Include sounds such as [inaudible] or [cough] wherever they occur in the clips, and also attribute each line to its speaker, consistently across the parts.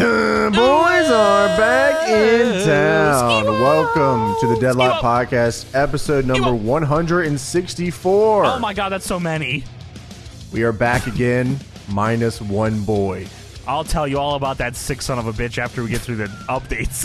Speaker 1: and boys are back in town. Welcome to the Deadlock Podcast, episode number 164.
Speaker 2: Oh my god, that's so many.
Speaker 1: We are back again, minus one boy.
Speaker 2: I'll tell you all about that sick son of a bitch after we get through the updates.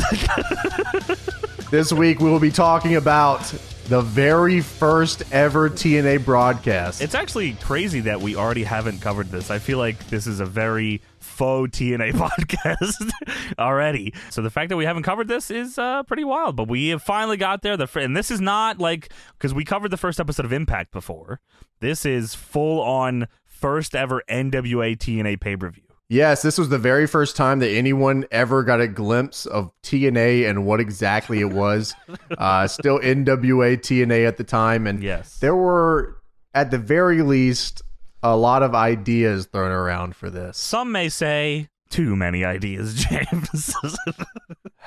Speaker 2: [laughs]
Speaker 1: This week we will be talking about the very first ever TNA broadcast.
Speaker 2: it's actually crazy that we already haven't covered this. I feel like this is a very faux TNA [laughs] podcast already. So the fact that we haven't covered this is uh, pretty wild, but we have finally got there. The fir- and this is not like because we covered the first episode of Impact before. This is full on first ever NWA TNA pay per view.
Speaker 1: yes, this was the very first time that anyone ever got a glimpse of TNA and what exactly it
Speaker 2: [laughs]
Speaker 1: was. uh, still NWA TNA at the time, and
Speaker 2: Yes.
Speaker 1: there were at the very least a lot of ideas thrown around for this.
Speaker 2: Some may say too many ideas, [laughs] James.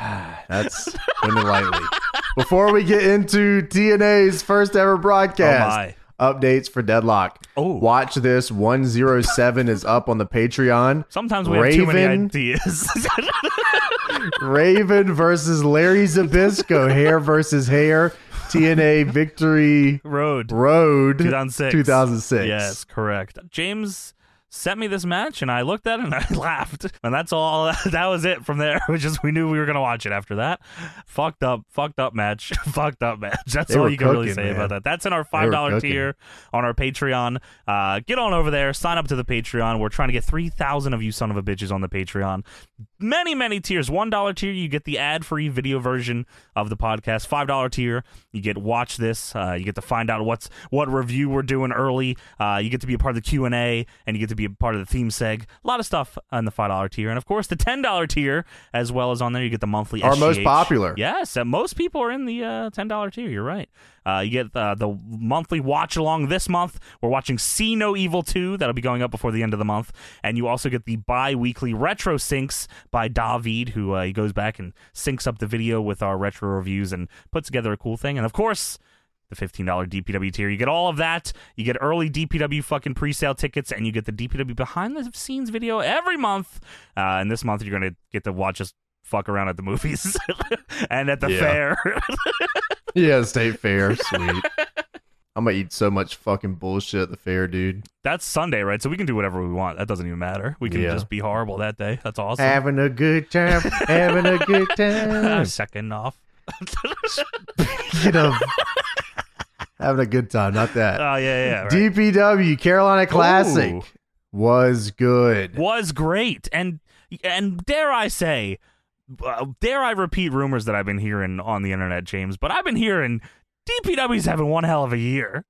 Speaker 1: That's putting it lightly.
Speaker 2: [laughs]
Speaker 1: Before we get into TNA's first ever broadcast, updates for Deadlock.
Speaker 2: Oh.
Speaker 1: Watch this 107 is up on the Patreon.
Speaker 2: Sometimes we have too many
Speaker 1: Raven.
Speaker 2: ideas. [laughs]
Speaker 1: Raven versus Larry Zabisco, hair versus hair, TNA Victory
Speaker 2: Road.
Speaker 1: Road
Speaker 2: 2006.
Speaker 1: 2006.
Speaker 2: Yes, correct. James sent me this match and I looked at it and [laughs] I laughed. And that's all. [laughs] That was it from there. [laughs] It was just we knew we were going to watch it after that. Fucked up, fucked up match. [laughs] fucked up match. That's
Speaker 1: They
Speaker 2: all
Speaker 1: were
Speaker 2: you can really
Speaker 1: cooking,
Speaker 2: say
Speaker 1: man.
Speaker 2: about that. That's in our
Speaker 1: were
Speaker 2: $5
Speaker 1: cooking.
Speaker 2: tier on our Patreon. Uh, get on over there. Sign up to the Patreon. We're trying to get 3,000 of you son of a bitches on the Patreon. many many tiers one dollar tier you get the ad-free video version of the podcast five dollar tier you get watch this uh, you get to find out what's what review we're doing early uh, you get to be a part of the q&a and you get to be a part of the theme seg a lot of stuff on the five dollar tier and of course the ten dollar tier as well as on there you get the monthly
Speaker 1: Our most
Speaker 2: SGH.
Speaker 1: popular.
Speaker 2: yes uh, most people are in the uh, ten dollar tier you're right uh, you get uh, the monthly watch along this month we're watching see no evil 2 that'll be going up before the end of the month and you also get the bi-weekly retro syncs by david who uh, he goes back and syncs up the video with our retro reviews and puts together a cool thing and of course the $15 DPW tier. You get all of that. You get early DPW fucking pre-sale tickets and you get the DPW behind the scenes video every month. Uh, and this month you're going to get to watch us fuck around at the movies [laughs] and at the
Speaker 1: Yeah.
Speaker 2: fair. [laughs]
Speaker 1: Yeah, State Fair. Sweet. I'm going to eat so much fucking bullshit at the fair, dude.
Speaker 2: That's Sunday, right? So we can do whatever we want. That doesn't even matter. We can
Speaker 1: Yeah.
Speaker 2: just be horrible that day. That's awesome.
Speaker 1: Having a good time. Having a
Speaker 2: [laughs]
Speaker 1: good
Speaker 2: Ah,
Speaker 1: time.
Speaker 2: Second off.
Speaker 1: you know, having a good time. Not that.
Speaker 2: Oh yeah, yeah. yeah, right.
Speaker 1: DPW Carolina Classic
Speaker 2: Ooh.
Speaker 1: was good.
Speaker 2: was great, and and dare I say, uh, dare I repeat rumors that I've been hearing on the internet, James? But I've been hearing DPW's having one hell of a year.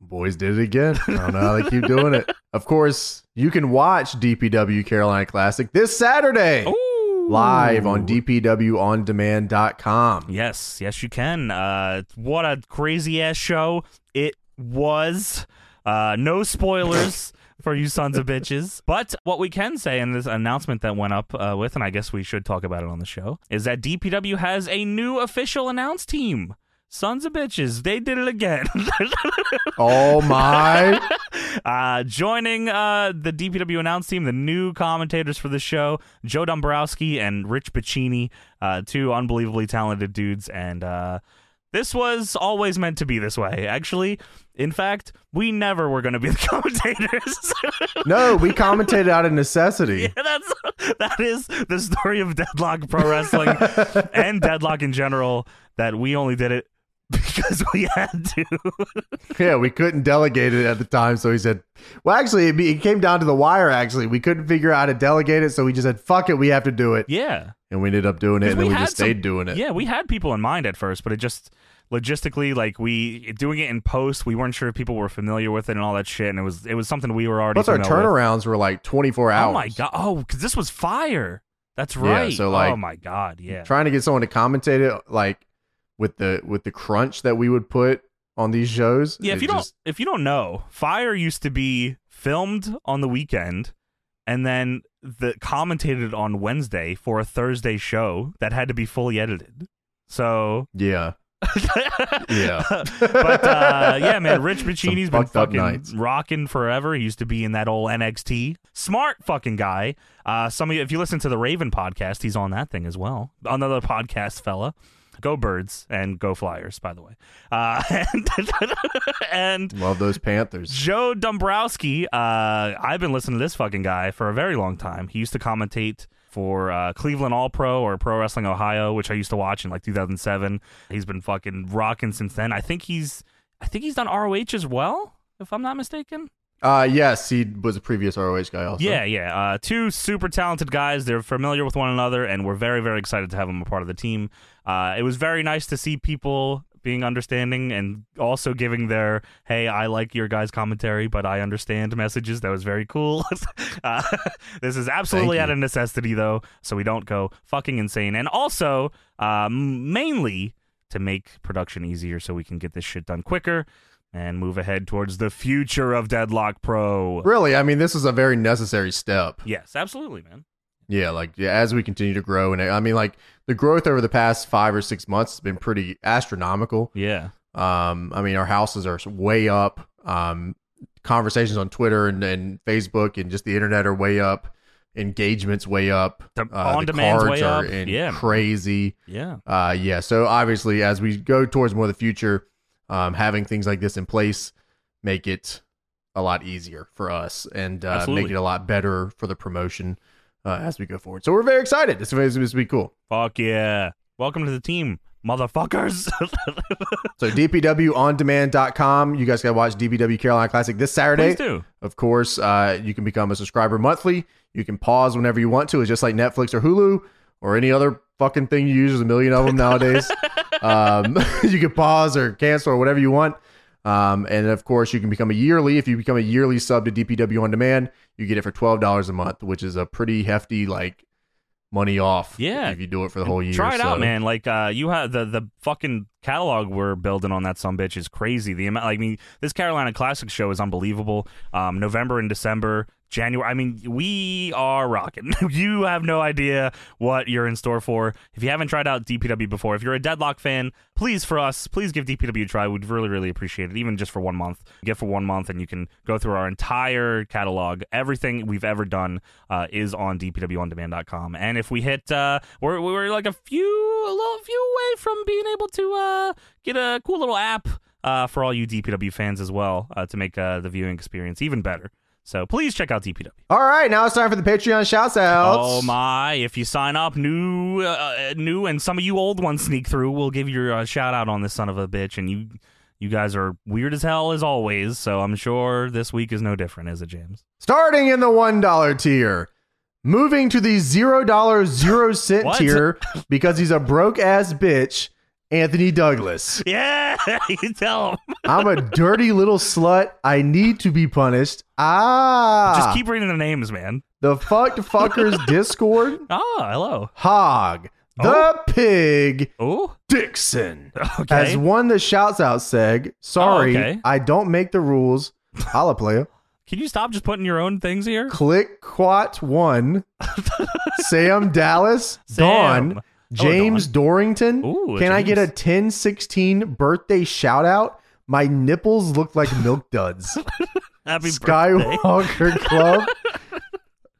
Speaker 1: Boys did it again. I don't know how they keep doing it. Of course, you can watch DPW Carolina Classic this Saturday
Speaker 2: Ooh.
Speaker 1: live on DPWOnDemand.com.
Speaker 2: Yes, yes, you can. Uh, what a crazy ass show it was. Uh, no spoilers for you sons of bitches. But what we can say in this announcement that went up uh, with, and I guess we should talk about it on the show, is that DPW has a new official announce team. Sons of bitches, they did it again. [laughs]
Speaker 1: Oh my!
Speaker 2: uh, joining uh, the DPW announce team, the new commentators for the show, Joe Dombrowski and Rich Bicini, uh, two unbelievably talented dudes. And uh, this was always meant to be this way, actually. In fact, we never were going to be the [laughs] commentators. [laughs]
Speaker 1: No, we commentated out of necessity.
Speaker 2: Yeah, that's that is the story of Deadlock Pro Wrestling and Deadlock in general. That we only did it [laughs] because we had to.
Speaker 1: [laughs] Yeah, we couldn't delegate it at the time, so he said, "Well, actually, it, be, it came down to the wire. Actually, we couldn't figure out how to delegate it, so we just said, fuck it, we have to do it.'
Speaker 2: Yeah.
Speaker 1: And we ended up doing it, and then we
Speaker 2: had
Speaker 1: just
Speaker 2: some-
Speaker 1: stayed doing it.
Speaker 2: Yeah, we had people in mind at first, but it just logistically, like we doing it in post, we weren't sure if people were familiar with it and all that shit, and it was it was something we were already.
Speaker 1: Plus, our
Speaker 2: familiar with.
Speaker 1: turnarounds were like 24 hours.
Speaker 2: Oh my god! Oh, because this was fire. That's
Speaker 1: Yeah,
Speaker 2: right.
Speaker 1: so, like,
Speaker 2: oh my god, yeah.
Speaker 1: Trying to get someone to commentate it, like with the with the crunch that we would put on these shows.
Speaker 2: Yeah, if
Speaker 1: it
Speaker 2: you don't
Speaker 1: just-
Speaker 2: if you don't know, Fire used to be filmed on the weekend and then the commentated on Wednesday for a Thursday show that had to be fully edited. So
Speaker 1: yeah, [laughs] Yeah.
Speaker 2: [laughs] but uh, yeah,
Speaker 1: [laughs]
Speaker 2: man, Rich Pacini's been
Speaker 1: fucked up
Speaker 2: fucking
Speaker 1: nights.
Speaker 2: rocking forever. He used to be in that old NXT. Smart fucking guy. Uh, some of you, if you listen to the Raven podcast, he's on that thing as well. Another podcast fella. Go Birds and Go Flyers, by the way. Uh, [laughs] and, and
Speaker 1: Love those Panthers.
Speaker 2: Joe Dombrowski, uh, I've been listening to this fucking guy for a very long time. He used to commentate for uh, Cleveland All Pro or Pro Wrestling Ohio, which I used to watch in like 2007. He's been fucking rocking since then. I think he's, I think he's done ROH as well, if I'm not mistaken.
Speaker 1: Uh, yes, he was a previous ROH guy also.
Speaker 2: Yeah, yeah. Uh, two super talented guys. They're familiar with one another, and we're very, very excited to have them a part of the team. Uh, it was very nice to see people being understanding and also giving their "Hey, I like your guys' commentary, but I understand" messages. That was very cool. [laughs] uh, this is absolutely
Speaker 1: you.
Speaker 2: out of necessity, though, so we don't go fucking insane. And also, um, mainly to make production easier, so we can get this shit done quicker. And move ahead towards the future of Deadlock Pro.
Speaker 1: Really, I mean, this is a very necessary step.
Speaker 2: Yes, absolutely, man.
Speaker 1: Yeah, like yeah, as we continue to grow, and I mean, like the growth over the past five or six months has been pretty astronomical.
Speaker 2: Yeah.
Speaker 1: Um, I mean, our houses are way up. Um, conversations on Twitter and, and Facebook and just the internet are way up. Engagements way up.
Speaker 2: The
Speaker 1: Uh,
Speaker 2: on
Speaker 1: the
Speaker 2: demand's
Speaker 1: cards
Speaker 2: way
Speaker 1: are
Speaker 2: up.
Speaker 1: in
Speaker 2: Yeah.
Speaker 1: crazy.
Speaker 2: Yeah.
Speaker 1: Uh, yeah. So obviously, as we go towards more of the future, um, having things like this in place make it a lot easier for us and uh, make
Speaker 2: Absolutely.
Speaker 1: it a lot better for the promotion uh, as we go forward. So we're very excited. This is going to be cool.
Speaker 2: Fuck yeah. Welcome to the team, motherfuckers. [laughs]
Speaker 1: So dpwondemand.com. You guys got to watch DPW Carolina Classic this Saturday.
Speaker 2: Please do.
Speaker 1: Of course, uh, you can become a subscriber monthly. You can pause whenever you want to. It's just like Netflix or Hulu or any other fucking thing you use. There's a million of them
Speaker 2: [laughs]
Speaker 1: nowadays. um, [laughs] you can pause or cancel or whatever you want. Um, and of course, you can become a yearly. If you become a yearly sub to DPW on demand, you get it for twelve dollars a month, which is a pretty hefty like money off.
Speaker 2: Yeah.
Speaker 1: if you do it for the whole year.
Speaker 2: Try it out,
Speaker 1: So-
Speaker 2: man. Like uh, you have the the fucking catalog we're building on that some bitch is crazy. The amount, like, I mean, this Carolina Classic show is unbelievable. Um, November and December, January. I mean, we are rocking. [laughs] you have no idea what you're in store for. If you haven't tried out DPW before, if you're a Deadlock fan, please for us, please give DPW a try. We'd really, really appreciate it, even just for one month. Get for one month, and you can go through our entire catalog. Everything we've ever done uh, is on dpwondemand.com. And if we hit, uh, we're we're like a few a little few away from being able to uh, get a cool little app uh, for all you DPW fans as well uh, to make uh, the viewing experience even better. So please check out DPW.
Speaker 1: All right, now it's time for the Patreon shout outs.
Speaker 2: Oh my! If you sign up, new, uh, new, and some of you old ones sneak through. We'll give you a shout out on this son of a bitch, and you, you guys are weird as hell as always. So I'm sure this week is no different, is it, James?
Speaker 1: Starting in the one dollar tier, moving to the zero dollar zero cent
Speaker 2: What?
Speaker 1: tier because he's a broke ass bitch. Anthony Douglas.
Speaker 2: [laughs] Yeah, [laughs] you tell 'em.
Speaker 1: I'm a dirty little slut. I need to be punished. Ah,
Speaker 2: Just keep reading the names, man.
Speaker 1: the fucked
Speaker 2: [laughs]
Speaker 1: fuckers Discord.
Speaker 2: Oh, hello.
Speaker 1: Hog the pig
Speaker 2: Oh,
Speaker 1: Dixon
Speaker 2: [laughs] okay.
Speaker 1: has won the shouts out seg. Sorry,
Speaker 2: Oh, okay.
Speaker 1: I don't make the rules. Holla player.
Speaker 2: Can you stop just putting your own things here?
Speaker 1: Click Quat One, Sam Dallas,
Speaker 2: [laughs] Sam.
Speaker 1: Dawn,
Speaker 2: Hello,
Speaker 1: James Dorrington.
Speaker 2: Ooh,
Speaker 1: Can I get a
Speaker 2: James.
Speaker 1: 1016 birthday shout out? My nipples look
Speaker 2: [laughs]
Speaker 1: like milk duds.
Speaker 2: Happy birthday.
Speaker 1: Skywalker Club.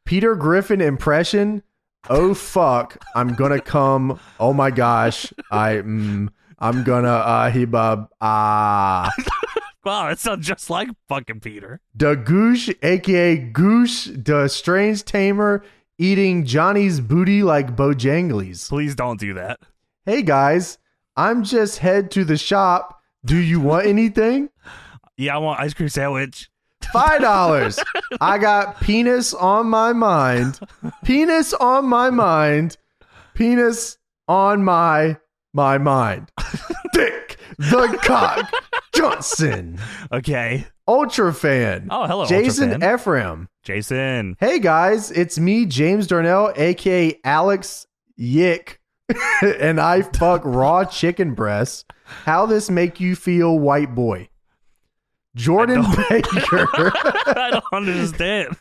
Speaker 1: Peter Griffin impression. Oh fuck! I'm gonna come. Oh my gosh! I mm, I'm gonna uh hebub ah.
Speaker 2: [laughs] Wow, it sounds just like fucking Peter.
Speaker 1: Da Goosh, aka Goose, the strange tamer, eating Johnny's booty like Bojanglies.
Speaker 2: Please don't do that.
Speaker 1: Hey guys, I'm just head to the shop. Do you want anything?
Speaker 2: Yeah, I want ice cream sandwich.
Speaker 1: Five dollars. I got penis on my mind. Penis on my mind. Penis on my my mind. Dick the cock Johnson.
Speaker 2: Okay.
Speaker 1: Ultra fan.
Speaker 2: Oh, hello,
Speaker 1: Jason
Speaker 2: Ultra fan.
Speaker 1: Ephraim.
Speaker 2: Jason. [laughs]
Speaker 1: Hey guys, it's me, James Darnell, aka Alex Yick, [laughs] and I fuck raw chicken breasts. How this make you feel, white boy? Jordan Baker, [laughs]
Speaker 2: I don't understand.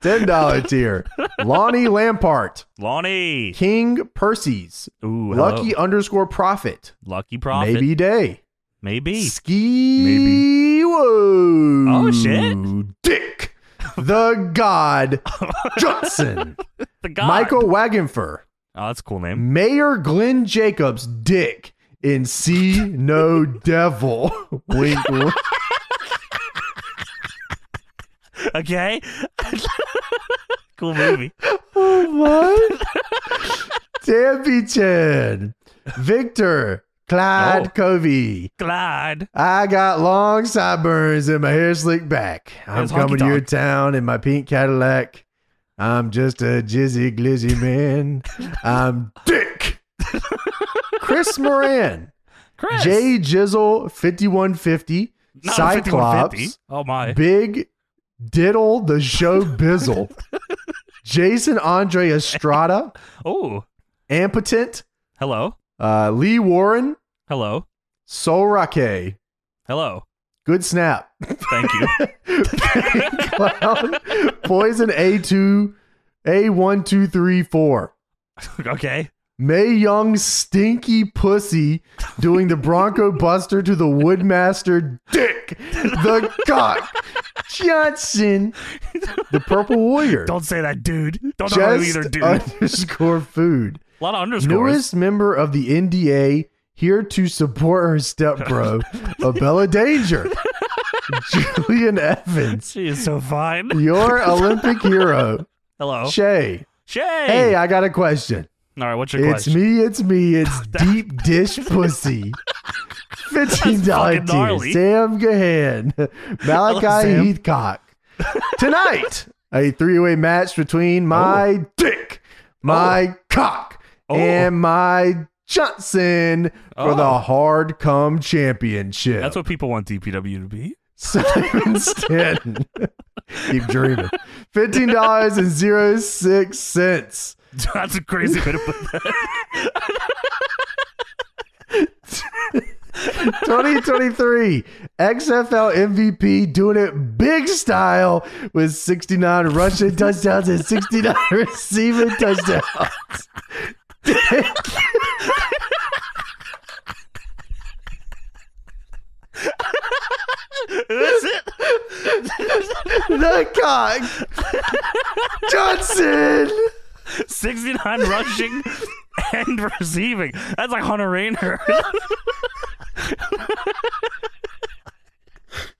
Speaker 1: ten dollar tier. Lonnie Lampart,
Speaker 2: Lonnie.
Speaker 1: King Percy's,
Speaker 2: Ooh, hello.
Speaker 1: Lucky underscore Profit,
Speaker 2: Lucky profit.
Speaker 1: Maybe Day,
Speaker 2: Maybe.
Speaker 1: Ski
Speaker 2: Maybe.
Speaker 1: Whoa,
Speaker 2: Oh, shit.
Speaker 1: Dick, the
Speaker 2: [laughs]
Speaker 1: God Johnson,
Speaker 2: The God.
Speaker 1: Michael Wagenfur,
Speaker 2: Oh, that's a cool name.
Speaker 1: Mayor Glenn Jacobs, Dick. In see no devil. [laughs] Wink, wink.
Speaker 2: Okay. [laughs] cool movie.
Speaker 1: Oh my. [laughs] Tammy Chen. Victor. Clyde
Speaker 2: Oh.
Speaker 1: Covey.
Speaker 2: Glad.
Speaker 1: I got long sideburns and my hair slicked back. I'm
Speaker 2: It's honky
Speaker 1: coming to your
Speaker 2: tonk.
Speaker 1: town in my pink Cadillac. I'm just a jizzy glizzy
Speaker 2: [laughs]
Speaker 1: man. I'm Dick. Chris Moran.
Speaker 2: Chris.
Speaker 1: J Jizzle 5150.
Speaker 2: Not a 5150.
Speaker 1: Cyclops.
Speaker 2: Oh, my.
Speaker 1: Big Diddle the
Speaker 2: [laughs]
Speaker 1: Show Bizzle. Jason Andre Estrada,
Speaker 2: Oh,
Speaker 1: Ampotent,
Speaker 2: hello.
Speaker 1: uh, Lee Warren,
Speaker 2: Hello.
Speaker 1: Sorake,
Speaker 2: Hello.
Speaker 1: Good Snap, [laughs]
Speaker 2: Thank you.
Speaker 1: Clown, Poison A2, A1234,
Speaker 2: okay. [laughs]
Speaker 1: May Young Stinky Pussy doing the Bronco Buster to the Woodmaster Dick, the Cock, Johnson, the Purple Warrior.
Speaker 2: Don't say that, dude. Don't know
Speaker 1: just
Speaker 2: either, dude.
Speaker 1: underscore food.
Speaker 2: a lot of underscores.
Speaker 1: Newest member of the NDA here to support her stepbro, Abella Danger, Julian Evans,
Speaker 2: She is so fine.
Speaker 1: your Olympic hero,
Speaker 2: Hello.
Speaker 1: Shay.
Speaker 2: Shay.
Speaker 1: Hey, I got a question.
Speaker 2: All right, what's your
Speaker 1: It's
Speaker 2: question?
Speaker 1: me, it's me,
Speaker 2: [laughs]
Speaker 1: it's deep dish pussy. Fifteen dollar
Speaker 2: fucking
Speaker 1: tier.
Speaker 2: gnarly.
Speaker 1: Sam
Speaker 2: [laughs]
Speaker 1: Gahan,
Speaker 2: Hello,
Speaker 1: Malachi
Speaker 2: Sam. [laughs]
Speaker 1: Heathcock. Tonight, a three way match between my dick, my cock,
Speaker 2: Oh.
Speaker 1: and my Johnson for
Speaker 2: Oh.
Speaker 1: the hard come championship. [laughs]
Speaker 2: That's what people want DPW to be. [laughs]
Speaker 1: Simon Stanton. [laughs] Keep dreaming. Fifteen dollars and zero six cents.
Speaker 2: That's a crazy way to put [laughs] that.
Speaker 1: 2023 XFL MVP doing it big style with 69 rushing touchdowns and 69 [laughs] receiving touchdowns.
Speaker 2: That's it.
Speaker 1: The cock Johnson.
Speaker 2: [laughs] 69 rushing and receiving. That's like Hunter Rainer.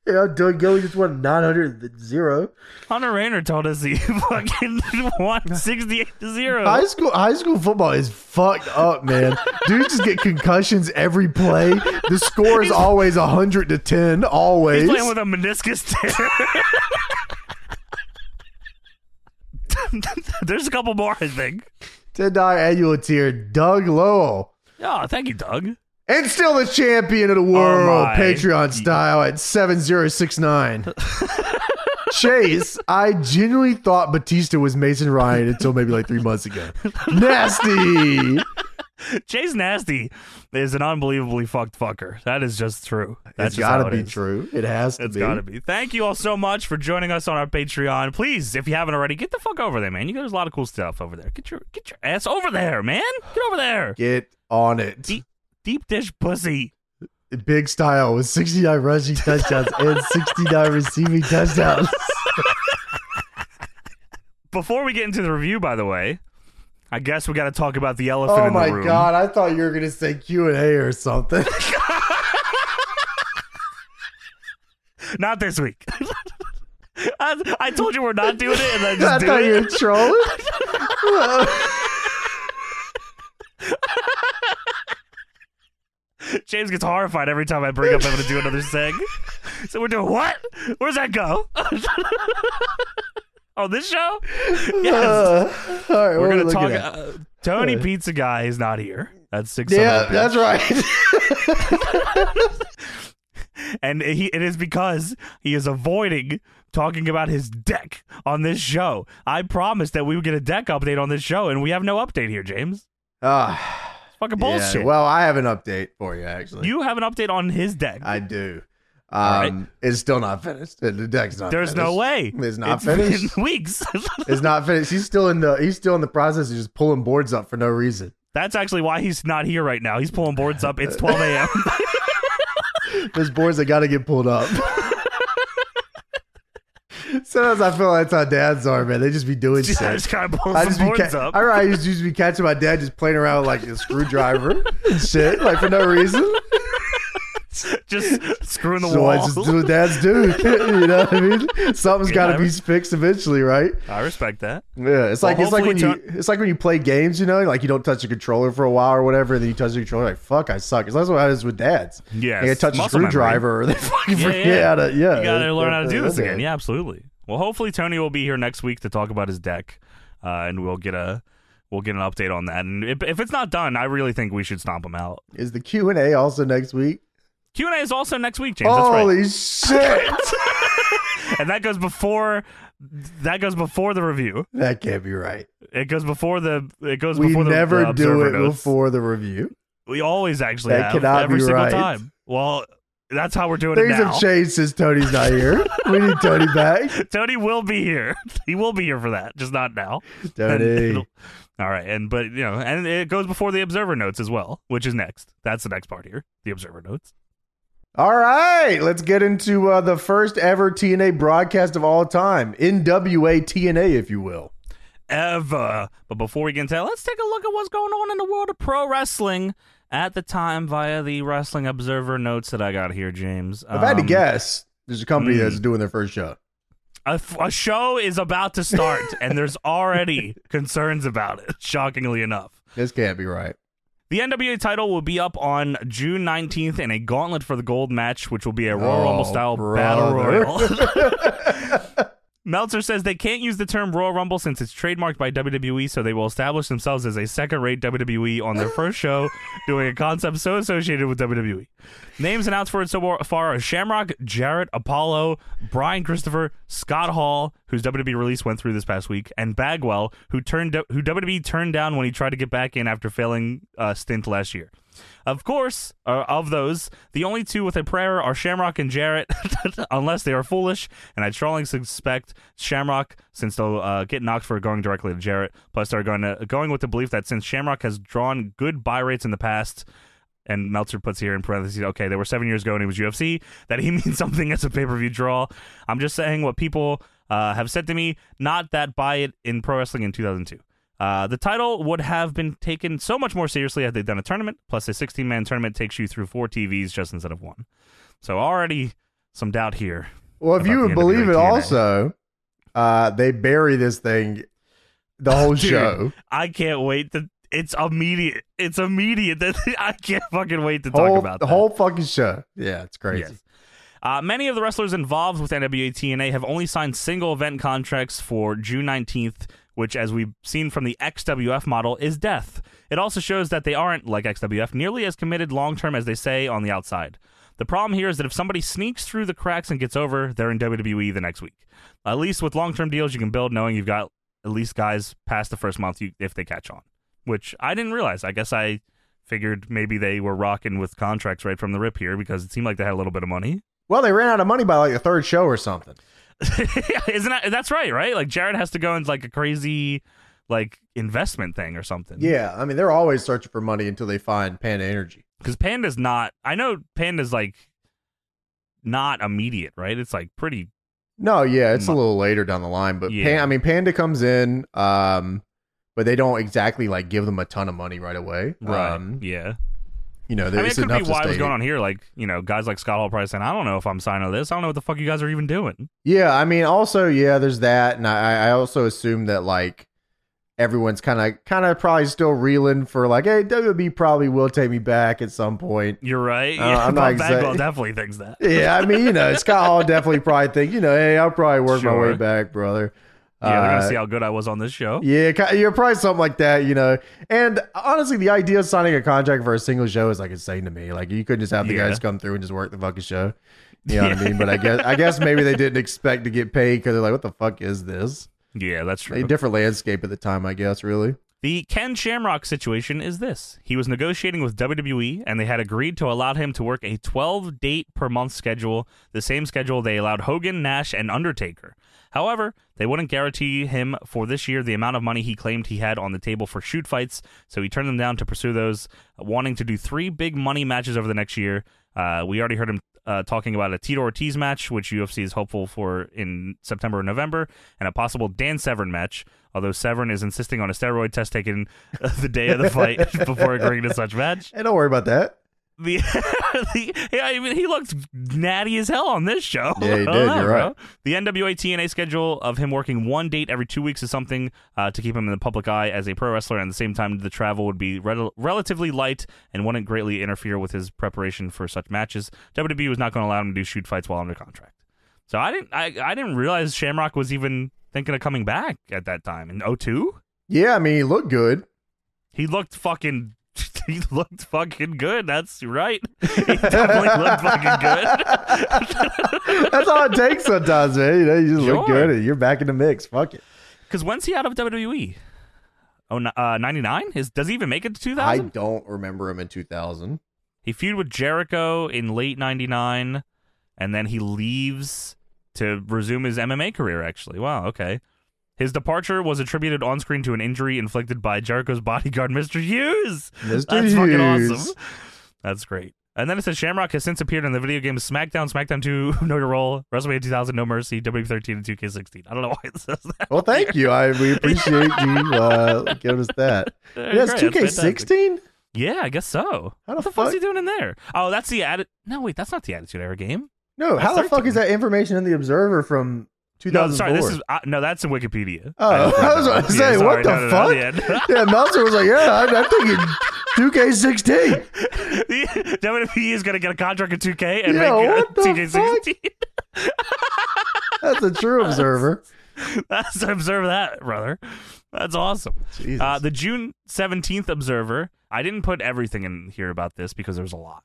Speaker 1: Yeah, Doug Gilly just won 900 and zero.
Speaker 2: [laughs] Hunter Rainer told us he [laughs] fucking [laughs] won 68 to 0.
Speaker 1: High school, high school football is fucked up, man. Dudes just get concussions every play. The score is always 100 to 10. Always.
Speaker 2: He's playing with a meniscus tear. [laughs] There's a couple more, I think.
Speaker 1: $10 annual tier, Doug Lowell.
Speaker 2: Oh, thank you, Doug.
Speaker 1: And still the champion of the world,
Speaker 2: Oh my.
Speaker 1: Patreon style at 7069. Chase, I genuinely thought Batista was Mason Ryan until maybe like three months ago. Nasty.
Speaker 2: Jay's nasty is an unbelievably fucked fucker. That is just true. That's
Speaker 1: That's
Speaker 2: just
Speaker 1: gotta
Speaker 2: how it
Speaker 1: be
Speaker 2: is.
Speaker 1: true. It has to
Speaker 2: It's
Speaker 1: be.
Speaker 2: gotta be. Thank you all so much for joining us on our Patreon. Please, if you haven't already, get the fuck over there, man. You got there's a lot of cool stuff over there. Get your get your ass over there, man. Get over there.
Speaker 1: Get on it.
Speaker 2: Deep, deep dish pussy.
Speaker 1: Big style with 69 rushing touchdowns
Speaker 2: [laughs]
Speaker 1: and 69 receiving touchdowns.
Speaker 2: Before we get into the review, by the way, I guess we got to talk about the elephant
Speaker 1: Oh
Speaker 2: in the
Speaker 1: my
Speaker 2: room.
Speaker 1: god, I thought you were gonna say Q and A or something.
Speaker 2: Not this week. [laughs] I, I told you we're not doing it, and
Speaker 1: [laughs]
Speaker 2: I
Speaker 1: I
Speaker 2: just do
Speaker 1: thought you
Speaker 2: it.
Speaker 1: were trolling.
Speaker 2: James gets horrified every time I bring up having to do another seg. So we're doing what? Where's that go? [laughs] oh, this show? [laughs] Yes.
Speaker 1: Uh, all right,
Speaker 2: we're
Speaker 1: what are
Speaker 2: gonna
Speaker 1: we
Speaker 2: talk.
Speaker 1: looking at?
Speaker 2: Uh,
Speaker 1: [laughs]
Speaker 2: Tony Pizza Guy is not here. That's six.
Speaker 1: Yeah,
Speaker 2: other
Speaker 1: that's right. [laughs]
Speaker 2: people. and he it is because he is avoiding talking about his deck on this show. I promised that we would get a deck update on this show, and we have no update here, James.
Speaker 1: Ah,
Speaker 2: It's fucking
Speaker 1: yeah.
Speaker 2: bullshit.
Speaker 1: Well, I have an update for you actually.
Speaker 2: you have an update on his deck.
Speaker 1: I do. Um, It's still not finished. The deck's not.
Speaker 2: There's no
Speaker 1: finished.
Speaker 2: way.
Speaker 1: It's not
Speaker 2: been
Speaker 1: finished.
Speaker 2: [laughs] weeks.
Speaker 1: It's not finished. He's still in the. He's still in the process of just pulling boards up for no reason.
Speaker 2: That's actually why he's not here right now. He's pulling boards up. It's
Speaker 1: [laughs]
Speaker 2: 12 a.m.
Speaker 1: There's boards that got to get pulled up. Sometimes I feel like that's how dads are, man. They just be doing
Speaker 2: Just-
Speaker 1: shit.
Speaker 2: [laughs] just kind of pulling
Speaker 1: I
Speaker 2: some
Speaker 1: just be
Speaker 2: boards
Speaker 1: ca-
Speaker 2: up.
Speaker 1: I, remember I used, used to be catching my dad just playing around with like a screwdriver and shit, like for no reason.
Speaker 2: just screwing the
Speaker 1: [laughs] So I
Speaker 2: wall.
Speaker 1: just do what dads do. [laughs] you know what I mean? Something's got to be fixed eventually, right?
Speaker 2: [laughs] I respect that.
Speaker 1: Yeah, it's
Speaker 2: Well,
Speaker 1: like it's like when
Speaker 2: hopefully
Speaker 1: you it's like when you play games, you know, like you don't touch the controller for a while or whatever, and then you touch the controller, like fuck, I suck. It's that's what happens with dads.
Speaker 2: Yes.
Speaker 1: they touch a
Speaker 2: Muscle memory.
Speaker 1: screwdriver, or they [laughs] fucking
Speaker 2: Yeah,
Speaker 1: forget
Speaker 2: yeah.
Speaker 1: how to. Yeah,
Speaker 2: You gotta learn how to do this again. Yeah, absolutely. Well, hopefully Tony will be here next week to talk about his deck, uh, and we'll get a we'll get an update on that. And if, if it's not done, I really think we should stomp him out.
Speaker 1: Is the Q and A also next week?
Speaker 2: Q and A is also next week, James. That's right.
Speaker 1: Holy shit, [laughs]
Speaker 2: And that goes before that goes before the review.
Speaker 1: that can't be right.
Speaker 2: It goes before the it goes
Speaker 1: We
Speaker 2: before the
Speaker 1: never
Speaker 2: the
Speaker 1: do
Speaker 2: observer
Speaker 1: it
Speaker 2: notes.
Speaker 1: before the review.
Speaker 2: We always actually
Speaker 1: That
Speaker 2: have
Speaker 1: cannot
Speaker 2: every
Speaker 1: be
Speaker 2: single
Speaker 1: right.
Speaker 2: time. Well, that's how we're doing
Speaker 1: Things
Speaker 2: it now.
Speaker 1: have changed since Tony's not here. we need Tony back.
Speaker 2: [laughs] Tony will be here. [laughs] He will be here for that, just not now. And
Speaker 1: Tony,
Speaker 2: it'll- all right, and but you know, and it goes before the observer notes as well, which is next. That's the next part here, the observer notes.
Speaker 1: All right, let's get into uh, the first ever TNA broadcast of all time, NWA TNA, if you will.
Speaker 2: Ever, but before we get into that, let's take a look at what's going on in the world of pro wrestling at the time via the Wrestling Observer notes that I got here, James.
Speaker 1: I've had to
Speaker 2: Um,
Speaker 1: guess. There's a company
Speaker 2: mm.
Speaker 1: that's doing their first show.
Speaker 2: a, f- a show is about to start, [laughs] and there's already concerns about it. Shockingly enough.
Speaker 1: This can't be right.
Speaker 2: The NWA title will be up on June 19th in a Gauntlet for the Gold match, which will be a Royal
Speaker 1: Oh,
Speaker 2: Rumble style battle
Speaker 1: brother.
Speaker 2: royal. Meltzer says they can't use the term Royal Rumble since it's trademarked by WWE, so they will establish themselves as a second rate WWE on their first show, doing a concept so associated with E. WWE. Names announced for it so far are Shamrock, Jarrett, Apollo, Brian Christopher, Scott Hall, whose WWE release went through this past week, and Bagwell, who turned who WWE turned down when he tried to get back in after failing uh, stint last year. Of course, uh, of those, the only two with a prayer are Shamrock and Jarrett, [laughs] unless they are foolish, and I strongly suspect Shamrock, since they'll uh, get knocked for going directly to Jarrett. Plus, they're going to going with the belief that since Shamrock has drawn good buy rates in the past, and Meltzer puts here in parentheses, okay, they were seven years ago and he was UFC, that he [laughs] means something as a pay per view draw. I'm just saying what people uh, have said to me, not that buy it in pro wrestling in 2002. Uh, the title would have been taken so much more seriously had they done a tournament, plus a 16 man tournament takes you through four TVs just instead of one. So already some doubt here.
Speaker 1: [laughs] Well, if
Speaker 2: About
Speaker 1: you
Speaker 2: the
Speaker 1: would believe
Speaker 2: NWA
Speaker 1: it,
Speaker 2: TNA.
Speaker 1: also, uh, they bury this thing the whole
Speaker 2: [laughs] Dude.
Speaker 1: show.
Speaker 2: I can't wait to. It's immediate. It's immediate. That [laughs] I can't fucking wait to talk
Speaker 1: Whole,
Speaker 2: about
Speaker 1: the
Speaker 2: that.
Speaker 1: whole fucking show. Yeah, it's crazy.
Speaker 2: Yes. Uh, many of the wrestlers involved with NWA TNA have only signed single event contracts for June 19th, which, as we've seen from the XWF model, is death. It also shows that they aren't, like XWF, nearly as committed long term as they say on the outside. The problem here is that if somebody sneaks through the cracks and gets over, they're in WWE the next week. At least with long term deals, you can build knowing you've got at least guys past the first month you, if they catch on, which I didn't realize. I guess I figured maybe they were rocking with contracts right from the rip here because it seemed like they had a little bit of money.
Speaker 1: Well, they ran out of money by like the third show or something.
Speaker 2: Mm-hmm. [laughs] Isn't that that's right, right? Like Jared has to go into like a crazy like investment thing or something.
Speaker 1: Yeah, I mean they're always searching for money until they find Panda Energy.
Speaker 2: Cuz Panda's not I know Panda's like not immediate, right? It's like pretty
Speaker 1: No, yeah, it's a
Speaker 2: Mo-
Speaker 1: little later down the line, but
Speaker 2: Mm. Yeah.
Speaker 1: Pan, I mean Panda comes in, um, but they don't exactly like give them a ton of money right away. Um,
Speaker 2: yeah.
Speaker 1: you know,
Speaker 2: I mean, it
Speaker 1: there's
Speaker 2: could be
Speaker 1: enough to
Speaker 2: why
Speaker 1: stay.
Speaker 2: what's going on here. Like, you know, guys like Scott Hall probably saying, I don't know if I'm signing this. I don't know what the fuck you guys are even doing.
Speaker 1: Yeah, I mean, also, yeah, there's that, and I, I also assume that like everyone's kind of, kind of probably still reeling for like, hey, WB probably will take me back at some point.
Speaker 2: You're right. [laughs]
Speaker 1: Uh, I'm not
Speaker 2: Bob Bagwell
Speaker 1: exact-
Speaker 2: definitely thinks that.
Speaker 1: Yeah, I mean, you know, Scott Hall definitely probably think, you know, hey, I'll probably work my way
Speaker 2: Sure.
Speaker 1: back, brother.
Speaker 2: Yeah, they're
Speaker 1: Uh,
Speaker 2: gonna see how good I was on this show.
Speaker 1: Yeah, ki- you're probably something like that, you know. And honestly, the idea of signing a contract for a single show is like insane to me. Like you could just have the
Speaker 2: Yeah.
Speaker 1: guys come through and just work the fucking show. You know what I mean? But I guess I guess maybe they didn't expect to get paid because they're like, what the fuck is this?
Speaker 2: Yeah, that's true.
Speaker 1: A different landscape at the time, I guess. Really,
Speaker 2: The Ken Shamrock situation is this. He was negotiating with WWE, and they had agreed to allow him to work a 12 date per month schedule, the same schedule they allowed Hogan, Nash, and Undertaker. However, they wouldn't guarantee him for this year the amount of money he claimed he had on the table for shoot fights, so he turned them down to pursue those, wanting to do three big money matches over the next year. Uh, we already heard him uh, talking about a Tito Ortiz match, which UFC is hopeful for in September or November, and a possible Dan Severn match. Although Severn is insisting on a steroid test taken [laughs] uh, the day of the fight before agreeing to such match.
Speaker 1: Hey, don't worry about that.
Speaker 2: The, [laughs] the yeah, I mean, he looked natty as hell on this show.
Speaker 1: Yeah, he
Speaker 2: [laughs] I don't
Speaker 1: did.
Speaker 2: know,
Speaker 1: You're right.
Speaker 2: The NWA TNA schedule of him working one date every two weeks is something uh, to keep him in the public eye as a pro wrestler, and at the same time, the travel would be rel- relatively light and wouldn't greatly interfere with his preparation for such matches. WWE was not going to allow him to do shoot fights while under contract. So I didn't, I, I didn't realize Shamrock was even thinking of coming back at that time in 02?
Speaker 1: Yeah, I mean, he looked
Speaker 2: [laughs]
Speaker 1: good.
Speaker 2: He looked fucking. [laughs] He looked fucking good. That's right. [laughs] He definitely looked fucking [laughs] good.
Speaker 1: That's all it takes sometimes, man. You know, you just look
Speaker 2: Sure.
Speaker 1: good and you're back in the mix. Fuck it.
Speaker 2: Because when's he out of WWE? Oh, ni- uh, 99? Is, does he even make it to
Speaker 1: I
Speaker 2: 2000?
Speaker 1: don't remember him in 2000.
Speaker 2: He feud with Jericho in late 99, and then he leaves to resume his MMA career, actually. Wow, okay. His departure was attributed on screen to an injury inflicted by Jericho's [laughs] bodyguard, Mr. Hughes.
Speaker 1: Mr.
Speaker 2: That's
Speaker 1: Hughes.
Speaker 2: fucking awesome. That's great. And then it says Shamrock has since appeared in the video games SmackDown, SmackDown [laughs] 2, Know Your Role, WrestleMania 2000, No Mercy, WWE 13, and 2K16. I don't know why it says that.
Speaker 1: Well, thank you. I
Speaker 2: [laughs]
Speaker 1: we appreciate you uh, giving us that. [laughs] Yeah, it's
Speaker 2: Great, that's fantastic.
Speaker 1: 2K16.
Speaker 2: Yeah, I guess so.
Speaker 1: How the
Speaker 2: what the
Speaker 1: fuck-
Speaker 2: fuck's he doing in there? Oh, that's the added. No, wait, that's not the Attitude Era game.
Speaker 1: No, how the
Speaker 2: That's
Speaker 1: fuck is
Speaker 2: 13.
Speaker 1: that information in the Observer from
Speaker 2: No,
Speaker 1: 2004?
Speaker 2: sorry, this is uh, no, that's in Wikipedia.
Speaker 1: Oh, I was about to say, what the
Speaker 2: [laughs] fuck?
Speaker 1: yeah, Meltzer was like, yeah, I'm, I'm thinking 2K16.
Speaker 2: WWE E is gonna get a contract at 2K and
Speaker 1: Yeah,
Speaker 2: make uh,
Speaker 1: what
Speaker 2: it
Speaker 1: the
Speaker 2: TK16.
Speaker 1: That's a true Observer.
Speaker 2: [laughs] Uh, That's observe that, brother. That's awesome.
Speaker 1: Jesus.
Speaker 2: Uh, the June 17th Observer. I didn't put everything in here about this because there's a lot,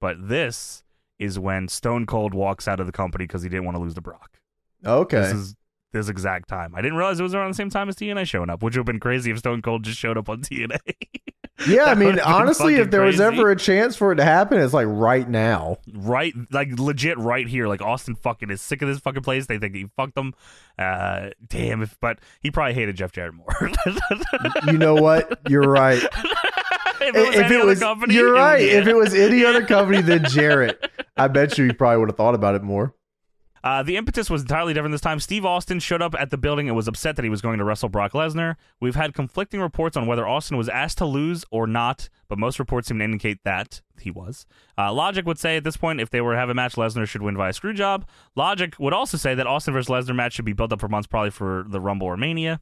Speaker 2: but this is when Stone Cold walks out of the company because he didn't want to lose the Brock.
Speaker 1: okay.
Speaker 2: This is this exact time. I didn't realize it was around the same time as TNA showing up, which would have been crazy if Stone Cold just showed up on [laughs] TNA.
Speaker 1: yeah,
Speaker 2: [laughs]
Speaker 1: I
Speaker 2: that
Speaker 1: mean,
Speaker 2: would've been
Speaker 1: honestly, if
Speaker 2: fucking
Speaker 1: there was
Speaker 2: crazy.
Speaker 1: ever a chance for it to happen, it's like right now.
Speaker 2: right, like legit, right here. Like Austin fucking is sick of this fucking place. They think he fucked them. Uh, damn. If but he probably hated Jeff Jarrett more. [laughs]
Speaker 1: You know what? You're right.
Speaker 2: if it was any other company,
Speaker 1: you're
Speaker 2: would
Speaker 1: right.
Speaker 2: be
Speaker 1: If it was any other company
Speaker 2: [laughs]
Speaker 1: than Jarrett, I bet you he probably would have thought about it more.
Speaker 2: Uh, the impetus was entirely different this time. Steve Austin showed up at the building and was upset that he was going to wrestle Brock Lesnar. We've had conflicting reports on whether Austin was asked to lose or not, but most reports seem to indicate that he was. Uh, Logic would say at this point, if they were to have a match, Lesnar should win via screwjob. Logic would also say that Austin versus Lesnar match should be built up for months, probably for the Rumble or Mania.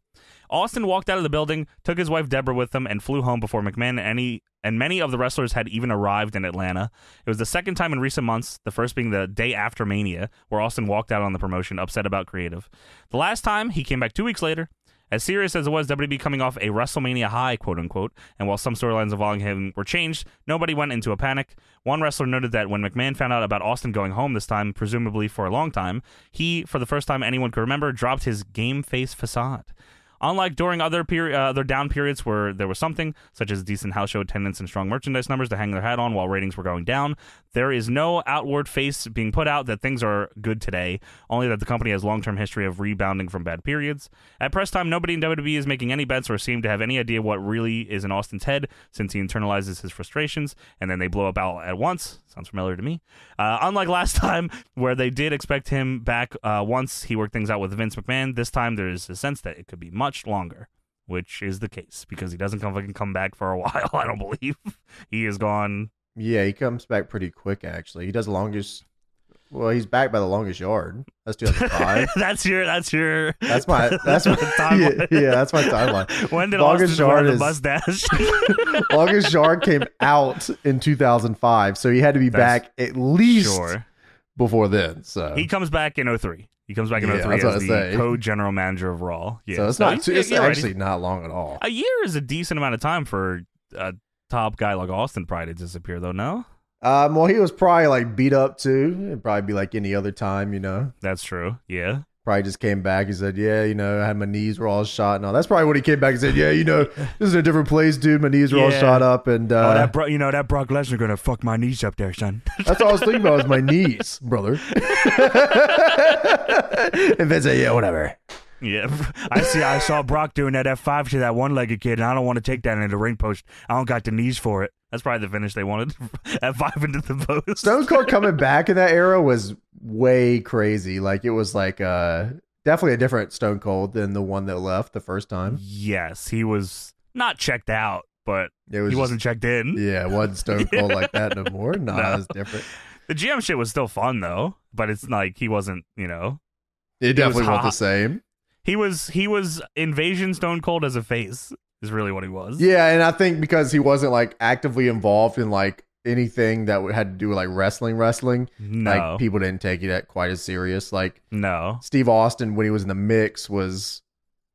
Speaker 2: Austin walked out of the building, took his wife Deborah with him, and flew home before McMahon and any and many of the wrestlers had even arrived in Atlanta. It was the second time in recent months, the first being the day after Mania, where Austin walked out on the promotion upset about creative. The last time he came back two weeks later. As serious as it was, WWE coming off a WrestleMania high, quote unquote, and while some storylines involving him were changed, nobody went into a panic. One wrestler noted that when McMahon found out about Austin going home this time, presumably for a long time, he, for the first time anyone could remember, dropped his game face facade. Unlike during other peri- uh, other down periods where there was something, such as decent house show attendance and strong merchandise numbers to hang their hat on while ratings were going down, there is no outward face being put out that things are good today, only that the company has long term history of rebounding from bad periods. At press time, nobody in WWE is making any bets or seem to have any idea what really is in Austin's head since he internalizes his frustrations and then they blow up all at once. Sounds familiar to me. Uh, unlike [laughs] last time, where they did expect him back uh, once he worked things out with Vince McMahon, this time there is a sense that it could be much longer, which is the case because he doesn't come fucking come back for a [laughs] while. I don't believe he is gone. [laughs]
Speaker 1: Yeah, he comes back pretty quick. Actually, he does the longest. Well, he's back by the longest yard. That's
Speaker 2: [laughs]
Speaker 1: 2005.
Speaker 2: that's your. That's your. [laughs]
Speaker 1: that's my. That's my
Speaker 2: timeline.
Speaker 1: [laughs] Yeah, yeah, that's my timeline.
Speaker 2: [laughs] When did
Speaker 1: Longest
Speaker 2: Austin wear
Speaker 1: yard
Speaker 2: the
Speaker 1: is-
Speaker 2: mustache? [laughs]
Speaker 1: Longest yard came out in 2005, so he had to be
Speaker 2: That's-
Speaker 1: back at least
Speaker 2: sure.
Speaker 1: before then. So,
Speaker 2: He comes back in 03. He comes back in
Speaker 1: Yeah,
Speaker 2: 03
Speaker 1: that's what I
Speaker 2: as the
Speaker 1: say.
Speaker 2: [laughs] co-general manager of Raw. Yeah.
Speaker 1: so it's not.
Speaker 2: he's-
Speaker 1: too, it's
Speaker 2: you're right.
Speaker 1: actually not long at all.
Speaker 2: A year is a decent amount of time for a top guy like Austin Pride to disappear, though. No,
Speaker 1: Um, well, he was probably like beat up too. It'd probably be like any other time, you know.
Speaker 2: that's true. Yeah,
Speaker 1: Probably just came back. He said, "Yeah, you know, I had my knees were all shot and all." That's probably what he came back and said. "Yeah, you know, this is a different place, dude. My knees were all
Speaker 2: Yeah.
Speaker 1: shot up, and
Speaker 2: oh,
Speaker 1: uh,
Speaker 2: that [laughs] bro- you know that Brock Lesnar gonna fuck my knees up there, son.
Speaker 1: that's all I was thinking about was my knees, brother." and Vince said, "Yeah, whatever."
Speaker 2: [laughs] yeah, [laughs] I see. I saw Brock doing that F five to that one legged kid, and I don't want to take that into the ring post. I don't got the knees for it. That's probably the finish they wanted. [laughs] F five into the post.
Speaker 1: Stone Cold coming back in that era was way crazy. Like it was like uh definitely a different Stone Cold than the one that left the first time.
Speaker 2: Yes, he was not checked out, but
Speaker 1: It was
Speaker 2: he wasn't checked in.
Speaker 1: Yeah, it wasn't
Speaker 2: [laughs]
Speaker 1: Stone Cold like that no more. Nah,
Speaker 2: No.
Speaker 1: it's different.
Speaker 2: The GM shit was still fun though, but it's like he wasn't, you know.
Speaker 1: It definitely
Speaker 2: hot.
Speaker 1: wasn't the same.
Speaker 2: He was he was invasion stone cold as a face is really what he was.
Speaker 1: Yeah, and I think because he wasn't like actively involved in like anything that had to do with like wrestling, wrestling,
Speaker 2: No.
Speaker 1: like people didn't take it quite as serious. Like
Speaker 2: no.
Speaker 1: Steve Austin when he was in the mix was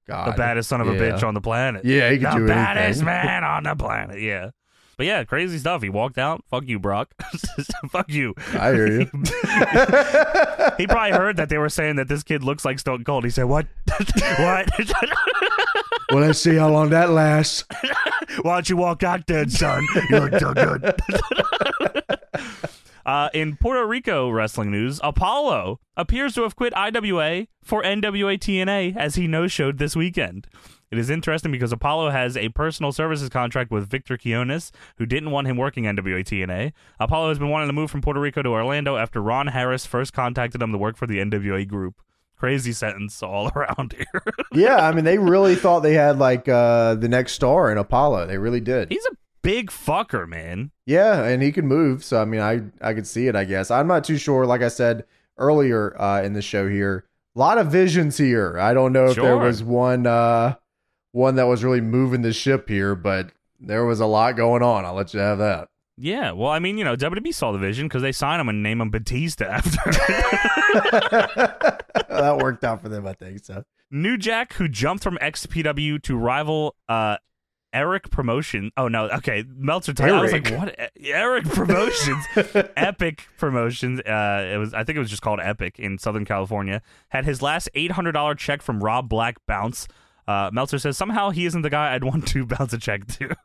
Speaker 1: God.
Speaker 2: The baddest son of a
Speaker 1: Yeah.
Speaker 2: bitch on the planet.
Speaker 1: Yeah, he could
Speaker 2: the
Speaker 1: do
Speaker 2: baddest
Speaker 1: anything.
Speaker 2: man on the planet. Yeah. But yeah, crazy stuff. He walked out. Fuck you, Brock. [laughs] Fuck you.
Speaker 1: I hear you.
Speaker 2: [laughs] He probably heard that they were saying that this kid looks like Stone Cold. He said, "What? [laughs] what?
Speaker 1: [laughs]
Speaker 2: [laughs]
Speaker 1: well, let's see how long that lasts.
Speaker 2: Why don't you walk out then, son? You look [laughs] so good." Uh, in Puerto Rico wrestling news, Apollo appears to have quit IWA for NWA TNA as he no showed this weekend. It is interesting because Apollo has a personal services contract with Victor Quiones, who didn't want him working NWA TNA. Apollo has been wanting to move from Puerto Rico to Orlando after Ron Harris first contacted him to work for the NWA group. Crazy sentence all [laughs] around here.
Speaker 1: yeah, I mean, they really thought they had like uh, the next star in Apollo. They really did.
Speaker 2: He's a big fucker, man.
Speaker 1: Yeah, and he can move. So I mean, I I could see it. I guess I'm not too sure. Like I said earlier uh, in the show here, a lot of visions here. I don't know if there
Speaker 2: Sure.
Speaker 1: was one uh, one that was really moving the ship here, but there was a lot going on. I'll let you have that. [laughs]
Speaker 2: Yeah, well, I mean, you know, WWE saw the vision because they sign him and name him Batista [laughs] after.
Speaker 1: that worked out for them, I think. So
Speaker 2: New Jack, who jumped from XPW to rival uh, Eric Promotion. Oh no, okay, Meltzer. T- I was like,
Speaker 1: Eric.
Speaker 2: what? E- Eric Promotions,
Speaker 1: [laughs]
Speaker 2: Epic Promotions. Uh, it was. I think it was just called Epic in Southern California. Had his last eight hundred dollar check from Rob Black bounce. Uh, Meltzer says somehow he isn't the guy I'd want to [laughs] bounce a check to.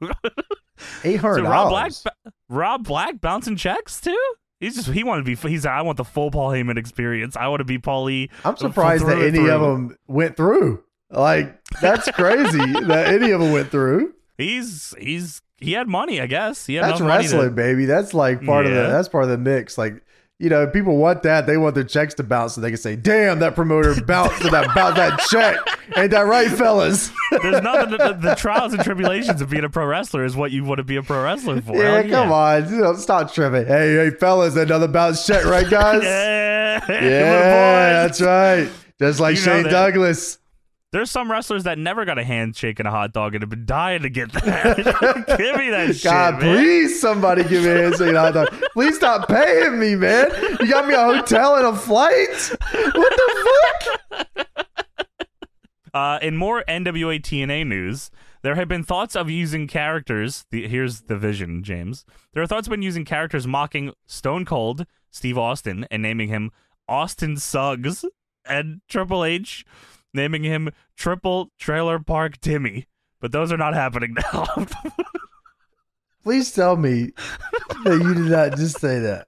Speaker 1: eight hundred
Speaker 2: So Rob Black,
Speaker 1: dollars.
Speaker 2: Rob Black bouncing checks too. He's just he wanted to be. He's like, I want the full Paul Heyman experience. I want to be Paulie.
Speaker 1: I'm surprised that
Speaker 2: through and
Speaker 1: any of
Speaker 2: through.
Speaker 1: them went through. Like that's crazy that any of them went through.
Speaker 2: He's he's he had money, I guess. He had
Speaker 1: that's
Speaker 2: enough money to-
Speaker 1: wrestling, baby. That's like part of
Speaker 2: Yeah.
Speaker 1: the that's part of the mix. Like you know, people want that. They want their checks to bounce, so they can say, "Damn, that promoter bounced to that bounce that check." Ain't that right,
Speaker 2: [laughs]
Speaker 1: fellas?
Speaker 2: [laughs] There's nothing.
Speaker 1: [laughs]
Speaker 2: The, the trials and tribulations of being a pro wrestler is what you want to be a pro wrestler for.
Speaker 1: yeah,
Speaker 2: Hell
Speaker 1: come on, You know, stop tripping. Hey, hey, fellas, another bounce check, right, guys? yeah,
Speaker 2: [laughs] [laughs] Yeah, Come on, boys.
Speaker 1: that's right. Just like
Speaker 2: You know
Speaker 1: Shane
Speaker 2: that.
Speaker 1: Douglas.
Speaker 2: There's some wrestlers that never got a handshake and a hot dog and have been dying to get that. [laughs] Give me that shit,
Speaker 1: God,
Speaker 2: man.
Speaker 1: please, somebody give me a handshake. and a hot dog. Please stop paying me, man. You got me a hotel and a flight. What the fuck?
Speaker 2: Uh, in more NWA TNA news, there have been thoughts of using characters. The, here's the vision, James. There are thoughts of been using characters mocking Stone Cold, Steve Austin, and naming him Austin Suggs, and Triple H, naming him Triple Trailer Park Timmy. But those are not happening [laughs] now.
Speaker 1: Please tell me that you did not just say that.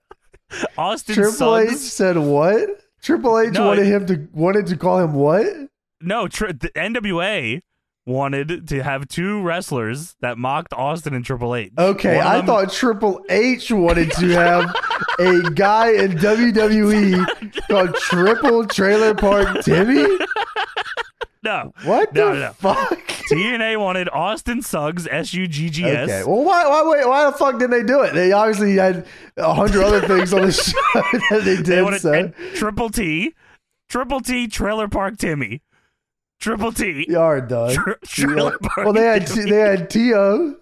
Speaker 2: Austin
Speaker 1: Triple H
Speaker 2: Suggs.
Speaker 1: said what? Triple H
Speaker 2: No,
Speaker 1: wanted
Speaker 2: it-
Speaker 1: him to wanted to call him what?
Speaker 2: No, tri- the NWA wanted to have two wrestlers that mocked Austin and Triple H.
Speaker 1: Okay,
Speaker 2: One of
Speaker 1: I
Speaker 2: them-
Speaker 1: thought Triple H wanted to have a guy in
Speaker 2: [laughs]
Speaker 1: WWE called Triple Trailer Park Timmy.
Speaker 2: no.
Speaker 1: What
Speaker 2: No,
Speaker 1: the
Speaker 2: no.
Speaker 1: fuck?
Speaker 2: TNA wanted Austin Suggs, S U G G S.
Speaker 1: Okay. Well, why, why, wait, why the fuck did they do it? They obviously had a hundred other things on the [laughs] show that they did.
Speaker 2: They wanted
Speaker 1: so.
Speaker 2: and Triple T, Triple T, Trailer Park Timmy, Triple T.
Speaker 1: you are done.
Speaker 2: Tr- Trailer
Speaker 1: Yeah.
Speaker 2: Park
Speaker 1: Well, they had
Speaker 2: Timmy.
Speaker 1: they had
Speaker 2: [laughs]
Speaker 1: To.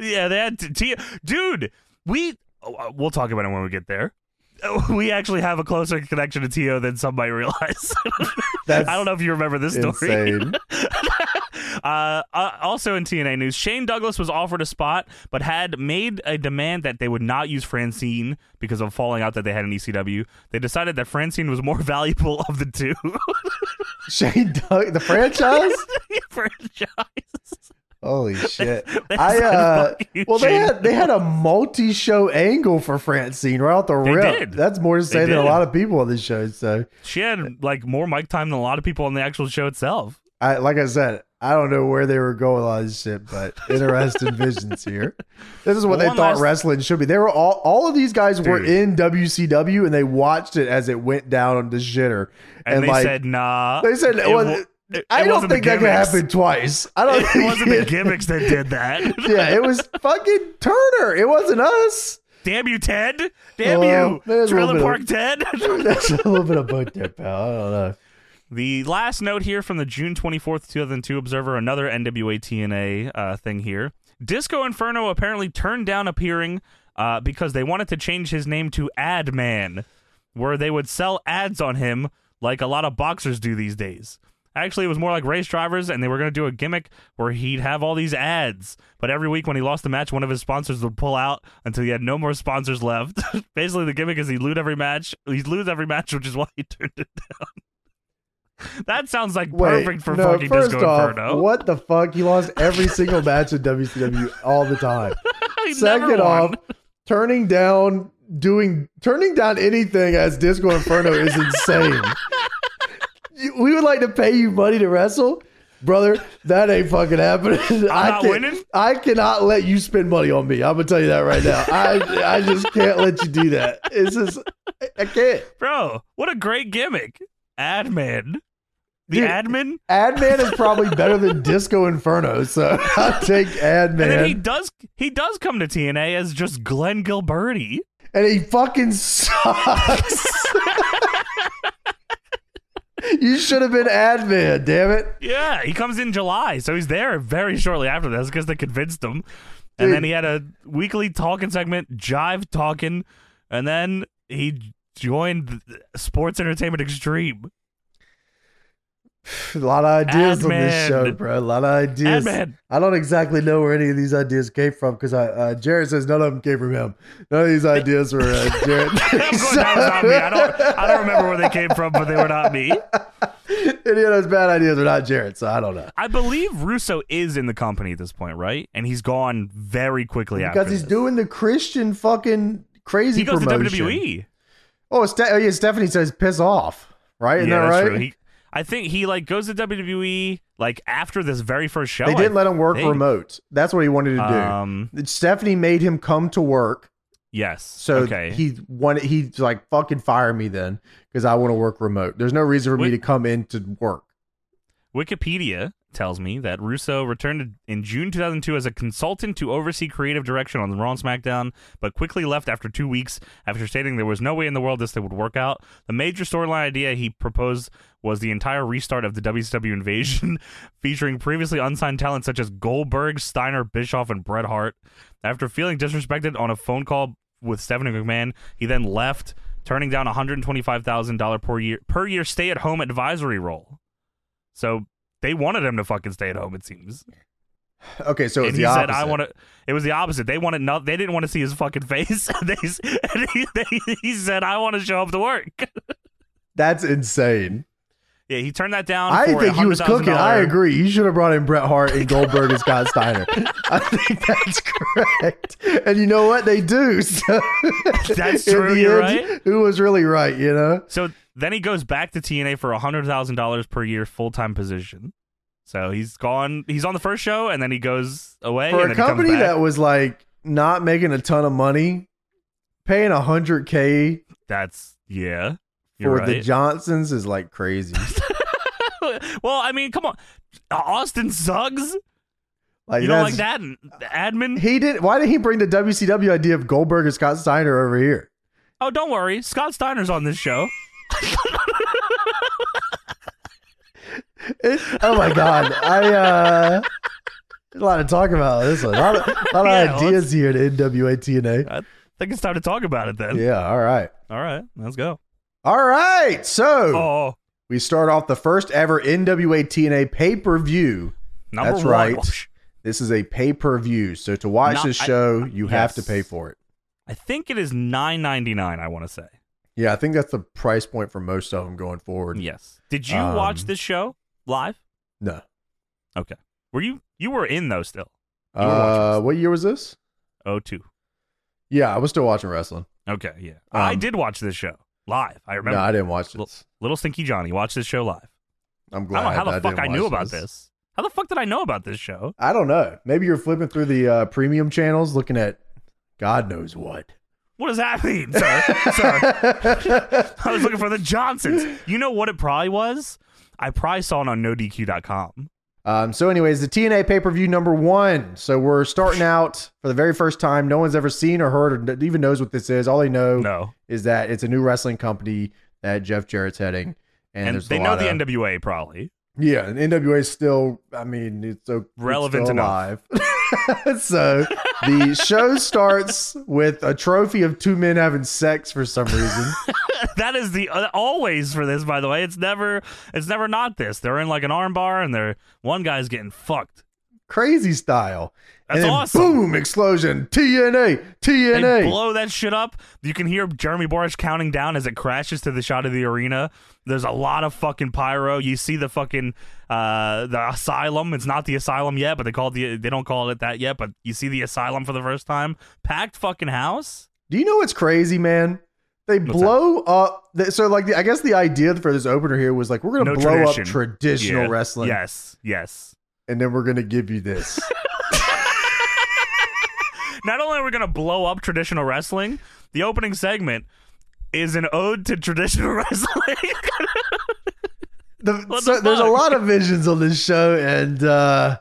Speaker 2: yeah, they had t- T. Dude, we oh, uh, we'll talk about it when we get there. Uh, We actually have a closer connection to [laughs] T.O. than some might realize.
Speaker 1: That's
Speaker 2: I don't know if you remember this story.
Speaker 1: insane.
Speaker 2: Uh, uh, also in TNA news, Shane Douglas was offered a spot, but had made a demand that they would not use Francine because of falling out that they had in ECW. They decided that Francine was more [laughs] valuable of the two [laughs]
Speaker 1: Shane Doug, the franchise.
Speaker 2: franchises.
Speaker 1: Holy shit!
Speaker 2: [laughs] That's
Speaker 1: I
Speaker 2: [laughs] so
Speaker 1: uh,
Speaker 2: fucking
Speaker 1: well, they
Speaker 2: Shane
Speaker 1: had they had a multi-show angle for Francine right off the
Speaker 2: They
Speaker 1: rip.
Speaker 2: did.
Speaker 1: That's more to say than a
Speaker 2: did.
Speaker 1: lot of people on this show. So,
Speaker 2: She had like more mic time than a lot of people on the actual show itself.
Speaker 1: I like I said, I don't know where they were going with all this shit, but
Speaker 2: [laughs]
Speaker 1: interesting visions here. This is what they
Speaker 2: One
Speaker 1: thought
Speaker 2: last-
Speaker 1: wrestling should be. They were all all of these guys were
Speaker 2: Dude.
Speaker 1: in WCW and they watched it as it went down on the shitter,
Speaker 2: And, they
Speaker 1: like
Speaker 2: said, nah.
Speaker 1: they said,
Speaker 2: it
Speaker 1: well,
Speaker 2: wa- it-
Speaker 1: I
Speaker 2: it
Speaker 1: don't
Speaker 2: wasn't the
Speaker 1: think that could
Speaker 2: gimmicks.
Speaker 1: happen twice. I don't.
Speaker 2: It
Speaker 1: think
Speaker 2: wasn't
Speaker 1: [laughs]
Speaker 2: the gimmicks that did that.
Speaker 1: yeah, it was fucking Turner. It wasn't us.
Speaker 2: Damn you, Ted! Damn
Speaker 1: Well,
Speaker 2: you,
Speaker 1: there's a little
Speaker 2: Trailer
Speaker 1: bit
Speaker 2: Park
Speaker 1: of-
Speaker 2: Ted!
Speaker 1: That's a little bit of both there, pal. I don't know.
Speaker 2: the last note here from the June 24th, 2002 Observer, another NWA TNA uh, thing here. Disco Inferno apparently turned down appearing uh, because they wanted to change his name to Ad Man, where they would sell ads on him like a lot of boxers do these days. Actually, it was more like race drivers, and they were going to do a gimmick where he'd have all these ads. But every week when he lost the match, one of his sponsors would pull out until he had no more sponsors left. [laughs] Basically, the gimmick is he'd lose every match. He'd lose every match, which is why he [laughs] turned it down. that sounds like
Speaker 1: Wait,
Speaker 2: perfect for
Speaker 1: no,
Speaker 2: fucking
Speaker 1: first
Speaker 2: Disco
Speaker 1: off,
Speaker 2: Inferno.
Speaker 1: What the fuck? He lost every single match in WCW all the time.
Speaker 2: [laughs] He never
Speaker 1: Second off,
Speaker 2: won.
Speaker 1: turning down doing turning down anything as Disco Inferno is insane. You- we would like to pay you money to wrestle. Brother, that ain't fucking happening. [laughs] I'm
Speaker 2: not winning?
Speaker 1: I cannot let you spend money on me. I'm gonna tell you that right now. I I just can't let you do that. It's just I, I can't.
Speaker 2: bro, what a great gimmick, Ad Man. The
Speaker 1: Dude,
Speaker 2: admin,
Speaker 1: Adman is probably better than Disco Inferno, so [laughs] I'll take Adman.
Speaker 2: and then he does he does come to TNA as just Glenn Gilberti.
Speaker 1: and he fucking sucks. you should have been admin, damn it.
Speaker 2: Yeah, he comes in July, so he's there very shortly after this because they convinced him. And
Speaker 1: Dude.
Speaker 2: then he had a weekly talking segment, Jive Talking, and then he joined Sports Entertainment Extreme.
Speaker 1: A lot of ideas on this
Speaker 2: Admin.
Speaker 1: show, bro. A lot of ideas.
Speaker 2: Admin.
Speaker 1: [laughs] I don't exactly know where any of these ideas came from because uh, Jared says none of them came from him. None of these ideas were uh,
Speaker 2: [laughs]
Speaker 1: Jared.
Speaker 2: I'm going, that was not me. I don't, I don't remember where they came from, but they were not me.
Speaker 1: [laughs] any of those bad ideas were not Jared, so I don't know.
Speaker 2: I believe Russo is in the company at this point, right? And he's gone very quickly after
Speaker 1: Because he's
Speaker 2: this.
Speaker 1: doing the Christian fucking crazy
Speaker 2: he goes
Speaker 1: promotion.
Speaker 2: to E. WWE.
Speaker 1: Oh, Ste- oh yeah, Stephanie says piss off, right? Isn't
Speaker 2: yeah,
Speaker 1: that
Speaker 2: that's
Speaker 1: right?
Speaker 2: true. He, I think he like goes to WWE like after this very first show.
Speaker 1: they didn't
Speaker 2: I
Speaker 1: let him work
Speaker 2: think.
Speaker 1: remote. That's what he wanted to do.
Speaker 2: Um,
Speaker 1: Stephanie made him come to work,
Speaker 2: yes.
Speaker 1: so
Speaker 2: okay.
Speaker 1: he wanted. He's like, "Fucking fire me then, because I want to work remote. There's no reason for me
Speaker 2: Wait.
Speaker 1: to come in to work."
Speaker 2: Wikipedia tells me that Russo returned in June 2002 as a consultant to oversee creative direction on Raw and SmackDown, but quickly left after two weeks after stating there was no way in the world this thing would work out. The major storyline idea he proposed was the entire restart of the WCW invasion, [laughs] featuring previously unsigned talent such as Goldberg, Steiner, Bischoff, and Bret Hart. After feeling disrespected on a phone call with Stephanie McMahon, he then left, turning down a $125,000 per year per year stay-at-home advisory role. So they wanted him to fucking stay at home. It seems.
Speaker 1: Okay, so
Speaker 2: and
Speaker 1: it's
Speaker 2: he
Speaker 1: the opposite.
Speaker 2: said, "I want to." It was the opposite. They wanted no. They didn't want to see his fucking face. [laughs] they, s- and he, they, he said, "I want to show up to work." [laughs]
Speaker 1: That's insane.
Speaker 2: yeah, he turned that down.
Speaker 1: I
Speaker 2: for a
Speaker 1: think he was cooking. I
Speaker 2: $100,000
Speaker 1: agree. You should have brought in Bret Hart and Goldberg and Scott
Speaker 2: [laughs]
Speaker 1: Steiner. I think that's correct. And you know what they do? [laughs] So
Speaker 2: That's
Speaker 1: in
Speaker 2: true,
Speaker 1: the
Speaker 2: you're
Speaker 1: end, Who was really right? You know.
Speaker 2: So then he goes back to TNA for a hundred thousand dollars per year full time position. So he's gone. He's on the first show, and then he goes away.
Speaker 1: for
Speaker 2: and
Speaker 1: a
Speaker 2: then he comes
Speaker 1: company
Speaker 2: back.
Speaker 1: that was like not making a ton of money, paying hundred k
Speaker 2: that's yeah.
Speaker 1: for
Speaker 2: You're
Speaker 1: the
Speaker 2: right.
Speaker 1: Johnsons is like
Speaker 2: [laughs]
Speaker 1: crazy.
Speaker 2: well, I mean, come on, Austin Suggs.
Speaker 1: Like,
Speaker 2: You don't like
Speaker 1: that's-
Speaker 2: that, admin?
Speaker 1: He did. Why did he bring the WCW idea of Goldberg and Scott Steiner over here? [laughs]
Speaker 2: Oh, don't worry. Scott Steiner's on this show.
Speaker 1: It- oh my god, I uh, a lot to talk about this one. A lot of, a lot of
Speaker 2: [laughs] Yeah, well,
Speaker 1: ideas here at NWA TNA.
Speaker 2: I think it's time to talk about it then.
Speaker 1: Yeah, all right,
Speaker 2: All right, let's go.
Speaker 1: all right. So
Speaker 2: Oh,
Speaker 1: we start off the first ever NWA TNA pay per view
Speaker 2: Number
Speaker 1: That's
Speaker 2: one.
Speaker 1: right. This is a pay per view. So to watch
Speaker 2: Not-
Speaker 1: this
Speaker 2: I-
Speaker 1: show, you have to
Speaker 2: yes.
Speaker 1: pay for it.
Speaker 2: I think it is nine ninety nine. I want to say
Speaker 1: Yeah, I think that's the price point for most of them going forward.
Speaker 2: yes. Did you
Speaker 1: Um,
Speaker 2: watch this show live?
Speaker 1: No.
Speaker 2: Okay. Were you you were in though still? You were watching
Speaker 1: Uh,
Speaker 2: wrestling.
Speaker 1: what year was this?
Speaker 2: Oh two.
Speaker 1: Yeah, I was still watching wrestling.
Speaker 2: Okay. Yeah. I
Speaker 1: Um,
Speaker 2: did watch this show live. I
Speaker 1: No,
Speaker 2: remember.
Speaker 1: I didn't watch
Speaker 2: Look,
Speaker 1: this.
Speaker 2: Little Stinky Johnny watched this show live.
Speaker 1: I'm
Speaker 2: I
Speaker 1: glad.
Speaker 2: don't know how the fuck
Speaker 1: didn't
Speaker 2: I knew
Speaker 1: watch
Speaker 2: about this. How the fuck did I know about this show?
Speaker 1: I don't know. Maybe you're flipping through the uh, premium channels, looking at God knows what.
Speaker 2: What does that [laughs]
Speaker 1: [laughs]
Speaker 2: mean, sir? sir, [laughs] I was looking for the Johnsons. You know what it probably was? I probably saw it on NoDQ.com.
Speaker 1: Um, so, anyways, the TNA pay per view number one. So we're starting out for the very first time. No one's ever seen or heard or kn- even knows what this is. All they know
Speaker 2: No,
Speaker 1: is that it's a new wrestling company that Jeff Jarrett's heading, and,
Speaker 2: and,
Speaker 1: there's
Speaker 2: they
Speaker 1: a
Speaker 2: know
Speaker 1: lot
Speaker 2: the
Speaker 1: of,
Speaker 2: NWA probably. [laughs]
Speaker 1: Yeah, and NWA is still, I mean, it's so it's
Speaker 2: Relevant
Speaker 1: still
Speaker 2: enough.
Speaker 1: alive. [laughs] so the show starts with a trophy of two men having sex for some
Speaker 2: [laughs]
Speaker 1: reason.
Speaker 2: that is the uh, always for this. By the way, it's never it's never not this. They're in like an arm bar, and they're one guy's getting fucked.
Speaker 1: Crazy style.
Speaker 2: That's
Speaker 1: and then
Speaker 2: awesome.
Speaker 1: Boom, explosion. TNA,
Speaker 2: They
Speaker 1: TNA.
Speaker 2: blow that shit up. You can hear Jeremy Borish counting down as it crashes to the shot of the arena. There's a lot of fucking pyro. You see the fucking uh, the asylum. It's not the asylum yet, but they call it the they don't call it that yet. But you see the asylum for the first time. Packed fucking house.
Speaker 1: Do you know what's crazy, man? They
Speaker 2: What's
Speaker 1: blow up. th- So, like, the, I guess the idea for this opener here was like, we're gonna
Speaker 2: No
Speaker 1: blow
Speaker 2: tradition.
Speaker 1: up traditional
Speaker 2: Yeah.
Speaker 1: wrestling,
Speaker 2: Yes, yes.
Speaker 1: and then we're gonna give you this.
Speaker 2: Not only are we gonna blow up traditional wrestling, the opening segment is an ode to traditional [laughs] wrestling.
Speaker 1: The-
Speaker 2: What
Speaker 1: so
Speaker 2: the
Speaker 1: there's a
Speaker 2: fuck?
Speaker 1: lot of visions on this show, and uh,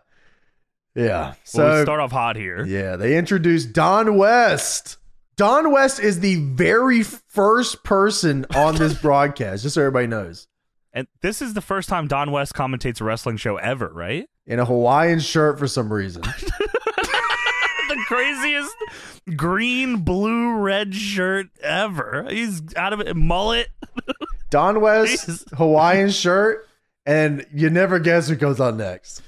Speaker 1: yeah. So
Speaker 2: well, we start off hot here.
Speaker 1: yeah, they introduced Don West. Don West is the very first person on
Speaker 2: [laughs]
Speaker 1: this broadcast, just so everybody knows.
Speaker 2: And this is the first time Don West commentates a wrestling show ever, right?
Speaker 1: In a Hawaiian shirt for some reason.
Speaker 2: [laughs] the craziest green, blue, red shirt ever. He's out of it. Mullet.
Speaker 1: Don
Speaker 2: [laughs] Jesus.
Speaker 1: West, Hawaiian shirt, and you never guess who goes on next.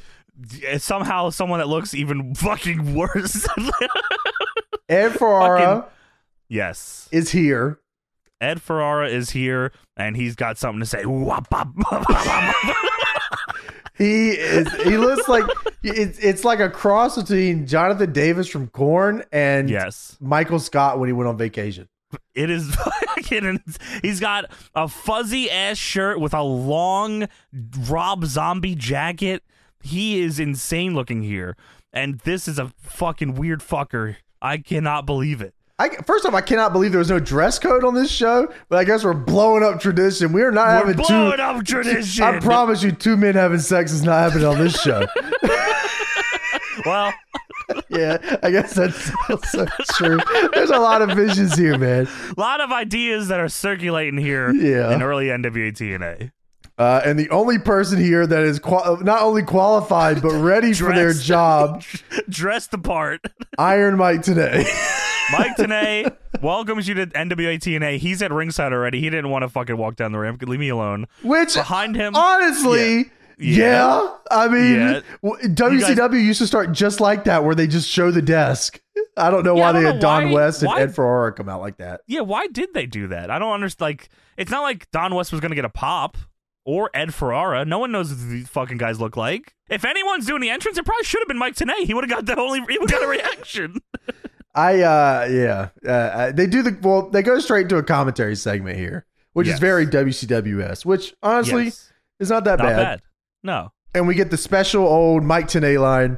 Speaker 2: Somehow, someone that looks even fucking worse. [laughs]
Speaker 1: Ed Ferrara
Speaker 2: yes.
Speaker 1: is here.
Speaker 2: Ed Ferrara is here, and he's got something to say. Wop, bop, bop, bop, bop.
Speaker 1: He is. He looks like it's. It's like a cross between Jonathan Davis from Corn and
Speaker 2: yes.
Speaker 1: Michael Scott when he went on vacation.
Speaker 2: It is [laughs] fucking. He's got a fuzzy ass shirt with a long Rob Zombie jacket. He is insane looking here, and this is a fucking weird fucker. I cannot believe it.
Speaker 1: I, first off, I cannot believe there was no dress code on this show, but I guess we're blowing up tradition. We are not
Speaker 2: We're
Speaker 1: having
Speaker 2: blowing
Speaker 1: two.
Speaker 2: up tradition.
Speaker 1: I promise you, two men having sex is not happening on this show.
Speaker 2: [laughs] well,
Speaker 1: yeah, I guess that's also true. There's a lot of visions here, man.
Speaker 2: a lot of ideas that are circulating here
Speaker 1: Yeah.
Speaker 2: in early NWA [laughs] TNA.
Speaker 1: Uh, and the only person here that is qual- not only qualified but ready for their
Speaker 2: Dressed.
Speaker 1: job,
Speaker 2: Dressed apart.
Speaker 1: Iron Mike
Speaker 2: [laughs]
Speaker 1: today. [laughs]
Speaker 2: Mike Tanay welcomes you to NWA TNA. He's at ringside already. He didn't want to fucking walk down the ramp. Leave me alone.
Speaker 1: Which
Speaker 2: Behind him.
Speaker 1: Uh, honestly, yeah.
Speaker 2: Yeah.
Speaker 1: I mean,
Speaker 2: Yeah.
Speaker 1: w- WCW used to start just like that, where they just show the desk. I don't know
Speaker 2: Yeah,
Speaker 1: why
Speaker 2: I don't
Speaker 1: they
Speaker 2: know
Speaker 1: had Don
Speaker 2: why-
Speaker 1: West and
Speaker 2: why-
Speaker 1: Ed Ferrara come out like that.
Speaker 2: Yeah, why did they do that? I don't understand. Like, it's not like Don West was going to get a pop or Ed Ferrara. No one knows what these fucking guys look like. If anyone's doing the entrance, it probably should have been Mike Tanay. He would have got the only. He would have got a reaction.
Speaker 1: I, uh, yeah, uh, uh, they do the well. They go straight to a commentary segment here, which
Speaker 2: Yes.
Speaker 1: is very WCWS, which honestly
Speaker 2: Yes.
Speaker 1: is not that
Speaker 2: not bad.
Speaker 1: bad.
Speaker 2: No.
Speaker 1: And we get the special old Mike Tenay line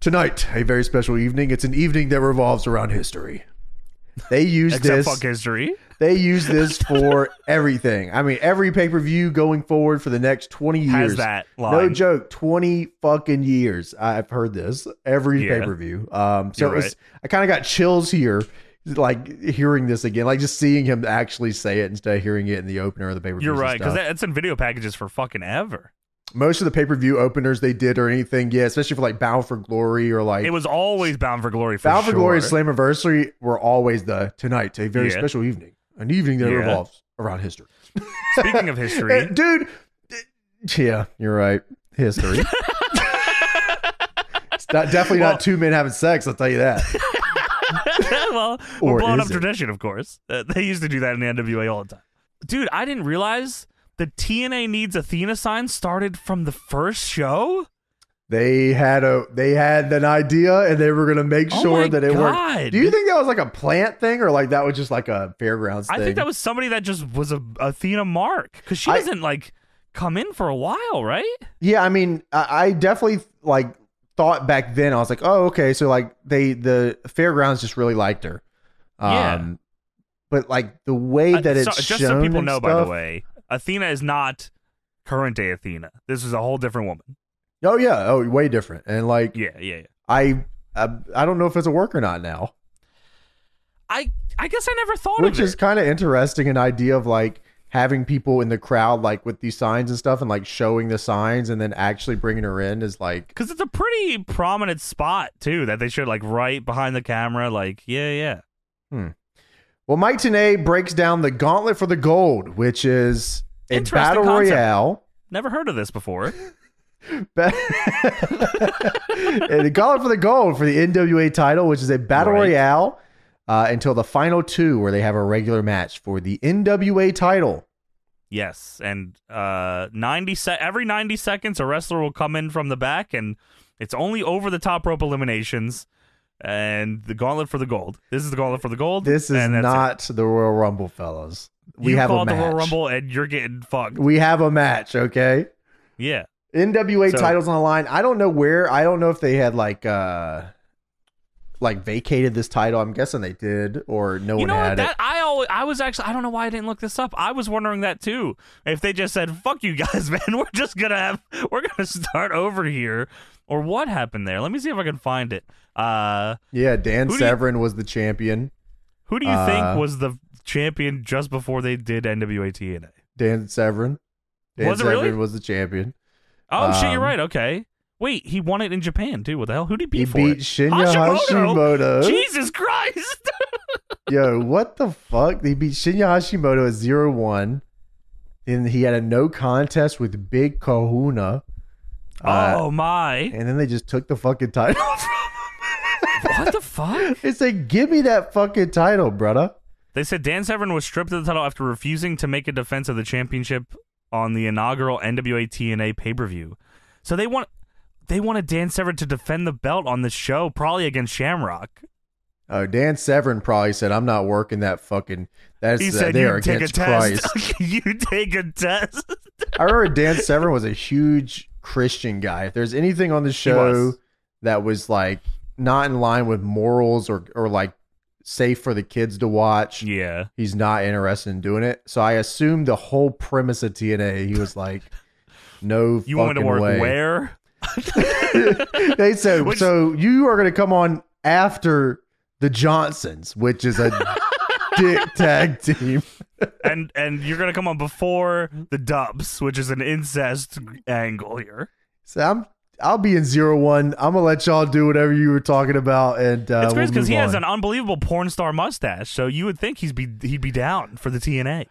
Speaker 1: tonight, a very special evening. It's an evening that revolves around history. They use
Speaker 2: Except
Speaker 1: this.
Speaker 2: fuck history.
Speaker 1: They
Speaker 2: [laughs]
Speaker 1: use this for everything. I mean, every pay per view going forward for the next twenty years.
Speaker 2: Has that line.
Speaker 1: No joke, twenty fucking years. I've heard this every
Speaker 2: Yeah.
Speaker 1: pay per view. Um, so
Speaker 2: You're
Speaker 1: it was,
Speaker 2: right.
Speaker 1: I kind of got chills here, like hearing this again, like just seeing him actually say it instead of hearing it in the opener of the pay per view.
Speaker 2: You're right, because that's in video packages for fucking ever.
Speaker 1: most of the pay per view openers they did or anything, yeah, especially for like Bound for Glory or like
Speaker 2: It was always Bound for Glory for
Speaker 1: Bound for
Speaker 2: sure.
Speaker 1: Glory and Slammiversary were always the tonight, a very
Speaker 2: Yeah.
Speaker 1: special evening, an evening that
Speaker 2: Yeah.
Speaker 1: revolves around history. [laughs]
Speaker 2: Speaking
Speaker 1: Uh,
Speaker 2: of history, [laughs] [laughs]
Speaker 1: Eh, dude. eh, Yeah, you're right. History. Not, definitely
Speaker 2: Well-
Speaker 1: not two men having sex. I'll tell you that.
Speaker 2: well, we're
Speaker 1: Or
Speaker 2: blowing
Speaker 1: is
Speaker 2: up
Speaker 1: it?
Speaker 2: tradition, of course. Uh, they used to do that in the NWA all the time. Dude, I didn't realize the TNA needs Athena sign started from the first show.
Speaker 1: They had a they had an idea and they were gonna make
Speaker 2: Oh
Speaker 1: sure
Speaker 2: my
Speaker 1: that it
Speaker 2: God.
Speaker 1: worked. Do you think that was like a plant thing or like that was just like a fairgrounds
Speaker 2: I
Speaker 1: thing?
Speaker 2: think that was somebody that just was a Athena mark because she
Speaker 1: I-
Speaker 2: doesn't like come in for a while, right?
Speaker 1: Yeah, I mean, I, I definitely like thought back then. I was like, oh, okay, so like they the fairgrounds just really liked her. Um
Speaker 2: Yeah.
Speaker 1: But like the way
Speaker 2: Uh,
Speaker 1: that it's
Speaker 2: so-
Speaker 1: shown
Speaker 2: just so people
Speaker 1: and
Speaker 2: know,
Speaker 1: stuff,
Speaker 2: by the way, Athena is not current day Athena. This is a whole different woman.
Speaker 1: Oh yeah, oh way different. And like
Speaker 2: Yeah, yeah, yeah.
Speaker 1: I, I I don't know if it's a work or not now.
Speaker 2: I I guess I never thought
Speaker 1: which
Speaker 2: of
Speaker 1: is
Speaker 2: it.
Speaker 1: kind of interesting an idea of like having people in the crowd like with these signs and stuff and like showing the signs and then actually bringing her in is like
Speaker 2: Because it's a pretty prominent spot too that they showed like right behind the camera. Like yeah, yeah.
Speaker 1: well mike Tenay breaks down the gauntlet for the gold which is a
Speaker 2: Interesting
Speaker 1: battle
Speaker 2: concept.
Speaker 1: royale [laughs]
Speaker 2: Never heard of this before.
Speaker 1: Ba- and the gauntlet for the gold for the nwa title which is a battle
Speaker 2: Right.
Speaker 1: royale uh, until the final two where they have a regular match for the nwa title
Speaker 2: yes, and uh, ninety se- every ninety seconds a wrestler will come in from the back, and it's only over the top rope eliminations and the gauntlet for the gold. This is the gauntlet for the gold.
Speaker 1: this is
Speaker 2: and that's it.
Speaker 1: not the royal rumble fellas we
Speaker 2: you
Speaker 1: have
Speaker 2: call
Speaker 1: a
Speaker 2: it the
Speaker 1: match
Speaker 2: Royal Rumble, and you're getting fucked.
Speaker 1: we have a match okay
Speaker 2: Yeah.
Speaker 1: NWA
Speaker 2: So-
Speaker 1: titles on the line. I don't know where. I don't know if they had like uh like vacated this title. I'm guessing they did, or no
Speaker 2: you
Speaker 1: one
Speaker 2: know what?
Speaker 1: had
Speaker 2: That I always, I was actually I don't know why I didn't look this up. I was wondering that too. If they just said "fuck you guys, [laughs] man, we're just gonna have we're gonna start over here," or what happened there? Let me see if I can find it. Uh,
Speaker 1: it. Yeah, Dan
Speaker 2: Who do you-
Speaker 1: Severin was the champion.
Speaker 2: who do you
Speaker 1: Uh,
Speaker 2: think was the champion just before they did NWA TNA?
Speaker 1: Dan Severin. Dan
Speaker 2: Was it
Speaker 1: Severin
Speaker 2: really?
Speaker 1: was the champion.
Speaker 2: Oh shit,
Speaker 1: um,
Speaker 2: you're right. Okay, wait, he won it in Japan too. What the hell? Who did he beat
Speaker 1: He
Speaker 2: for
Speaker 1: beat
Speaker 2: it?
Speaker 1: Shinya
Speaker 2: Hashimoto?
Speaker 1: Hashimoto.
Speaker 2: Jesus Christ!
Speaker 1: Yo, what the fuck? He beat Shinya Hashimoto at 0 1. Then he had a no contest with Big Kahuna. Uh, [laughs]
Speaker 2: oh my!
Speaker 1: And then they just took the fucking title. [laughs]
Speaker 2: What the fuck?
Speaker 1: it's like, give me that fucking title, brother.
Speaker 2: They said Dan Severn was stripped of the title after refusing to make a defense of the championship on the inaugural NWA TNA pay per view. So they want they wanted Dan Severn to defend the belt on the show, probably against Shamrock.
Speaker 1: Oh, Dan Severn probably said, "I'm not working that fucking." That's
Speaker 2: He
Speaker 1: uh,
Speaker 2: said,
Speaker 1: they are
Speaker 2: "You take a
Speaker 1: against
Speaker 2: test. [laughs]
Speaker 1: Christ."
Speaker 2: you take a test."
Speaker 1: I remember Dan Severn was a huge Christian guy. If there's anything on the show
Speaker 2: was.
Speaker 1: that was like not in line with morals or or like safe for the kids to watch,
Speaker 2: yeah,
Speaker 1: he's not interested in doing it. So I assume the whole premise of TNA, he was like, [laughs] "No fucking
Speaker 2: you want me to work
Speaker 1: way."
Speaker 2: where?
Speaker 1: [laughs] they said,
Speaker 2: Which-
Speaker 1: "So you are going to come on after the Johnsons, which is
Speaker 2: [laughs]
Speaker 1: a dick tag team."
Speaker 2: and and you're gonna come on before the Dubs, which is an incest angle here.
Speaker 1: So I'm I'll be in zero one. I'm gonna let y'all do whatever you were talking about, and uh,
Speaker 2: It's crazy
Speaker 1: we'll
Speaker 2: because
Speaker 1: move
Speaker 2: he has
Speaker 1: on.
Speaker 2: an unbelievable porn star mustache, so you would think he's be he'd be down for the TNA.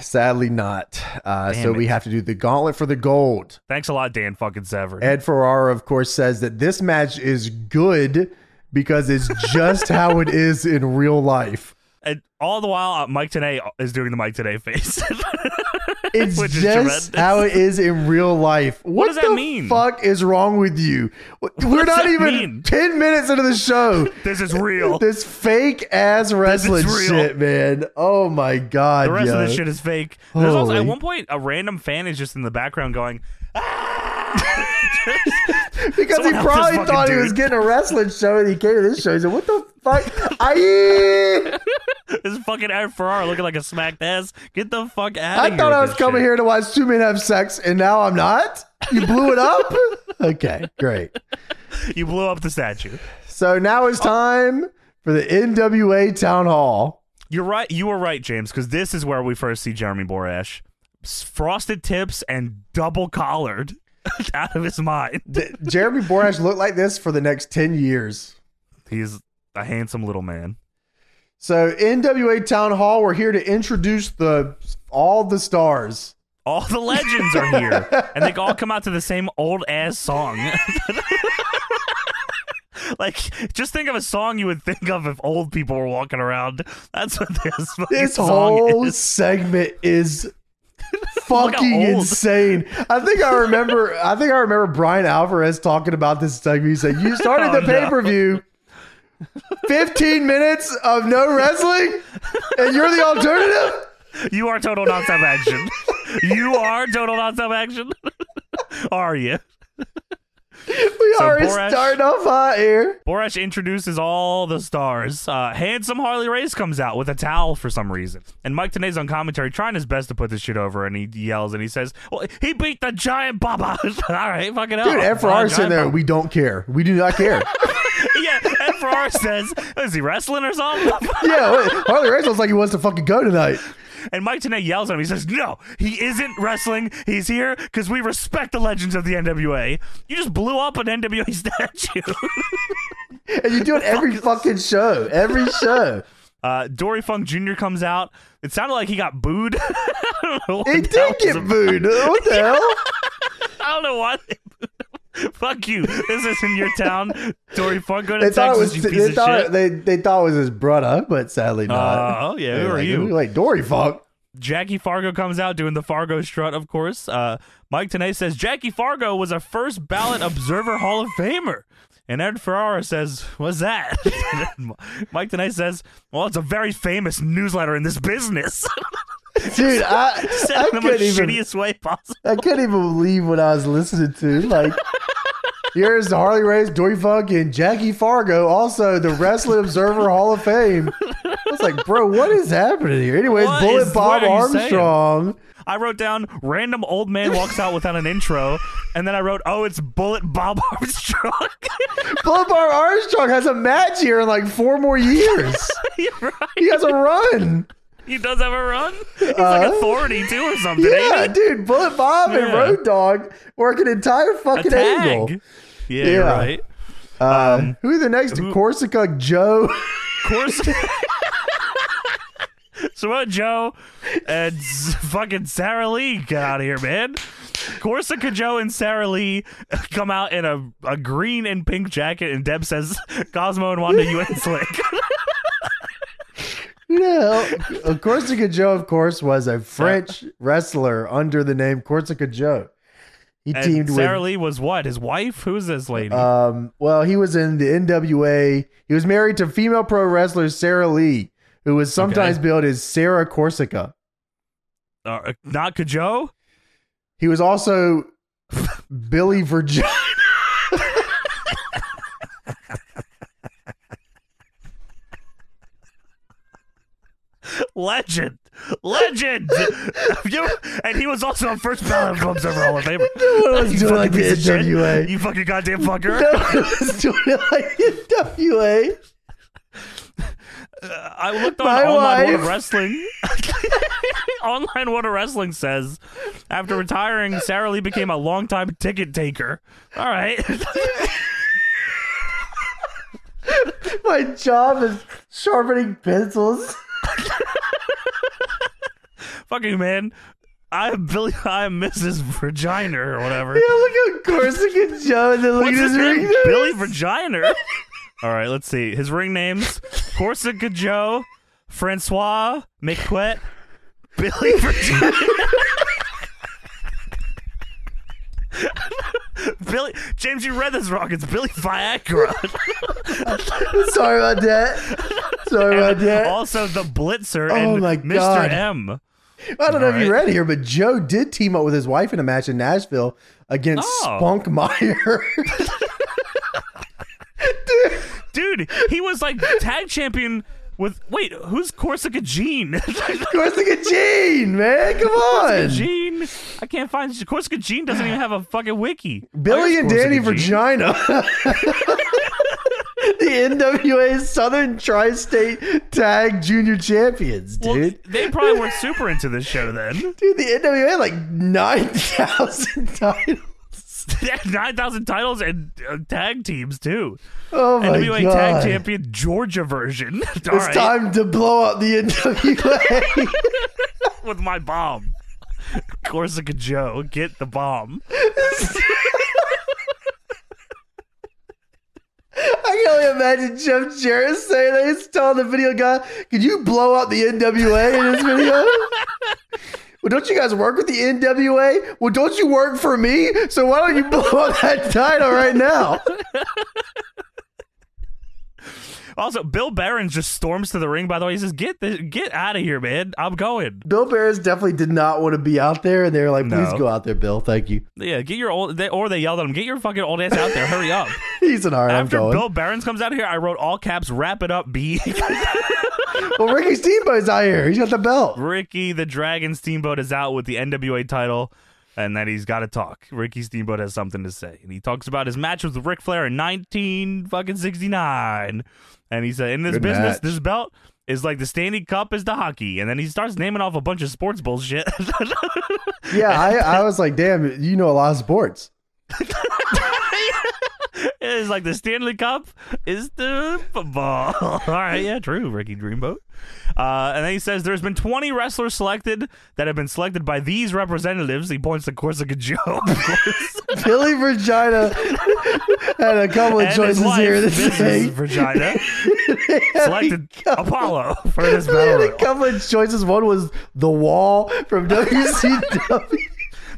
Speaker 1: Sadly, not. Uh,
Speaker 2: Damn
Speaker 1: so we
Speaker 2: it.
Speaker 1: have to do the gauntlet for the gold.
Speaker 2: Thanks a lot, Dan fucking Severn.
Speaker 1: Ed Ferrara, of course, says that this match is good because it's just how it is in real life.
Speaker 2: And all the while, uh, Mike Today is doing the Mike Today face. [laughs]
Speaker 1: It's
Speaker 2: [laughs] Which is
Speaker 1: just
Speaker 2: tremendous.
Speaker 1: how it is in real life. What,
Speaker 2: does that
Speaker 1: the
Speaker 2: mean?
Speaker 1: fuck is wrong with
Speaker 2: [laughs]
Speaker 1: you? We're
Speaker 2: does
Speaker 1: not
Speaker 2: that
Speaker 1: even
Speaker 2: mean?
Speaker 1: ten minutes into the
Speaker 2: [laughs]
Speaker 1: show.
Speaker 2: this is real.
Speaker 1: [laughs] This fake ass wrestling
Speaker 2: real.
Speaker 1: shit, man. Oh my god.
Speaker 2: the rest
Speaker 1: yo.
Speaker 2: of this shit is fake. There's also, at
Speaker 1: Holy.
Speaker 2: one point, a random fan is just in the background going,
Speaker 1: Because
Speaker 2: Someone
Speaker 1: he
Speaker 2: help this
Speaker 1: probably
Speaker 2: fucking
Speaker 1: thought he
Speaker 2: dude.
Speaker 1: was getting a wrestling show and he came to this show. He said, What the
Speaker 2: [laughs]
Speaker 1: fuck? I,
Speaker 2: "This is fucking Ed Ferrara looking like a smacked ass. Get the fuck out of
Speaker 1: I
Speaker 2: here!"
Speaker 1: thought
Speaker 2: with
Speaker 1: I was
Speaker 2: this
Speaker 1: coming
Speaker 2: shit."
Speaker 1: here to watch two men have sex and now I'm not? You blew it up? [laughs] okay, great.
Speaker 2: You blew up the statue.
Speaker 1: So now it's time for the NWA Town Hall.
Speaker 2: You're right. You were right, James, because this is where we first see Jeremy Borash, S- frosted tips and double collared, [laughs] out of his mind.
Speaker 1: D- Jeremy Borash looked like this for the next 10 years.
Speaker 2: He's a handsome little man.
Speaker 1: So NWA Town Hall, we're here to introduce the all the stars.
Speaker 2: All the legends are here, and they all come out to the same old ass song. [laughs] Like, just think of a song you would think of if old people were walking around. That's what this fucking
Speaker 1: This
Speaker 2: song
Speaker 1: whole
Speaker 2: is.
Speaker 1: segment
Speaker 2: [laughs]
Speaker 1: is fucking
Speaker 2: old.
Speaker 1: insane. I think I remember. I think I remember Brian Alvarez talking about this segment. He said, "You started
Speaker 2: [laughs]
Speaker 1: the
Speaker 2: Oh, no.
Speaker 1: pay per view, fifteen minutes of no wrestling, and you're the alternative."
Speaker 2: You are total nonstop action. you are total nonstop action. [laughs] are you?
Speaker 1: We
Speaker 2: So
Speaker 1: are
Speaker 2: Borash-
Speaker 1: starting off hot here.
Speaker 2: Borash introduces all the stars. Uh, handsome Harley Race comes out with a towel for some reason. And Mike Tenay's on commentary trying his best to put this shit over, and he yells and he says, well, he beat the giant Baba. [laughs] all right, fucking hell.
Speaker 1: Dude,
Speaker 2: Uh,
Speaker 1: FRR sitting
Speaker 2: Giant
Speaker 1: there.
Speaker 2: Baba.
Speaker 1: We don't care. We do not care.
Speaker 2: [laughs] yeah, FR says, is he wrestling or something? [laughs]
Speaker 1: yeah, wait, Harley Race looks like he wants to fucking go tonight.
Speaker 2: And Mike Tenay yells at him. He says, No, he isn't wrestling. He's here because we respect the legends of the NWA. You just blew up an NWA [laughs] statue.
Speaker 1: And you
Speaker 2: [laughs]
Speaker 1: do it every fucking show. Every show.
Speaker 2: Uh, Dory Funk Jr. comes out. It sounded like he got booed. [laughs] I, don't know what
Speaker 1: It
Speaker 2: the hell
Speaker 1: did
Speaker 2: was
Speaker 1: get
Speaker 2: ab-
Speaker 1: booed.
Speaker 2: [laughs]
Speaker 1: What the hell?
Speaker 2: I don't know why they booed him. [laughs] Fuck you. This isn't your town. Dory Funk, go to
Speaker 1: They thought
Speaker 2: Texas,
Speaker 1: it was.
Speaker 2: you piece
Speaker 1: They
Speaker 2: of
Speaker 1: thought
Speaker 2: shit.
Speaker 1: they they thought it was his brother, but sadly not.
Speaker 2: Uh, oh, yeah.
Speaker 1: They
Speaker 2: Who
Speaker 1: were
Speaker 2: are
Speaker 1: like,
Speaker 2: you?
Speaker 1: Like Dory Funk.
Speaker 2: Jackie Fargo comes out doing the Fargo strut, of course. Uh, Mike Tenay says Jackie Fargo was a first ballot Observer Hall of Famer. And Ed Ferrara says, What's that? [laughs] Mike Tenay says, Well, it's a very famous newsletter in this business. [laughs]
Speaker 1: Dude, I
Speaker 2: Said
Speaker 1: I
Speaker 2: in the most
Speaker 1: couldn't even.
Speaker 2: shittiest way possible.
Speaker 1: I couldn't even believe what I was listening to. Like.
Speaker 2: [laughs]
Speaker 1: Here's Harley Race, Dory Funk, and Jackie Fargo, also the Wrestling
Speaker 2: [laughs]
Speaker 1: Observer Hall of Fame. I was like, bro, what is happening here? Anyways,
Speaker 2: What
Speaker 1: Bullet
Speaker 2: is-
Speaker 1: Bob
Speaker 2: what are you saying?
Speaker 1: Armstrong.
Speaker 2: I wrote down random old man walks out without an intro, and then I wrote, Oh, it's Bullet Bob [laughs] Armstrong.
Speaker 1: Bullet Bob Armstrong has a match here in like four more
Speaker 2: [laughs]
Speaker 1: years.
Speaker 2: You're right.
Speaker 1: He has a run.
Speaker 2: He does have a run. He's like
Speaker 1: Uh,
Speaker 2: authority too or something. ain't
Speaker 1: Yeah,
Speaker 2: he?
Speaker 1: dude, Bullet Bob and
Speaker 2: Yeah.
Speaker 1: Road Dog work an entire fucking angle.
Speaker 2: Yeah, you're
Speaker 1: Yeah.
Speaker 2: right.
Speaker 1: Uh,
Speaker 2: Um,
Speaker 1: who are the next? Corsica Joe. [laughs]
Speaker 2: Course. [laughs] so what, Joe? And s- fucking Sarah Lee, get out of here, man. Corsica Joe and Sarah Lee come out in a, a green and pink jacket, and Deb says, Cosmo and Wanda, you ain't slick.
Speaker 1: Who the hell? Uh, Corsica Joe, of course, was a French wrestler under the name Corsica Joe. He [laughs]
Speaker 2: and
Speaker 1: teamed
Speaker 2: Sarah
Speaker 1: with.
Speaker 2: Lee was what? His wife? Who's this lady?
Speaker 1: Um, well, he was in the NWA. He was married to female pro wrestler Sarah Lee, who was sometimes billed as Sarah Corsica.
Speaker 2: Uh, not Kajo?
Speaker 1: He was also [laughs] Billy [laughs] Virgin.
Speaker 2: [laughs] Legend.
Speaker 1: [laughs]
Speaker 2: Legend. you, and he was also a first ballot Observer Hall of
Speaker 1: [laughs]
Speaker 2: Famer.
Speaker 1: was
Speaker 2: You
Speaker 1: doing
Speaker 2: fucking
Speaker 1: like the
Speaker 2: piece of shit.
Speaker 1: NWA.
Speaker 2: You fucking
Speaker 1: [laughs]
Speaker 2: goddamn fucker.
Speaker 1: No one was doing it like [laughs] NWA.
Speaker 2: I looked on
Speaker 1: My
Speaker 2: Online World
Speaker 1: wife.
Speaker 2: of Wrestling. [laughs] Online World of Wrestling says, after retiring, Sarah Lee became a longtime ticket taker. All right. [laughs]
Speaker 1: My job is sharpening pencils. [laughs]
Speaker 2: Fucking man. I'm Billy. I'm Mrs. Virginer or whatever.
Speaker 1: Yeah, look at Corsican Joe and then look
Speaker 2: What's
Speaker 1: at
Speaker 2: his
Speaker 1: his ring
Speaker 2: name?
Speaker 1: nose. [laughs]
Speaker 2: Billy Virginer. [laughs] All right, let's see. His ring names Corsica Joe, Francois McQuet, [laughs] Billy Virginer. Billy James, you read this wrong. It's Billy Viagra.
Speaker 1: Sorry about that. Sorry
Speaker 2: [laughs]
Speaker 1: about that.
Speaker 2: [laughs] also the Blitzer
Speaker 1: Oh
Speaker 2: and
Speaker 1: my
Speaker 2: Mr.
Speaker 1: God.
Speaker 2: M.
Speaker 1: I don't know if you
Speaker 2: Alright.
Speaker 1: read here, but Joe did team up with his wife in a match in Nashville against
Speaker 2: Oh.
Speaker 1: Spunk Meyer. [laughs]
Speaker 2: Dude, he was like tag champion with wait, who's Corsica Jean? [laughs]
Speaker 1: Corsican Gene, man. Come on.
Speaker 2: Jean. I can't find Corsica Jean doesn't even have a fucking wiki.
Speaker 1: Billy
Speaker 2: Where's
Speaker 1: and Danny
Speaker 2: Corsica Jean?
Speaker 1: Virginia. [laughs] the NWA Southern Tri State Tag Junior Champions,
Speaker 2: Well,
Speaker 1: dude.
Speaker 2: they probably weren't super into this show then.
Speaker 1: Dude, the NWA had like 9,000 [laughs] titles.
Speaker 2: [laughs] They had 9,000 titles and uh, tag teams too.
Speaker 1: Oh my
Speaker 2: NWA
Speaker 1: God.
Speaker 2: Tag Champion Georgia version. [laughs] All
Speaker 1: It's
Speaker 2: right,
Speaker 1: time to blow up the [laughs] NWA.
Speaker 2: with my bomb. Corsica Joe, get the bomb.
Speaker 1: I can can only imagine Jeff Jarrett saying that. He's telling the video guy, "Could you blow up the NWA in this video?"
Speaker 2: [laughs]
Speaker 1: well, don't you guys work with the NWA? Well, don't you work for me? So why don't you blow up that title right
Speaker 2: [laughs]
Speaker 1: now?
Speaker 2: Also, Bill Barron just storms to the ring. By the way, he says, "Get this, get out of here, man! I'm going."
Speaker 1: Bill Barris definitely did not want to be out there, and they were like,
Speaker 2: No.
Speaker 1: "Please go out there, Bill. Thank you." [laughs]
Speaker 2: Yeah, get your old. They, or they yelled at him, "Get your fucking old ass out there! Hurry up!"
Speaker 1: He's an "All right, [laughs] I'm
Speaker 2: After
Speaker 1: going."
Speaker 2: Bill Barron comes out here, I wrote all caps, "Wrap it up, B." [laughs]
Speaker 1: well, Ricky Steamboat's out here. He's got the belt.
Speaker 2: Ricky the Dragon Steamboat is out with the NWA title, and that he's got to talk. Ricky Steamboat has something to say, and he talks about his match with Ric Flair in nineteen fucking sixty nine, and he said, "In this
Speaker 1: Good
Speaker 2: business,
Speaker 1: match.
Speaker 2: this belt." Is like the Stanley Cup is the hockey, and then he starts naming off a bunch of sports bullshit. [laughs]
Speaker 1: Yeah, I, I was like, "Damn, you know a lot of sports."
Speaker 2: It's like the Stanley Cup is the football. [laughs] All right, yeah, true, Ricky Dreamboat. Uh, and then he says there's been 20 wrestlers selected that have been selected by these representatives. He points to Corsica Joe, [laughs] of course,
Speaker 1: Billy Vagina had a couple of
Speaker 2: and his
Speaker 1: choices
Speaker 2: wife,
Speaker 1: here. in This
Speaker 2: Mrs.
Speaker 1: thing. [laughs]
Speaker 2: Virginia, selected Apollo for this
Speaker 1: They had
Speaker 2: battle.
Speaker 1: a
Speaker 2: royal.
Speaker 1: couple of choices. One was The Wall from [laughs] WCW.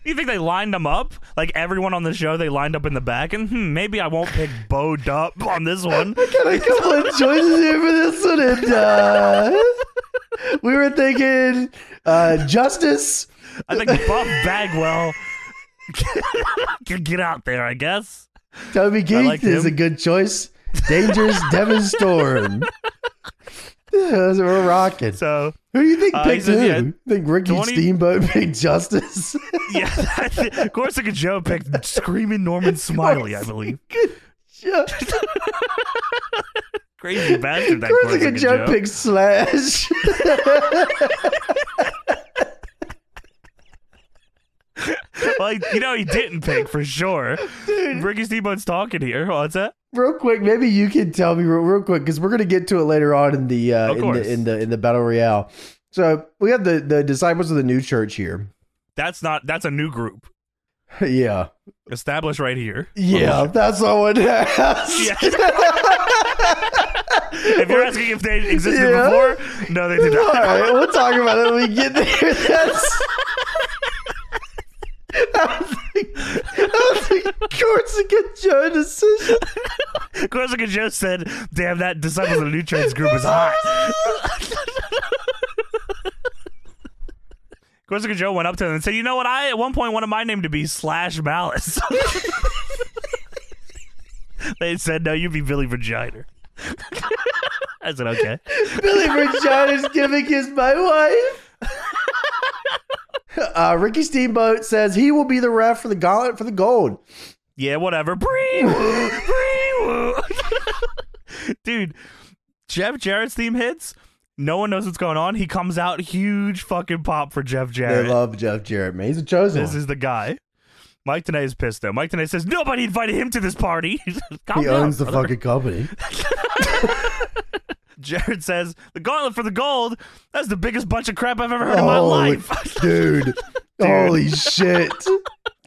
Speaker 2: You think they lined them up? Like everyone on the show, they lined up in the back, and hmm, maybe I won't pick Bo Dup on this one.
Speaker 1: Got a couple of choices here for this one. And, uh, we were thinking uh, Justice.
Speaker 2: I think Buff Bagwell [laughs] can get out there, I guess.
Speaker 1: Toby Keith
Speaker 2: like
Speaker 1: is
Speaker 2: him.
Speaker 1: a good choice. Dangerous Devin Storm. [laughs] Those are rocking.
Speaker 2: So
Speaker 1: who do you think
Speaker 2: uh, he
Speaker 1: picked
Speaker 2: said,
Speaker 1: who?
Speaker 2: yeah,
Speaker 1: think Ricky
Speaker 2: 20
Speaker 1: Steamboat [laughs] picked Justice? [laughs]
Speaker 2: yeah, [laughs] of course, like a Joe picked screaming Norman Smiley, I believe.
Speaker 1: good
Speaker 2: [laughs]
Speaker 1: job.
Speaker 2: Crazy bastard that
Speaker 1: Chris
Speaker 2: Corsica
Speaker 1: could jump
Speaker 2: Joe.
Speaker 1: pick slash. [laughs]
Speaker 2: Like you know, he didn't pick for sure. Ricky Steamboat's talking here. What's that?
Speaker 1: real quick, maybe you can tell me real, real quick because we're gonna get to it later on in the uh,
Speaker 2: Of
Speaker 1: in
Speaker 2: course.
Speaker 1: the in the in the battle royale. So we have the the disciples of the new church here. [laughs]
Speaker 2: That's not. That's a new group
Speaker 1: yeah,
Speaker 2: established right here.
Speaker 1: yeah, that's all [laughs] one has.
Speaker 2: Oh. Yeah. [laughs] If you're asking if they existed
Speaker 1: Yeah.
Speaker 2: before, no, they did
Speaker 1: All
Speaker 2: not.
Speaker 1: right, we'll talk about it when we get there. [laughs] That's. That was a Corsica Joe decision.
Speaker 2: [laughs] Corsica Joe said, "Damn, that disciples of the New Trades group is
Speaker 1: [laughs]
Speaker 2: hot." Corsica Joe went up to him and said, "You know what? I at one point wanted my name to be Slash Malice." [laughs] they said, "No, you'd be Billy Vagina." [laughs] I said, "Okay."
Speaker 1: [laughs] Billy Vagina's gimmick is my wife. [laughs] Uh, Ricky Steamboat says he will be the ref for the gauntlet for the gold.
Speaker 2: Yeah, whatever. Bree woo, bree woo. [laughs] Dude, Jeff Jarrett's theme hits. No one knows what's going on. He comes out huge fucking pop for Jeff
Speaker 1: They
Speaker 2: Jarrett.
Speaker 1: love Jeff Jarrett, man. He's a chosen.
Speaker 2: This
Speaker 1: one.
Speaker 2: is the guy. Mike Tanay is pissed though. Mike Tanay says nobody invited him to this party. [laughs] Calm
Speaker 1: he
Speaker 2: down,
Speaker 1: owns the
Speaker 2: brother.
Speaker 1: fucking
Speaker 2: [laughs]
Speaker 1: company.
Speaker 2: Jared says the gauntlet for the gold. That's the biggest bunch of crap I've ever heard in my
Speaker 1: Holy,
Speaker 2: life. [laughs]
Speaker 1: dude. Holy shit.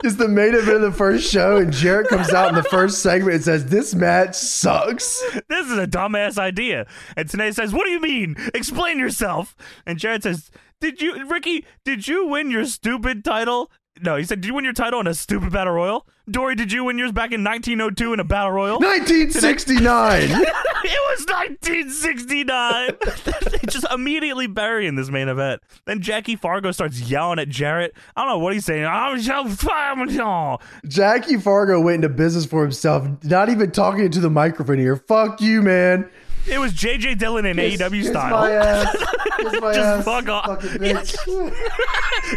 Speaker 1: It's the main event of the first show, and Jarrett comes out in the first segment and says, This match sucks.
Speaker 2: this is a dumbass idea. And Tanay says, "What do you mean? Explain yourself." And Jared says, "Did you, Ricky? Did you win your stupid title?" No, he said, "Did you win your title in a stupid battle royal?" Dory, did you win yours back in 1902 in a
Speaker 1: [laughs]
Speaker 2: battle royal? [laughs]
Speaker 1: 1969.
Speaker 2: it was 1969. They [laughs] just immediately burying this main event. Then Jackie Fargo starts yelling at Jarrett. I don't know what he's saying. I'm so fine.
Speaker 1: Jackie Fargo went into business for himself, not even talking to the microphone here. Fuck you, man.
Speaker 2: It was JJ Dillon in AEW
Speaker 1: Kiss
Speaker 2: style.
Speaker 1: My [laughs] ass. Kiss my
Speaker 2: Just
Speaker 1: ass,
Speaker 2: fuck off.
Speaker 1: Fucking [laughs] bitch.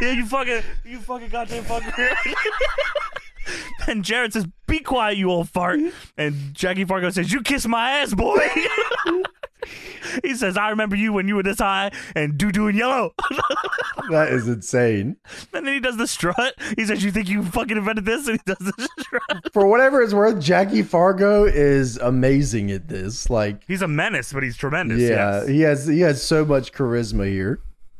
Speaker 2: yeah, you fucking, you fucking goddamn fucker. [laughs] and Jarrett says, "Be quiet, you old fart." And Jackie Fargo says, "You kiss my ass, boy." [laughs] he says, "I remember you when you were this high and doo doo and yellow." [laughs]
Speaker 1: that is insane.
Speaker 2: and then he does the strut. He says, "You think you fucking invented this?" And he does the [laughs] strut.
Speaker 1: For whatever it's worth, Jackie Fargo is amazing at this. Like,
Speaker 2: He's a menace, but he's tremendous.
Speaker 1: yeah,
Speaker 2: Yes.
Speaker 1: he has he has so much charisma here.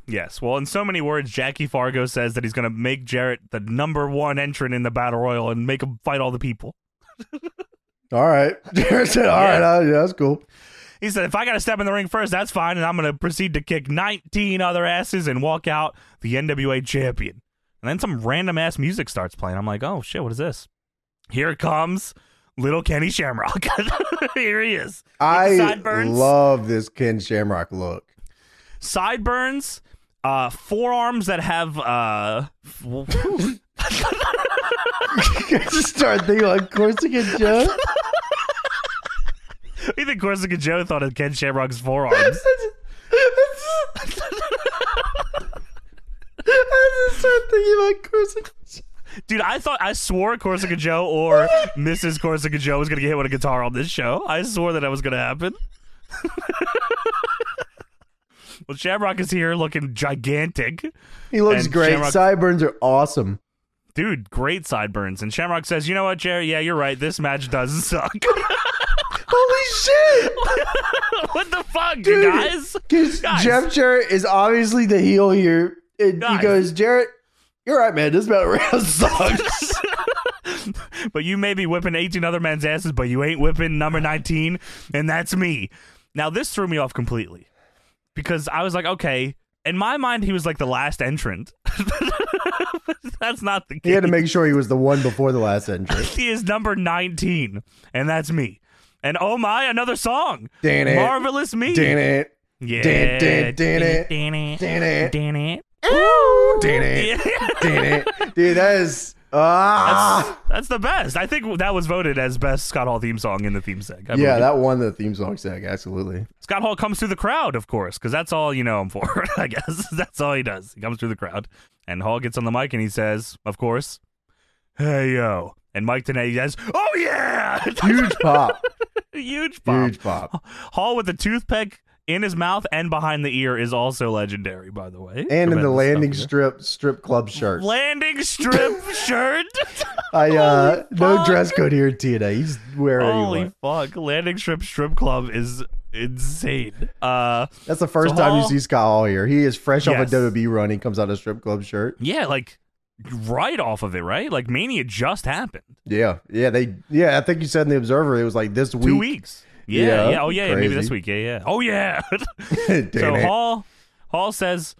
Speaker 2: Yes. Well, in so many words, Jackie Fargo says that he's going to make Jarrett the number one entrant in the battle royal and make him fight all the people.
Speaker 1: All right. [laughs] Jared said, "All right, uh, yeah, that's cool.
Speaker 2: He said, if I got to step in the ring first, that's fine, and I'm going to proceed to kick 19 other asses and walk out the NWA champion. And then some random ass music starts playing. I'm like, oh shit, what is this? Here comes little Kenny Shamrock. [laughs] Here he is.
Speaker 1: I
Speaker 2: sideburns.
Speaker 1: love this Ken Shamrock look. [laughs]
Speaker 2: Sideburns, uh, forearms that have. Uh, [laughs] f-
Speaker 1: I just started thinking like Corsican [laughs] Joe.
Speaker 2: we think Corsica Joe thought of Ken Shamrock's forearms.
Speaker 1: I just started thinking about Corsican Joe.
Speaker 2: Dude, I thought I swore Corsica Joe or Mrs. Corsica Joe was gonna get hit with a guitar on this show. I swore that that was gonna happen. [laughs] well, Shamrock is here looking gigantic.
Speaker 1: He looks
Speaker 2: And
Speaker 1: great.
Speaker 2: Shamrock-
Speaker 1: Sideburns are awesome.
Speaker 2: Dude, great sideburns. And Shamrock says, You know what, Jerry? Yeah, you're right. This match does suck. [laughs]
Speaker 1: Holy shit!
Speaker 2: what the fuck, you
Speaker 1: Dude,
Speaker 2: guys?
Speaker 1: Because
Speaker 2: Guys.
Speaker 1: Jeff Jarrett is obviously the heel here. And
Speaker 2: Guys.
Speaker 1: he goes, Jarrett, you're right, man. This battle royale [laughs] sucks.
Speaker 2: [laughs] but you may be whipping 18 other men's asses, but you ain't whipping number 19, and that's me. Now, this threw me off completely because I was like, okay, in my mind, he was like the last entrant. [laughs] But that's not the case.
Speaker 1: he had to make sure he was the one before the last
Speaker 2: [laughs]
Speaker 1: entry.
Speaker 2: He is number 19, and that's me. And oh my, another song.
Speaker 1: Dan it.
Speaker 2: Marvelous me.
Speaker 1: Dan it.
Speaker 2: Yeah.
Speaker 1: Dan- dan- dan it.
Speaker 2: Dan it.
Speaker 1: Dan it.
Speaker 2: Dan
Speaker 1: Dan
Speaker 2: it.
Speaker 1: it.
Speaker 2: [laughs] Yeah.
Speaker 1: Dan
Speaker 2: [laughs]
Speaker 1: it. Dude, that is. Ah!
Speaker 2: That's the best. I think that was voted as best Scott Hall theme song in the theme seg.
Speaker 1: yeah,
Speaker 2: I believe.
Speaker 1: that won the theme song seg. Absolutely.
Speaker 2: Scott Hall comes through the crowd, of course, because that's all you know him for, [laughs] I guess. That's all he does. He comes through the crowd. And Hall gets on the mic and he says, of course, hey, yo. And Mike Tenay says, oh, yeah. [laughs]
Speaker 1: Huge pop.
Speaker 2: Huge pop. Oh.
Speaker 1: Huge pop.
Speaker 2: Hall with the toothpick in his mouth and behind the ear is also legendary, by the way.
Speaker 1: And in the
Speaker 2: Tremendous
Speaker 1: landing
Speaker 2: stuff
Speaker 1: strip strip club shirt.
Speaker 2: here. Landing strip [laughs]
Speaker 1: [laughs]
Speaker 2: shirt.
Speaker 1: I uh no
Speaker 2: fuck.
Speaker 1: dress code here at TNA. He's wearing
Speaker 2: Holy
Speaker 1: one.
Speaker 2: fuck. Landing strip strip club is insane. Uh,
Speaker 1: That's the first
Speaker 2: So
Speaker 1: time you
Speaker 2: Hall-
Speaker 1: see Scott Hall here. He is fresh off
Speaker 2: Yes.
Speaker 1: a WWE run. He comes out in a strip club shirt.
Speaker 2: yeah, like right off of it, right? Like Mania just happened.
Speaker 1: Yeah, yeah, they, yeah. I think you said in the Observer it was like this week.
Speaker 2: two weeks. Yeah,
Speaker 1: Yeah,
Speaker 2: yeah. Oh, yeah, yeah. Maybe
Speaker 1: crazy.
Speaker 2: this week. Yeah, yeah. Oh, yeah. [laughs]
Speaker 1: [laughs] Damn
Speaker 2: so
Speaker 1: it.
Speaker 2: Hall, Hall says,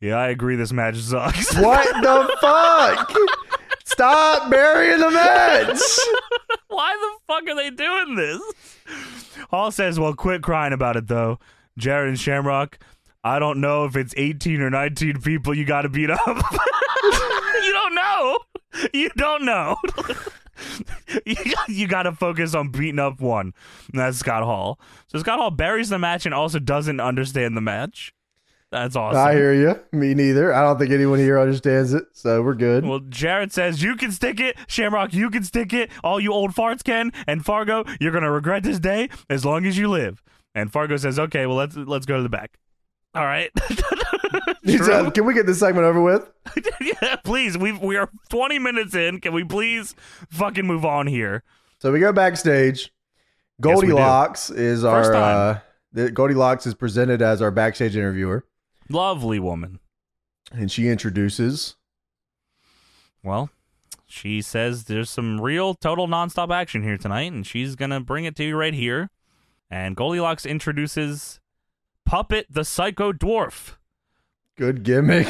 Speaker 2: "Yeah, I agree. This match sucks."
Speaker 1: What the fuck? Stop burying the match.
Speaker 2: [laughs] Why the fuck are they doing this? Hall says, "Well, quit crying about it, though, Jared and Shamrock. I don't know if it's 18 or 19 people you got to beat up. [laughs] you don't know. You don't know." [laughs] You- you got to focus on beating up one. And that's Scott Hall. So Scott Hall buries the match and also doesn't understand the match. That's awesome.
Speaker 1: I hear you. Me neither. I don't think anyone here understands it, so we're good.
Speaker 2: Well, Jared says you can stick it. Shamrock, you can stick it. All you old farts can. And Fargo, you're gonna regret this day as long as you live. And Fargo says, okay, well let's let's go to the back. All right. [laughs]
Speaker 1: [laughs] He said,
Speaker 2: True.
Speaker 1: Can we get this segment over with?
Speaker 2: yeah, please. We we are 20 minutes in. Can we please fucking move on here?
Speaker 1: So we go backstage.
Speaker 2: Yes, we do.
Speaker 1: Goldilocks is our.
Speaker 2: time.
Speaker 1: Uh, the, Goldilocks is presented as our backstage interviewer,
Speaker 2: Lovely woman.
Speaker 1: and she introduces.
Speaker 2: Well, she says there's some real total nonstop action here tonight, and she's gonna bring it to you right here. And Goldilocks introduces Puppet the Psycho Dwarf.
Speaker 1: Good gimmick.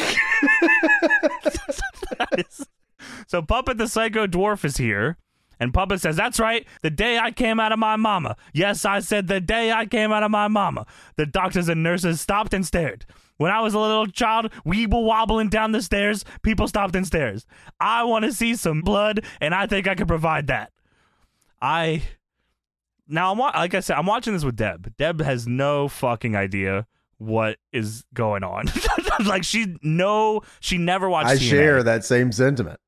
Speaker 2: so Puppet the Psycho Dwarf is here. And Puppet says, That's right, the day I came out of my mama. Yes, I said the day I came out of my mama. The doctors and nurses stopped and stared. When I was a little child, we were wobbling down the stairs. People stopped and stares. I want to see some blood, and I think I can provide that. I. Now, I'm wa- like I said, I'm watching this with Deb. Deb has no fucking idea what is going on. [laughs] like, she, no, she never watched
Speaker 1: I
Speaker 2: TNA.
Speaker 1: share that same sentiment.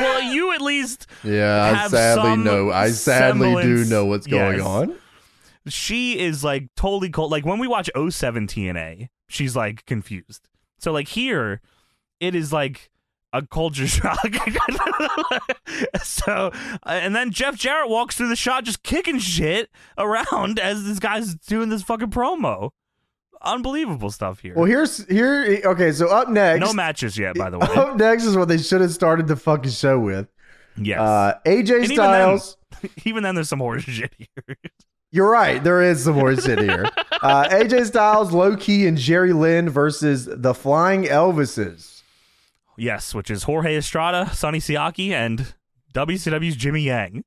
Speaker 2: well, you at least.
Speaker 1: Yeah, I
Speaker 2: Have
Speaker 1: sadly
Speaker 2: some
Speaker 1: know. I sadly do
Speaker 2: semblance.
Speaker 1: know what's going
Speaker 2: Yes.
Speaker 1: on.
Speaker 2: She is like totally cold. Like when we watch 07 TNA, she's like confused. So like here, it is like a culture [laughs] shock. so uh, and then Jeff Jarrett walks through the shot just kicking shit around as this guy's doing this fucking promo. Unbelievable stuff here.
Speaker 1: Well, here's here. Okay, so up next,
Speaker 2: no matches yet, by
Speaker 1: [laughs]
Speaker 2: the way.
Speaker 1: up next is what they should have started the fucking show with.
Speaker 2: Yes.
Speaker 1: Uh, AJ
Speaker 2: And even
Speaker 1: Styles
Speaker 2: Even then, there's some horse [laughs] shit here.
Speaker 1: You're right. There is some more shit
Speaker 2: [laughs]
Speaker 1: here. Uh, AJ Styles, Low Key, and Jerry Lynn versus the Flying Elvises.
Speaker 2: yes, which is Jorge Estrada, Sonny Siaki, and WCW's Jimmy Yang.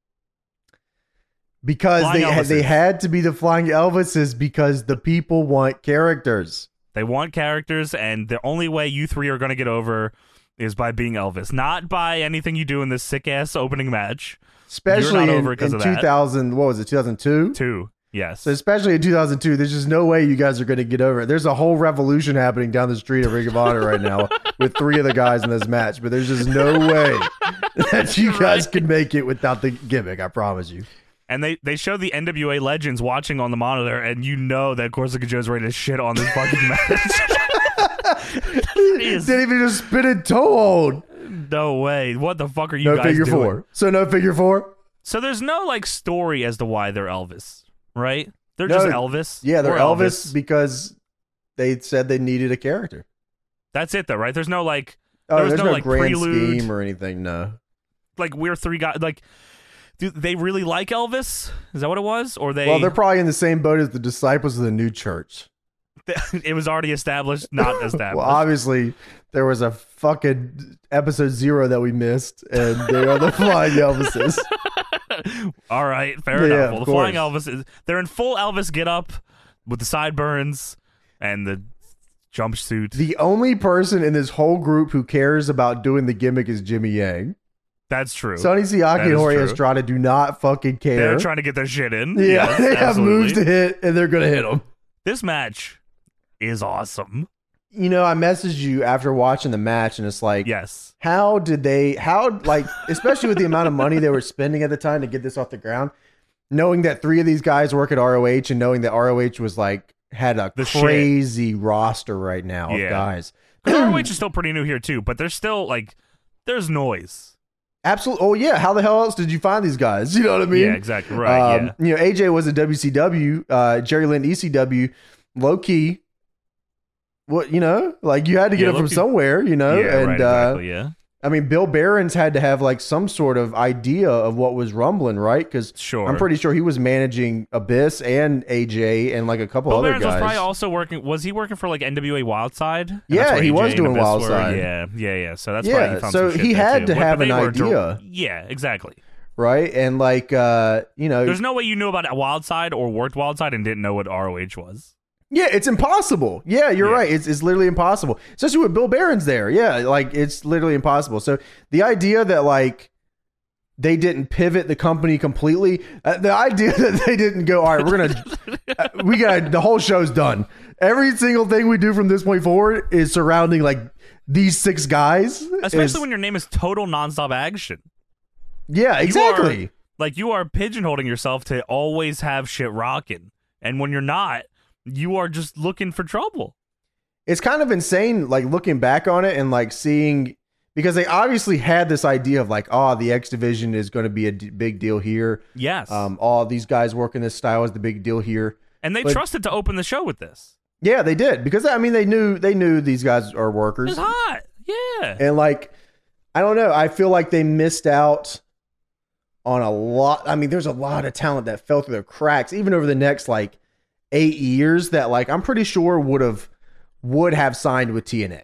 Speaker 1: Because
Speaker 2: Flying
Speaker 1: they had, they
Speaker 2: Elvises.
Speaker 1: had to be the Flying Elvises because the people want characters.
Speaker 2: They want characters, and the only way you three are going to get over is by being Elvis, not by anything you do in this sick ass opening match.
Speaker 1: Especially in,
Speaker 2: over
Speaker 1: in
Speaker 2: because of that.
Speaker 1: 2000, what was it, 2002?
Speaker 2: Two, yes,
Speaker 1: So especially in 2002, there's just no way you guys are going to get over it. There's a whole revolution happening down the street of Ring of Honor right
Speaker 2: [laughs]
Speaker 1: now with three of the guys in this match, but there's just no way that you guys could make it without the gimmick. I promise
Speaker 2: [laughs]
Speaker 1: you.
Speaker 2: and they they show the NWA legends watching on the monitor, and you know that Corsica Joe's ready to shit
Speaker 1: [laughs]
Speaker 2: on this fucking match. [laughs] is-
Speaker 1: Didn't even just spin a toe hold.
Speaker 2: no way! What the fuck are you
Speaker 1: No
Speaker 2: guys
Speaker 1: figure
Speaker 2: doing?
Speaker 1: four. So no figure four.
Speaker 2: So there's no like story as to why they're Elvis, right? They're
Speaker 1: No,
Speaker 2: just Elvis.
Speaker 1: Yeah, they're
Speaker 2: We're
Speaker 1: Elvis, because they said they needed a character.
Speaker 2: That's it, though, right? There's no like
Speaker 1: Oh,
Speaker 2: There was
Speaker 1: there's
Speaker 2: no,
Speaker 1: no,
Speaker 2: like,
Speaker 1: grand
Speaker 2: prelude.
Speaker 1: scheme or anything. No.
Speaker 2: like we're three guys. Like, do they really like Elvis? Is that what it was? Or they?
Speaker 1: Well, they're probably in the same boat as the disciples of the new church.
Speaker 2: [laughs] it was already established, not
Speaker 1: [laughs]
Speaker 2: established.
Speaker 1: Well, obviously, there was a fucking episode zero that we missed, and they are the [laughs] flying Elvises.
Speaker 2: All right, fair
Speaker 1: Yeah,
Speaker 2: enough.
Speaker 1: of
Speaker 2: Well, the
Speaker 1: course.
Speaker 2: flying Elvis is—they're in full Elvis get up with the sideburns and the jumpsuit.
Speaker 1: The only person in this whole group who cares about doing the gimmick is Jimmy Yang.
Speaker 2: That's true.
Speaker 1: Sonny Siaki
Speaker 2: That
Speaker 1: and
Speaker 2: is
Speaker 1: Jorge
Speaker 2: true.
Speaker 1: Estrada do not fucking care.
Speaker 2: they're trying to get their shit
Speaker 1: [laughs]
Speaker 2: in.
Speaker 1: yeah, [laughs]
Speaker 2: Yes,
Speaker 1: they have
Speaker 2: absolutely.
Speaker 1: moves to hit, and they're gonna hit them.
Speaker 2: This match is awesome.
Speaker 1: You know, I messaged you after watching the match, and it's like,
Speaker 2: Yes.
Speaker 1: how did they how like especially with the amount of money they were spending at the time to get this off the ground knowing that three of these guys work at roh and knowing that roh was like had a
Speaker 2: The shit.
Speaker 1: crazy roster right now
Speaker 2: Yeah.
Speaker 1: of guys
Speaker 2: 'Cause ROH is still pretty new here too, but there's still like there's noise.
Speaker 1: absolutely oh yeah how the hell else did you find these guys [laughs] you know what i mean
Speaker 2: yeah, exactly. Right.
Speaker 1: um,
Speaker 2: yeah.
Speaker 1: you know aj was a wcw uh jerry lynn ecw low key what you know like you had to get
Speaker 2: Yeah,
Speaker 1: it from
Speaker 2: Low-key-
Speaker 1: somewhere you know
Speaker 2: yeah,
Speaker 1: and
Speaker 2: right,
Speaker 1: uh
Speaker 2: exactly, yeah.
Speaker 1: I mean, Bill Barons had to have like some sort of idea of what was rumbling, right? Because
Speaker 2: Sure.
Speaker 1: I'm pretty sure he was managing Abyss and AJ and like a couple
Speaker 2: Bill
Speaker 1: other
Speaker 2: Barons was
Speaker 1: guys.
Speaker 2: probably also working. Was he working for like NWA Wildside? And
Speaker 1: Yeah,
Speaker 2: that's where
Speaker 1: he was
Speaker 2: AJ and
Speaker 1: doing
Speaker 2: Abyss were.
Speaker 1: Wildside.
Speaker 2: Yeah, yeah, yeah. So that's
Speaker 1: Yeah,
Speaker 2: why he found
Speaker 1: so
Speaker 2: some shit
Speaker 1: he
Speaker 2: there,
Speaker 1: had
Speaker 2: too.
Speaker 1: to have
Speaker 2: but they
Speaker 1: an
Speaker 2: were dir-
Speaker 1: idea.
Speaker 2: yeah, exactly.
Speaker 1: right? And like, uh, you know,
Speaker 2: There's no way you knew about Wildside or worked Wildside and didn't know what ROH was.
Speaker 1: yeah, it's impossible. Yeah, you're
Speaker 2: Yeah.
Speaker 1: right. It's it's literally impossible, especially with Bill Barons there. Yeah, like it's literally impossible. So the idea that like. They didn't pivot the company completely. Uh, the idea [laughs] that they didn't go, all right, we're gonna, uh, we got the whole show's done. Every single thing we do from this point forward is surrounding like these six guys.
Speaker 2: Especially
Speaker 1: Is-
Speaker 2: when your name is total nonstop action.
Speaker 1: yeah, exactly.
Speaker 2: You are, like you are pigeonholing yourself to always have shit rocking, and when you're not, you are just looking for trouble.
Speaker 1: it's kind of insane like looking back on it and like seeing because they obviously had this idea of like oh the x division is going to be a d- big deal here
Speaker 2: Yes,
Speaker 1: um all these guys working this style is the big deal here
Speaker 2: and they
Speaker 1: but-
Speaker 2: trusted to open the show with this.
Speaker 1: yeah they did because i mean they knew they knew these guys are
Speaker 2: It's
Speaker 1: workers
Speaker 2: hot. Yeah.
Speaker 1: and like i don't know i feel like they missed out on a lot i mean there's a lot of talent that fell through the cracks even over the next like eight years that like i'm pretty sure would have would have signed with tna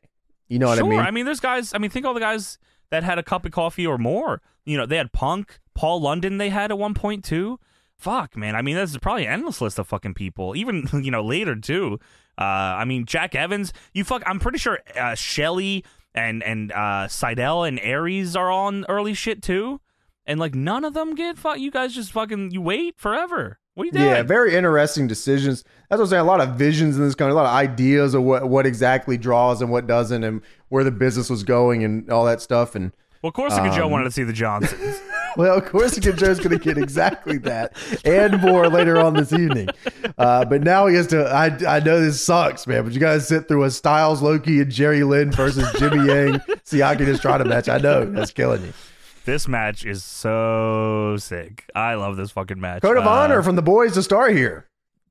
Speaker 1: you know what
Speaker 2: sure.
Speaker 1: i mean
Speaker 2: there's guys. I mean, think all the guys that had a cup of coffee or more. You know, they had Punk, Paul London. They had at one point too. Fuck, man. I mean, this is probably an endless list of fucking people. Even [laughs] you know later too. Uh, I mean, Jack Evans. You fuck. I'm pretty sure uh, Shelly and and uh, Seidel and Aries are on early shit too. And like none of them get fuck. You guys just fucking you wait forever. What are you doing?
Speaker 1: Yeah, very interesting decisions. That's what I'm saying. A lot of visions in this country, a lot of ideas of what, what exactly draws and what doesn't, and where the business was going and all that stuff. And
Speaker 2: well, Corsica Joe
Speaker 1: Um,
Speaker 2: wanted to see the Johnsons.
Speaker 1: well, of course, Joe's going to get exactly that and more later on this evening. Uh, but now he has to. I, I know this sucks, man, but you guys sit through a Styles, Loki, and Jerry Lynn versus Jimmy Yang, Siaki and Estrada match. I know that's killing you.
Speaker 2: [laughs] This match is so sick. I love this fucking match.
Speaker 1: Code of
Speaker 2: Uh,
Speaker 1: honor from the boys to start here.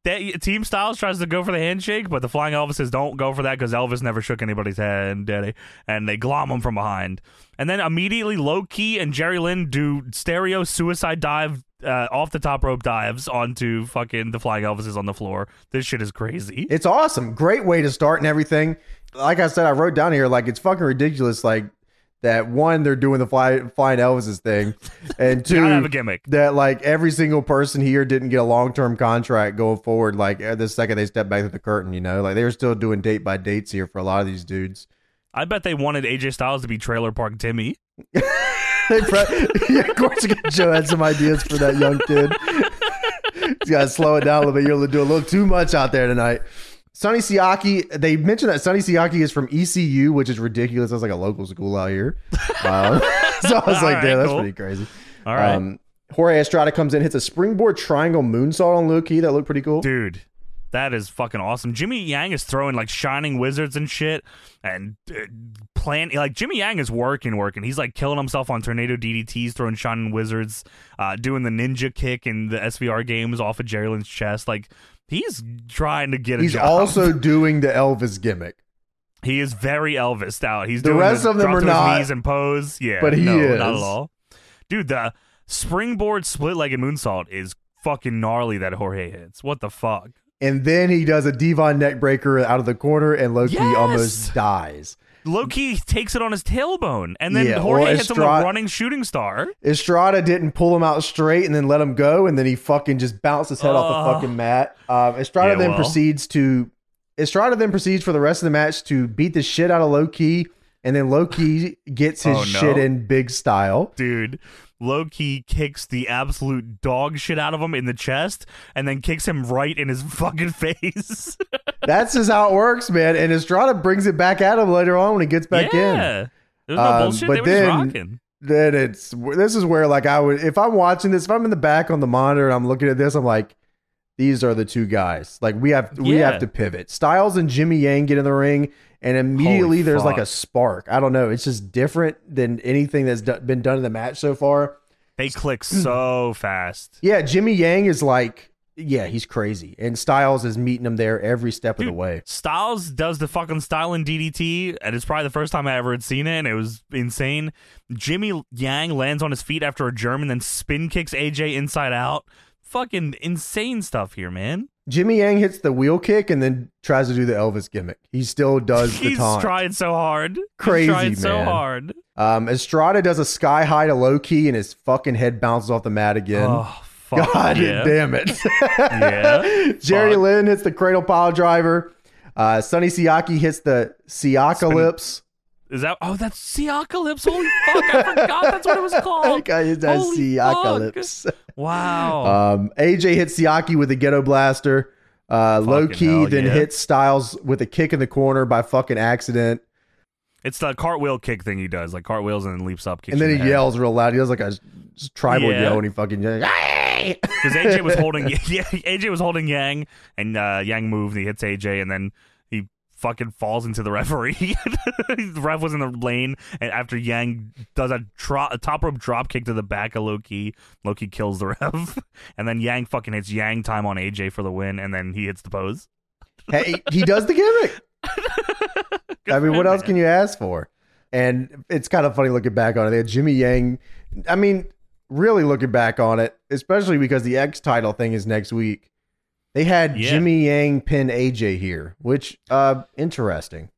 Speaker 2: that- Team Styles tries to go for the handshake, but the Flying Elvises don't go for that because Elvis never shook anybody's hand, did he? And they glom him from behind. And then immediately Low Key and Jerry Lynn do stereo suicide dive uh, off the top rope dives onto fucking the flying Elvises on the floor. This shit is crazy.
Speaker 1: It's awesome. Great way to start and everything. Like I said, I wrote down here like it's fucking ridiculous. Like that one, they're doing the fly, flying Elvises
Speaker 2: [laughs]
Speaker 1: thing, and two,
Speaker 2: Gotta have a gimmick.
Speaker 1: that like every single person here didn't get a long term contract going forward. Like at the second they step back to the curtain, you know, like they were still doing date by dates here for a lot of these dudes.
Speaker 2: I bet they wanted AJ Styles to be Trailer Park Timmy.
Speaker 1: They pre- [laughs] yeah, of course, Joe had some ideas for that young kid. [laughs] He's got to slow it down a little bit. You're gonna do a little too much out there tonight. Sonny Siaki, they mentioned that Sonny Siaki is from ECU, which is ridiculous. That's like a local school out here. Um, [laughs] so I was
Speaker 2: All
Speaker 1: like,
Speaker 2: right,
Speaker 1: damn, that's
Speaker 2: cool.
Speaker 1: pretty crazy.
Speaker 2: All right,
Speaker 1: Um, Jorge Estrada comes in, hits a springboard triangle moonsault on Loki. That looked pretty cool.
Speaker 2: dude. That is fucking awesome. Jimmy Yang is throwing like shining wizards and shit, and uh, plan like Jimmy Yang is working, working. He's like killing himself on tornado DDTs, throwing shining wizards, uh, doing the ninja kick in the SVR games off of Jerry Lynn's chest. Like he's trying to get a
Speaker 1: He's
Speaker 2: job.
Speaker 1: also doing the Elvis gimmick,
Speaker 2: He is very Elvis out. He's
Speaker 1: The
Speaker 2: doing
Speaker 1: rest of them
Speaker 2: drop
Speaker 1: are
Speaker 2: to his
Speaker 1: not,
Speaker 2: knees and pose. Yeah,
Speaker 1: but he
Speaker 2: no,
Speaker 1: is.
Speaker 2: not at all. Dude, the springboard split legged moonsault is fucking gnarly that Jorge hits. What the fuck?
Speaker 1: and then he does a Devon neckbreaker out of the corner, and Loki
Speaker 2: Yes!
Speaker 1: almost dies.
Speaker 2: Loki takes it on his tailbone, and then
Speaker 1: Yeah,
Speaker 2: Jorge
Speaker 1: or
Speaker 2: hits him with
Speaker 1: Estrada-
Speaker 2: running shooting star.
Speaker 1: Estrada didn't pull him out straight and then let him go, and then he fucking just bounced his head off the
Speaker 2: Ugh.
Speaker 1: fucking mat. Um, Estrada
Speaker 2: Uh, Yeah,
Speaker 1: then
Speaker 2: well.
Speaker 1: proceeds to Estrada then proceeds for the rest of the match to beat the shit out of Loki, and then Loki gets his
Speaker 2: Oh, no.
Speaker 1: shit in big style.
Speaker 2: Dude, Loki kicks the absolute dog shit out of him in the chest, and then kicks him right in his [laughs] fucking face.
Speaker 1: That's just how it works, man. And Estrada brings it back at him later on when he gets back in.
Speaker 2: yeah. There's no
Speaker 1: Um,
Speaker 2: bullshit.
Speaker 1: but
Speaker 2: they were just
Speaker 1: then-
Speaker 2: rocking.
Speaker 1: then it's this is where like I would if I'm watching this if I'm in the back on the monitor and I'm looking at this I'm like these are the two guys like we have we
Speaker 2: Yeah.
Speaker 1: have to pivot Styles and Jimmy Yang get in the ring and immediately
Speaker 2: Holy
Speaker 1: there's like
Speaker 2: fuck.
Speaker 1: a spark I don't know it's just different than anything that's do- been done in the match so far
Speaker 2: They click so fast.
Speaker 1: yeah Jimmy Yang is like yeah he's crazy and Styles is meeting him there every step of the
Speaker 2: Dude,
Speaker 1: way
Speaker 2: Styles does the fucking styling DDT, and it's probably the first time I ever had seen it, and it was insane. Jimmy Yang lands on his feet after a German, then spin kicks AJ inside out. Fucking insane stuff here, man.
Speaker 1: Jimmy Yang hits the wheel kick and then tries to do the Elvis gimmick he still does the
Speaker 2: He's
Speaker 1: taunt.
Speaker 2: trying so hard.
Speaker 1: Crazy,
Speaker 2: He's trying so
Speaker 1: man.
Speaker 2: hard.
Speaker 1: Um, Estrada does a sky high to low key, and his fucking head bounces off the mat again.
Speaker 2: Oh, fuck.
Speaker 1: [laughs] God
Speaker 2: yeah.
Speaker 1: damn it!
Speaker 2: Yeah,
Speaker 1: [laughs] Jerry
Speaker 2: fuck.
Speaker 1: Lynn hits the cradle pile driver. Uh, Sonny Siaki hits the Siacalypse.
Speaker 2: Is that? Oh, that's Seocalypse. Holy fuck. I forgot that's what
Speaker 1: [laughs]
Speaker 2: it was
Speaker 1: I
Speaker 2: called.
Speaker 1: got his
Speaker 2: Holy fuck.
Speaker 1: Siacalypse.
Speaker 2: Wow.
Speaker 1: Um, AJ hits Siaki with a ghetto blaster. Uh, low key
Speaker 2: hell,
Speaker 1: then
Speaker 2: yeah.
Speaker 1: hits Styles with a kick in the corner by fucking accident,
Speaker 2: it's the cartwheel kick thing he does, like cartwheels and then leaps up. Kicks
Speaker 1: and
Speaker 2: you
Speaker 1: then
Speaker 2: in
Speaker 1: he
Speaker 2: the head.
Speaker 1: yells real loud. He does like a s- tribal
Speaker 2: Yeah.
Speaker 1: yell, and he fucking yells, "Hey!"
Speaker 2: because AJ
Speaker 1: [laughs]
Speaker 2: was holding [laughs] yeah, AJ was holding Yang, and uh, Yang moved and he hits AJ, and then he fucking falls into the referee. [laughs] the ref was in the lane, and after Yang does a, tro- a top rope drop kick to the back of Loki, Loki kills the [laughs] ref, and then Yang fucking hits Yang time on AJ for the win, and then he hits the pose. [laughs]
Speaker 1: hey, he does the gimmick. I mean, what else can you ask for? And it's kind of funny looking back on it. They had Jimmy Yang. I mean, really looking back on it, especially because the X title thing is next week. They had
Speaker 2: Yeah.
Speaker 1: Jimmy Yang pin AJ here, which uh interesting.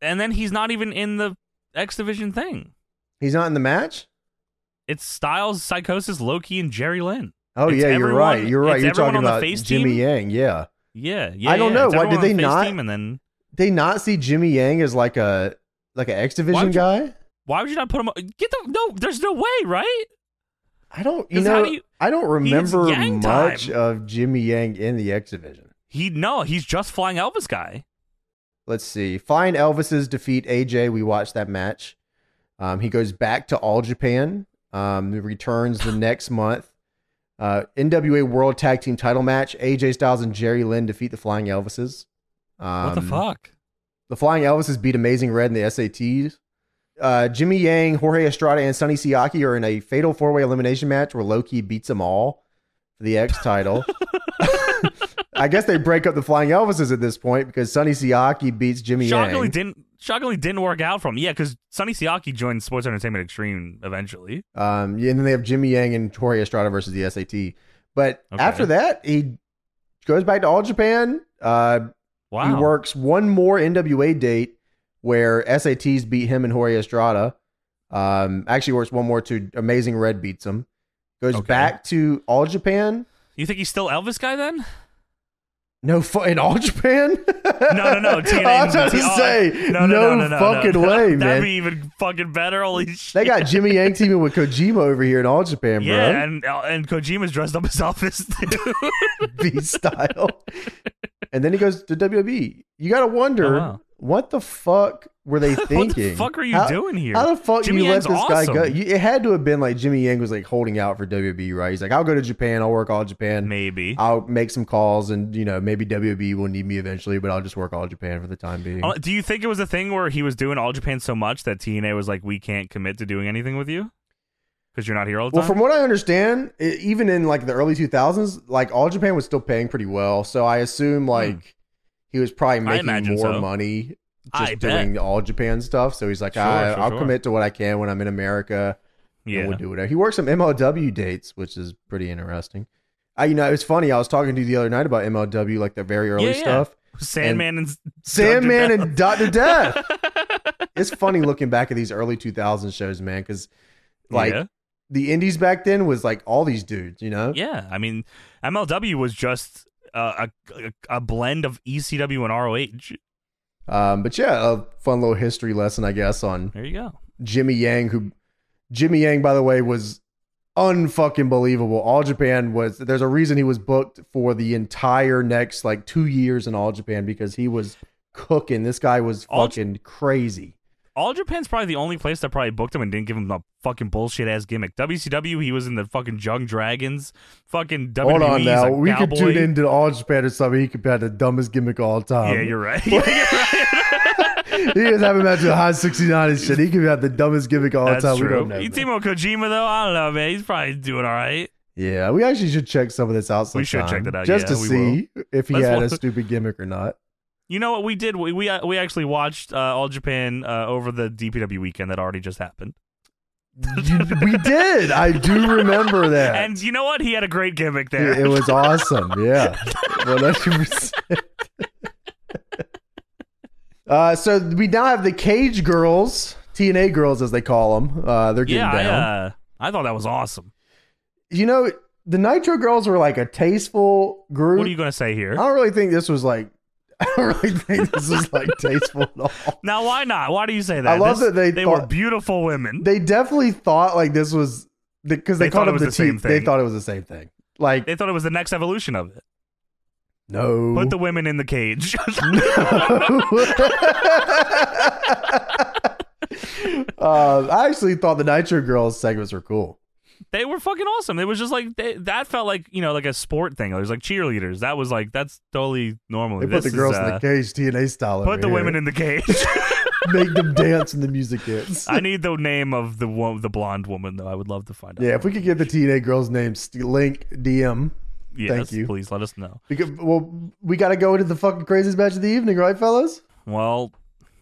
Speaker 2: And then he's not even in the X Division thing.
Speaker 1: He's not in the match?
Speaker 2: It's Styles, Psychosis, Loki, and Jerry Lynn.
Speaker 1: Oh
Speaker 2: It's
Speaker 1: yeah, you're
Speaker 2: everyone-
Speaker 1: right. You're right.
Speaker 2: it's
Speaker 1: You're
Speaker 2: everyone
Speaker 1: talking
Speaker 2: on the
Speaker 1: about
Speaker 2: face
Speaker 1: Jimmy
Speaker 2: team?
Speaker 1: Yang, yeah.
Speaker 2: Yeah, yeah.
Speaker 1: I don't
Speaker 2: yeah.
Speaker 1: know.
Speaker 2: It's
Speaker 1: Why
Speaker 2: everyone
Speaker 1: did they
Speaker 2: on the face
Speaker 1: not-
Speaker 2: Team and then
Speaker 1: They not see Jimmy Yang as like a like an X
Speaker 2: Why
Speaker 1: Division
Speaker 2: would you-
Speaker 1: guy?
Speaker 2: Why would you not put him? Get the no. There's no way, right?
Speaker 1: I don't you
Speaker 2: 'Cause how
Speaker 1: know
Speaker 2: do you-
Speaker 1: I don't
Speaker 2: needs
Speaker 1: remember
Speaker 2: Yang time.
Speaker 1: much of Jimmy Yang in the X Division.
Speaker 2: He no. He's just flying Elvis guy.
Speaker 1: let's see. Flying Elvises defeat AJ. We watched that match. Um, he goes back to All Japan. Um, he returns the next month. Uh, NWA World Tag Team Title match. AJ Styles and Jerry Lynn defeat the Flying Elvises. Um,
Speaker 2: what the fuck?
Speaker 1: The Flying Elvises beat Amazing Red in the SATs. Uh, Jimmy Yang, Jorge Estrada, and Sonny Siaki are in a fatal four way elimination match where Loki beats them all for the X
Speaker 2: [laughs]
Speaker 1: title. I guess they break up the Flying Elvises at this point because Sonny Siaki beats Jimmy
Speaker 2: Shockingly
Speaker 1: Yang.
Speaker 2: didn't. Shockingly, didn't work out for him. Yeah, because Sonny Siaki joined Sports Entertainment Extreme eventually.
Speaker 1: Um, yeah, and then they have Jimmy Yang and Tori Estrada versus the SAT. But
Speaker 2: Okay.
Speaker 1: after that, he goes back to All Japan. Uh,
Speaker 2: Wow.
Speaker 1: He works one more NWA date where SATs beat him and Jorge Estrada. Um, actually, works one more to Amazing Red beats him. Goes
Speaker 2: Okay.
Speaker 1: back to All Japan.
Speaker 2: You think he's still Elvis guy
Speaker 1: [laughs]
Speaker 2: then?
Speaker 1: No fu- in All Japan. [laughs]
Speaker 2: No, no, no. TNA
Speaker 1: I was trying to
Speaker 2: Oh,
Speaker 1: say
Speaker 2: No, no, no, no, no
Speaker 1: fucking
Speaker 2: [laughs] no.
Speaker 1: way, man.
Speaker 2: That'd be even fucking better. Holy shit.
Speaker 1: They got Jimmy Yang teaming with Kojima over here in All Japan, [laughs]
Speaker 2: yeah,
Speaker 1: bro.
Speaker 2: and and Kojima's dressed up as Elvis. [laughs] dude.
Speaker 1: Beast style. and then he goes to WWE. You gotta wonder
Speaker 2: Oh, wow.
Speaker 1: what the fuck were they thinking?
Speaker 2: [laughs] what the fuck are you
Speaker 1: How-
Speaker 2: doing here?
Speaker 1: How the fuck
Speaker 2: Jimmy
Speaker 1: you let
Speaker 2: Yang's
Speaker 1: this guy go?
Speaker 2: awesome.
Speaker 1: You, it had to have been like Jimmy Yang was like holding out for WWE, right? He's like, I'll go to Japan. I'll work all Japan.
Speaker 2: Maybe.
Speaker 1: I'll make some calls, and you know maybe WWE will need me eventually, but I'll just work all Japan for the time being.
Speaker 2: Uh, Do you think it was a thing where he was doing All Japan so much that TNA was like, we can't commit to doing anything with you because you're not here all the
Speaker 1: Well,
Speaker 2: time?
Speaker 1: from what I understand, i even in like the early 2000s, like All Japan was still paying pretty well. So I assume like he was probably making
Speaker 2: Hmm. imagine
Speaker 1: more
Speaker 2: so.
Speaker 1: money just
Speaker 2: I bet.
Speaker 1: doing the All Japan stuff. So he's like,
Speaker 2: Sure,
Speaker 1: I,
Speaker 2: sure,
Speaker 1: I'll
Speaker 2: sure.
Speaker 1: commit to what I can when I'm in America. and
Speaker 2: yeah.
Speaker 1: we'll do whatever. He works some MLW dates, which is pretty interesting. I, you know, it's funny. I was talking to you the other night about MLW, like the very early
Speaker 2: Yeah, yeah. [laughs]
Speaker 1: stuff.
Speaker 2: [laughs] Sandman and,
Speaker 1: Sandman
Speaker 2: Death.
Speaker 1: and
Speaker 2: [laughs]
Speaker 1: Dr. Death. it's funny looking back at these early 2000 shows, man, because like
Speaker 2: yeah.
Speaker 1: the indies back then was like all these dudes, you know?
Speaker 2: Yeah, I mean, MLW was just uh, a a blend of ECW and ROH.
Speaker 1: Um, but yeah, a fun little history lesson, I guess, on
Speaker 2: There you go.
Speaker 1: Jimmy Yang, who Jimmy Yang, by the way, was unfucking believable. All Japan was there's a reason he was booked for the entire next like two years in All Japan because he was cooking. This guy was
Speaker 2: All Ja-
Speaker 1: fucking crazy.
Speaker 2: All Japan's probably the only place that probably booked him and didn't give him the fucking bullshit ass gimmick. WCW, he was in the fucking Jung Dragons. Fucking WWE,
Speaker 1: Hold on
Speaker 2: he's
Speaker 1: now.
Speaker 2: E a
Speaker 1: We could
Speaker 2: cowboy.
Speaker 1: tune into All Japan or something. He could have the dumbest gimmick of all time. [laughs]
Speaker 2: yeah, you're right. Yeah, [laughs] you're right.
Speaker 1: he is having a match with High 69 and shit. He could have the dumbest gimmick of all
Speaker 2: That's
Speaker 1: time. Oh, We
Speaker 2: true.
Speaker 1: don't know,
Speaker 2: you
Speaker 1: man.
Speaker 2: Timo Kojima though, I don't know, man. He's probably doing all right.
Speaker 1: Yeah, we actually should check some of this out. Sometime,
Speaker 2: We should check that out,
Speaker 1: just
Speaker 2: yeah,
Speaker 1: to
Speaker 2: we
Speaker 1: see if he
Speaker 2: Let's
Speaker 1: had a
Speaker 2: wa-
Speaker 1: stupid gimmick or not.
Speaker 2: You know what we did? We we, we actually watched uh, All Japan uh, over the DPW weekend that already just happened.
Speaker 1: You- [laughs] we did. I do remember that.
Speaker 2: And you know what? He had a great gimmick there.
Speaker 1: it, it was awesome.
Speaker 2: [laughs]
Speaker 1: Yeah, one hundred percent. Uh, so we now have the Cage Girls, TNA Girls as they call them. Uh, they're getting
Speaker 2: yeah, I,
Speaker 1: down.
Speaker 2: uh, I thought that was awesome.
Speaker 1: You know, the Nitro Girls were like a tasteful group.
Speaker 2: What are you going to say here?
Speaker 1: I don't really think this was like. [laughs] I don't really think this was
Speaker 2: [laughs]
Speaker 1: like tasteful at all.
Speaker 2: Now, why not? Why do you say that?
Speaker 1: I love
Speaker 2: This-
Speaker 1: that they
Speaker 2: were
Speaker 1: thought-
Speaker 2: beautiful women.
Speaker 1: they definitely thought like this was because they,
Speaker 2: They
Speaker 1: called
Speaker 2: thought it
Speaker 1: up
Speaker 2: was
Speaker 1: the,
Speaker 2: the same
Speaker 1: team. They
Speaker 2: thing.
Speaker 1: thought it was the same thing. Like
Speaker 2: They thought it was the next evolution of it.
Speaker 1: no,
Speaker 2: Put the women in
Speaker 1: [laughs]
Speaker 2: the cage. [laughs]
Speaker 1: [laughs] Uh, I actually thought the Nitro Girls segments were cool.
Speaker 2: they were fucking awesome. It was just like they, that felt like you know like a sport thing. It was like cheerleaders. That was like that's totally normal.
Speaker 1: They put the girls in the cage, TNA style.
Speaker 2: uh, Put the women in the
Speaker 1: [laughs]
Speaker 2: cage.
Speaker 1: make them dance, and the music hits.
Speaker 2: [laughs] I need the name of the wo- the blonde woman though. I would love to find out.
Speaker 1: Yeah, if we could get the TNA girls' names, st- link DM.
Speaker 2: Yes,
Speaker 1: thank you.
Speaker 2: Please let us know.
Speaker 1: Because well, we got to go into the fucking craziest match of the evening, right, fellas?
Speaker 2: Well,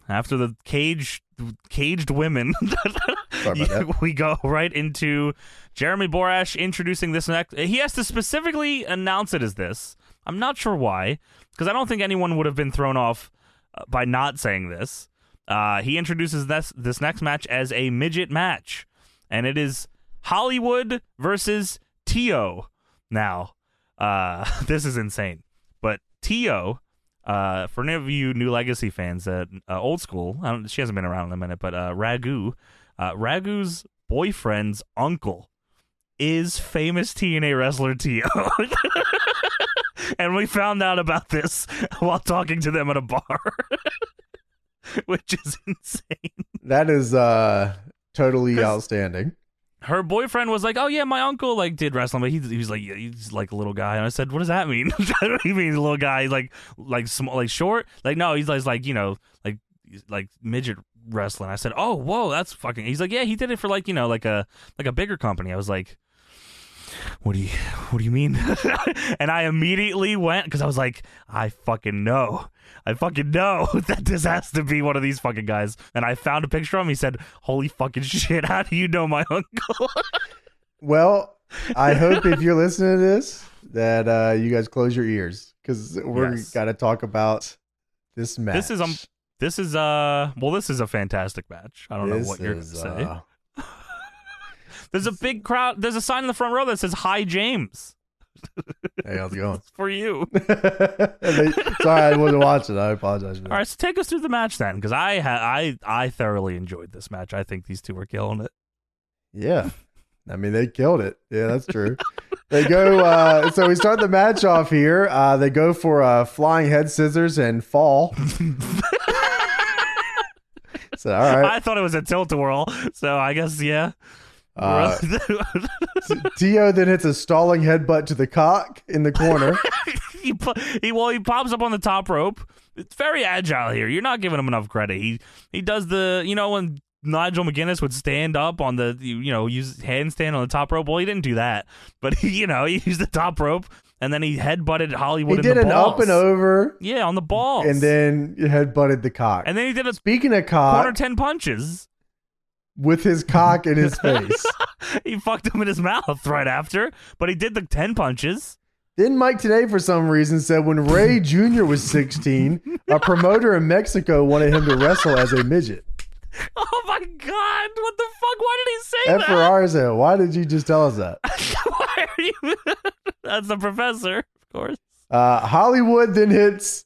Speaker 2: after the cage caged women, [laughs]
Speaker 1: Sorry about that.
Speaker 2: we go right into Jeremy Borash introducing this next. He has to specifically announce it as this. I'm not sure why, because I don't think anyone would have been thrown off uh, by not saying this. Uh, he introduces this this next match as a midget match, and it is Hollywood versus Tio. Now, uh, [laughs] this is insane, but Tio. Uh, for any of you New Legacy fans, that uh, old school, I don't, she hasn't been around in a minute, but uh, Ragu, uh, Ragu's boyfriend's uncle is famous TNA wrestler Tio. [laughs] and we found out about this while talking to them at a bar, [laughs] which is insane.
Speaker 1: That is uh, totally
Speaker 2: 'Cause-
Speaker 1: outstanding.
Speaker 2: Her boyfriend was like, "Oh yeah, my uncle like did wrestling, but he, he was like yeah, he's like a little guy." And I said, "What does that mean? [laughs] I don't even mean he's a little guy, He's like like small, like short, like no, he's like, like you know, like like midget wrestling." I said, "Oh, whoa, that's fucking." He's like, "Yeah, he did it for like you know, like a like a bigger company." I was like, what do you what do you mean [laughs] and i immediately went because i was like i fucking know i fucking know [laughs] that this has to be one of these fucking guys and i found a picture of him he said holy fucking shit how do you know my uncle
Speaker 1: Well, I hope if
Speaker 2: [laughs]
Speaker 1: you're listening to this that uh, you guys close your ears because we're
Speaker 2: Yes.
Speaker 1: got to talk about this match.
Speaker 2: This is, um, this is uh well this is a fantastic match i don't know what you're gonna
Speaker 1: is,
Speaker 2: say
Speaker 1: uh,
Speaker 2: there's a big crowd there's a sign in the front row that says hi james
Speaker 1: hey, how's it going? [laughs]
Speaker 2: it's for you
Speaker 1: Sorry, I wasn't watching. I apologize. For that.
Speaker 2: all right so take us through the match then because i ha- i i thoroughly enjoyed this match i think these two were killing it
Speaker 1: Yeah. I mean, they killed it. Yeah, that's true. they go, uh, so we start the match off here. Uh, they go for uh, flying head scissors and
Speaker 2: [laughs]
Speaker 1: fall. so, all right.
Speaker 2: I thought it was a tilt a whirl, so I guess yeah. [laughs]
Speaker 1: Uh, Tio then hits a stalling headbutt to the cock in the
Speaker 2: [laughs]
Speaker 1: corner.
Speaker 2: he, pu- he well he pops up on the top rope. It's very agile here. You're not giving him enough credit. He he does the you know when Nigel McGuinness would stand up on the you, you know use handstand on the top rope. Well, he didn't do that, but he, you know [laughs] he used the top rope and then he headbutted Hollywood.
Speaker 1: he
Speaker 2: in
Speaker 1: did
Speaker 2: the
Speaker 1: an
Speaker 2: balls.
Speaker 1: up and over
Speaker 2: Yeah, on the balls.
Speaker 1: and then Uh, headbutted the cock.
Speaker 2: and then he did a
Speaker 1: Speaking of cock,
Speaker 2: corner ten punches. [laughs]
Speaker 1: with his cock in his face.
Speaker 2: He fucked him in his [laughs] mouth right after, but he did the ten punches. [laughs]
Speaker 1: Then Mike today, for some reason, said when Ray Jr. was 16, a promoter in Mexico wanted him to wrestle as a
Speaker 2: [laughs]
Speaker 1: midget.
Speaker 2: Oh my god! What the fuck? Why did he say that?
Speaker 1: FRR said, why did you just tell us that?
Speaker 2: Why are you? [laughs] That's the professor, of course.
Speaker 1: Uh, Hollywood then hits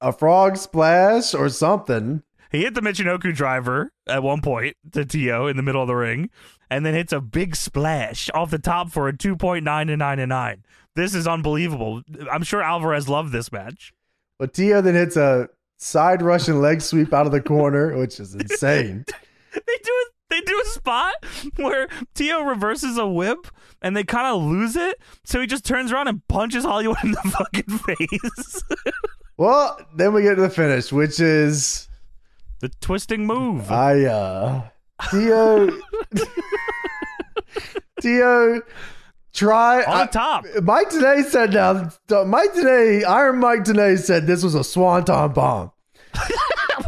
Speaker 1: a frog splash or something.
Speaker 2: He hit the Michinoku driver at one point to Tio in the middle of the ring, and then hits a big splash off the top for a 2.9 to 9 to 9. This is unbelievable. I'm sure Alvarez loved this match.
Speaker 1: But Tio then hits a side Russian leg sweep out of the corner, which is
Speaker 2: [laughs]
Speaker 1: insane.
Speaker 2: [laughs] They do a, they do a spot where Tio reverses a whip and they kind of lose it, so he just turns around and punches Hollywood in the [laughs] fucking face.
Speaker 1: Well, then we get to the finish, which is
Speaker 2: the twisting move.
Speaker 1: I uh
Speaker 2: [laughs]
Speaker 1: Tio Tio try
Speaker 2: on
Speaker 1: I-
Speaker 2: top.
Speaker 1: Mike today said now Mike today Iron Mike today said this was a swanton bomb.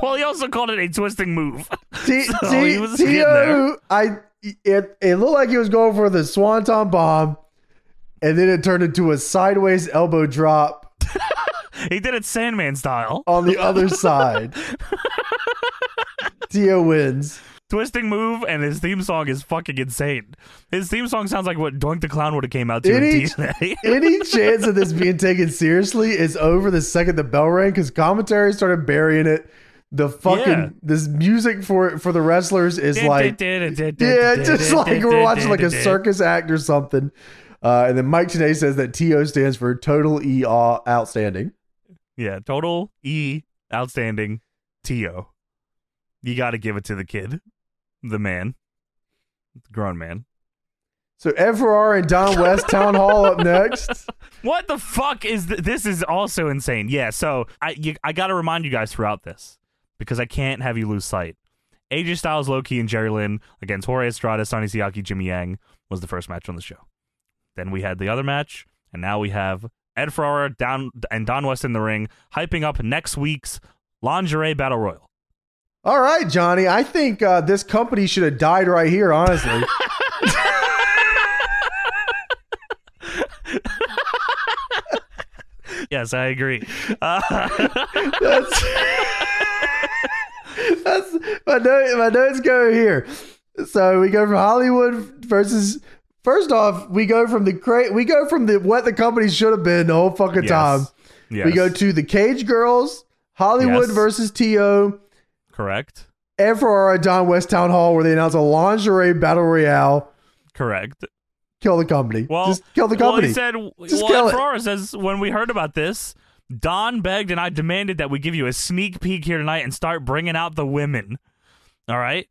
Speaker 2: Well, he also called it a twisting move. [laughs]
Speaker 1: T-
Speaker 2: So
Speaker 1: T-
Speaker 2: he was getting there.
Speaker 1: Tio, I it, it looked like he was going for the swanton bomb, and then it turned into a sideways elbow drop
Speaker 2: He did it Sandman style.
Speaker 1: on the other side. Tio wins.
Speaker 2: twisting move, and his theme song is fucking insane. His theme song sounds like what Doink the Clown would have came out to in
Speaker 1: It is-
Speaker 2: TNA. [laughs]
Speaker 1: Any chance of this being taken seriously is over the second the bell rang because commentary started burying it. The fucking
Speaker 2: Yeah.
Speaker 1: this music for for the wrestlers is like Yeah,
Speaker 2: yeah,
Speaker 1: just like we're watching like a circus act or something. Uh, and then Mike today says that TO stands for total E Aw outstanding.
Speaker 2: Yeah, total E, outstanding, T.O. You got to give it to the kid, the man, the grown man.
Speaker 1: So FRR and Don West Town Hall up next.
Speaker 2: What the fuck is th- this? Is also insane. Yeah, so I you, I got to remind you guys throughout this because I can't have you lose sight. AJ Styles, Loki, and Jerry Lynn against Jorge Estrada, Sonny Siaki, Jimmy Yang was the first match on the show. Then we had the other match, and now we have Ed Ferrara down and Don West in the ring, hyping up next week's lingerie battle royal.
Speaker 1: All right, Johnny. I think uh, this company should have died right here, honestly.
Speaker 2: Yes, I agree. Uh,
Speaker 1: That's that's my note, my notes go here. So we go from Hollywood versus. First off, we go from the cra- we go from the what the company should have been the whole fucking
Speaker 2: Yes.
Speaker 1: time.
Speaker 2: yes,
Speaker 1: We go to the Cage Girls, Hollywood
Speaker 2: Yes.
Speaker 1: versus T.O.,
Speaker 2: correct,
Speaker 1: FRR at Don West Town Hall, where they announce a lingerie battle royale.
Speaker 2: correct.
Speaker 1: Kill the company.
Speaker 2: Well,
Speaker 1: Just kill the
Speaker 2: Well,
Speaker 1: company.
Speaker 2: he said,
Speaker 1: Just
Speaker 2: well,
Speaker 1: kill it.
Speaker 2: Ferrara says, when we heard about this, Don begged and I demanded that we give you a sneak peek here tonight and start bringing out the women. All right?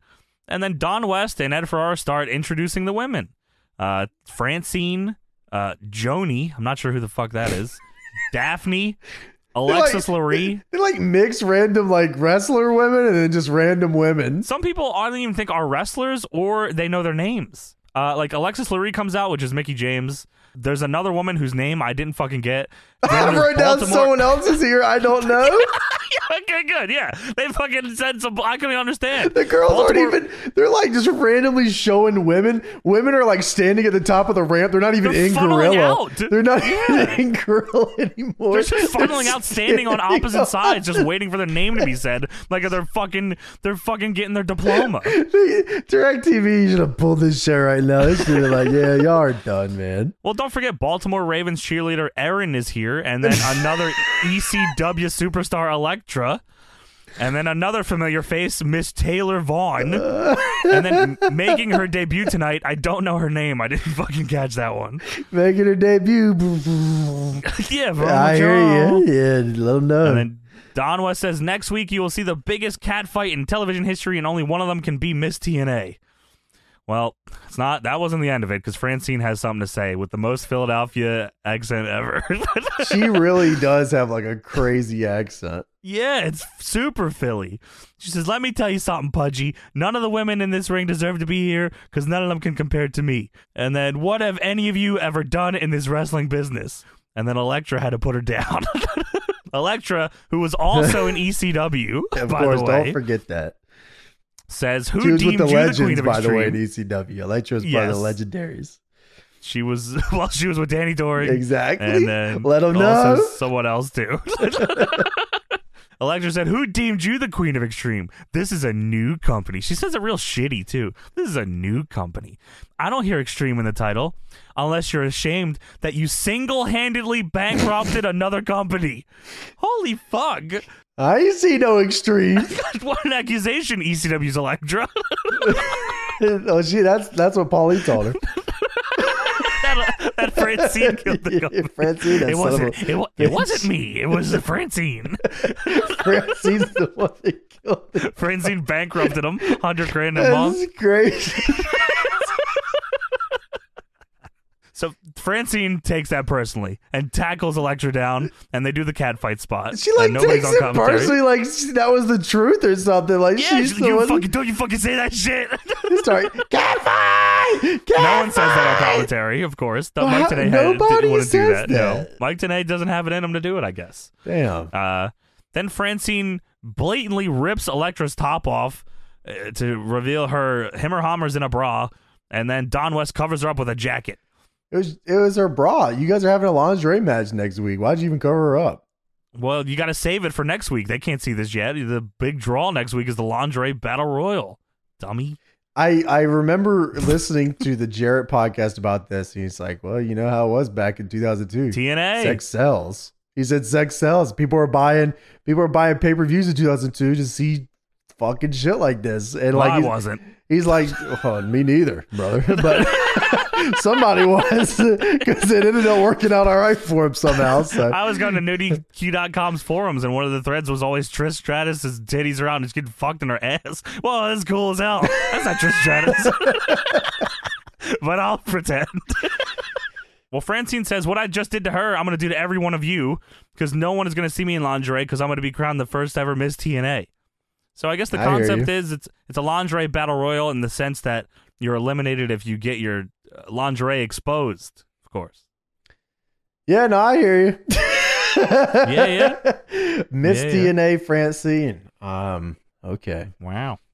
Speaker 2: And then Don West and Ed Ferrara start introducing the women. Uh, Francine, uh, Joni, I'm not sure who the fuck that
Speaker 1: [laughs]
Speaker 2: is, Daphne, Alexis
Speaker 1: They're like-
Speaker 2: Lurie.
Speaker 1: They like mix random like wrestler women and then just random women.
Speaker 2: Some people I don't even think are wrestlers or they know their names. Uh, like Alexis Lurie comes out, which is Mickey James. There's another woman whose name I didn't fucking get.
Speaker 1: [laughs]
Speaker 2: Then
Speaker 1: I've
Speaker 2: there's
Speaker 1: written down
Speaker 2: Baltimore-
Speaker 1: someone else's here. I don't know.
Speaker 2: [laughs] okay, good. Yeah, they fucking said some. I
Speaker 1: [laughs]
Speaker 2: couldn't understand.
Speaker 1: The girls
Speaker 2: Baltimore-
Speaker 1: aren't even. They're like just randomly showing women. Women are like standing at the top of the ramp. They're not even
Speaker 2: They're
Speaker 1: in
Speaker 2: funneling
Speaker 1: gorilla.
Speaker 2: out.
Speaker 1: They're not even in gorilla anymore.
Speaker 2: They're just funneling out, standing on
Speaker 1: standing
Speaker 2: opposite
Speaker 1: on-
Speaker 2: sides, just waiting for their name to be said. Like they're fucking, they're fucking getting their diploma.
Speaker 1: [laughs] Directv, you should have pulled this shit right now. This should have been like, yeah, y'all are done, man.
Speaker 2: Well, don't forget Baltimore Ravens cheerleader Erin is here,
Speaker 1: [laughs]
Speaker 2: and then another ECW superstar Electra, and then another familiar face, Miss
Speaker 1: [laughs]
Speaker 2: Taylor Vaughn, and then m- making her debut tonight. I don't know her name. I didn't [laughs] fucking catch that one. [laughs]
Speaker 1: Making her debut.
Speaker 2: yeah, bro.
Speaker 1: I hear you. Yeah, let them know.
Speaker 2: And then Don West says next week you will see the biggest cat fight in television history, and only one of them can be Miss TNA. Well, it's not. That wasn't the end of it because Francine has something to say with the most Philadelphia accent ever. [laughs]
Speaker 1: she really does have like a crazy accent.
Speaker 2: yeah, it's super Philly. She says, "Let me tell you something, Pudgy. None of the women in this ring deserve to be here because none of them can compare to me. And then, what have any of you ever done in this wrestling business?" And then Electra had to put her down. [laughs] Electra, who was also in ECW,
Speaker 1: [laughs] Of
Speaker 2: by
Speaker 1: course,
Speaker 2: the way,
Speaker 1: don't forget that.
Speaker 2: says who
Speaker 1: She was with
Speaker 2: deemed
Speaker 1: the
Speaker 2: you the queen
Speaker 1: legends,
Speaker 2: of
Speaker 1: by the way, in E
Speaker 2: extreme.
Speaker 1: ECW. Electra's part of the
Speaker 2: Yes.
Speaker 1: legendaries.
Speaker 2: she was [laughs] well, she was with Danny Doring,
Speaker 1: Exactly.
Speaker 2: and then
Speaker 1: Let them
Speaker 2: also
Speaker 1: know.
Speaker 2: someone else [laughs] too. Electra said, "Who deemed you the queen of extreme? This is a new company." She says it real shitty too. This is a new company. I don't hear extreme in the title, unless you're ashamed that you single-handedly bankrupted [laughs] another company. Holy fuck! [laughs]
Speaker 1: I see no extreme. [laughs]
Speaker 2: What an accusation, E ECW's Electra.
Speaker 1: oh, she. That's that's what Paulie told her.
Speaker 2: [laughs] that, that Francine
Speaker 1: [laughs]
Speaker 2: killed the company.
Speaker 1: Francine, that
Speaker 2: it
Speaker 1: son of
Speaker 2: wasn't.
Speaker 1: a-
Speaker 2: It, wa- it wasn't me. It was Francine. [laughs]
Speaker 1: [laughs] Francine's the one that killed her.
Speaker 2: Francine bankrupted him. Hundred grand a
Speaker 1: This
Speaker 2: month.
Speaker 1: is crazy. [laughs]
Speaker 2: So Francine takes that personally and tackles Electra down, and they do the catfight spot.
Speaker 1: She like
Speaker 2: and nobody's
Speaker 1: takes
Speaker 2: on
Speaker 1: it
Speaker 2: commentary.
Speaker 1: personally, like she- that was the truth or something. Like
Speaker 2: Yeah,
Speaker 1: she's the
Speaker 2: you
Speaker 1: one.
Speaker 2: fucking don't you fucking say
Speaker 1: [laughs]
Speaker 2: that shit. [laughs]
Speaker 1: Sorry, can't fight.
Speaker 2: no one says that on commentary, of course. The-
Speaker 1: Well,
Speaker 2: Mike
Speaker 1: how-
Speaker 2: Tenay had, didn't
Speaker 1: nobody
Speaker 2: want to do
Speaker 1: says
Speaker 2: that. No,
Speaker 1: that.
Speaker 2: Mike Tenay doesn't have it in him to do it. I guess.
Speaker 1: Damn.
Speaker 2: Uh, then Francine blatantly rips Electra's top off uh, to reveal her him or Hammer's in a bra, and then Don West covers her up with a jacket.
Speaker 1: It was it was her bra. You guys are having a lingerie match next week. Why'd you even cover her up?
Speaker 2: Well, you got to save it for next week. They can't see this yet. The big draw next week is the lingerie battle royal. Dummy.
Speaker 1: I, I remember listening to the Jarrett podcast about this, and he's like, "Well, you know how it was back in 2002.
Speaker 2: TNA.
Speaker 1: Sex sells." He said, "Sex sells." People are buying people are buying pay per views in 2002 to see fucking shit like this, and
Speaker 2: Well,
Speaker 1: like
Speaker 2: I
Speaker 1: he's-
Speaker 2: wasn't.
Speaker 1: He's like, oh, me neither, brother. [laughs] But somebody was because it ended up working out all right for him somehow. So
Speaker 2: I was going to nudieq.com's forums, and one of the threads was always Trish Stratus's titties are out and she's getting fucked in her ass. [laughs] Well, that's cool as hell. That's not Trish Stratus. [laughs] but I'll pretend. [laughs] well, Francine says, What I just did to her, I'm going to do to every one of you because no one is going to see me in lingerie because I'm going to be crowned the first ever Miss TNA. So I guess the
Speaker 1: I hear
Speaker 2: concept is it's it's a lingerie battle royal in the sense that you're eliminated if you get your uh, lingerie exposed, of course.
Speaker 1: yeah, no, I hear you.
Speaker 2: Yeah,
Speaker 1: yeah. [laughs] Miss
Speaker 2: Yeah, yeah.
Speaker 1: DNA Francine. Um, okay.
Speaker 2: Wow. [laughs]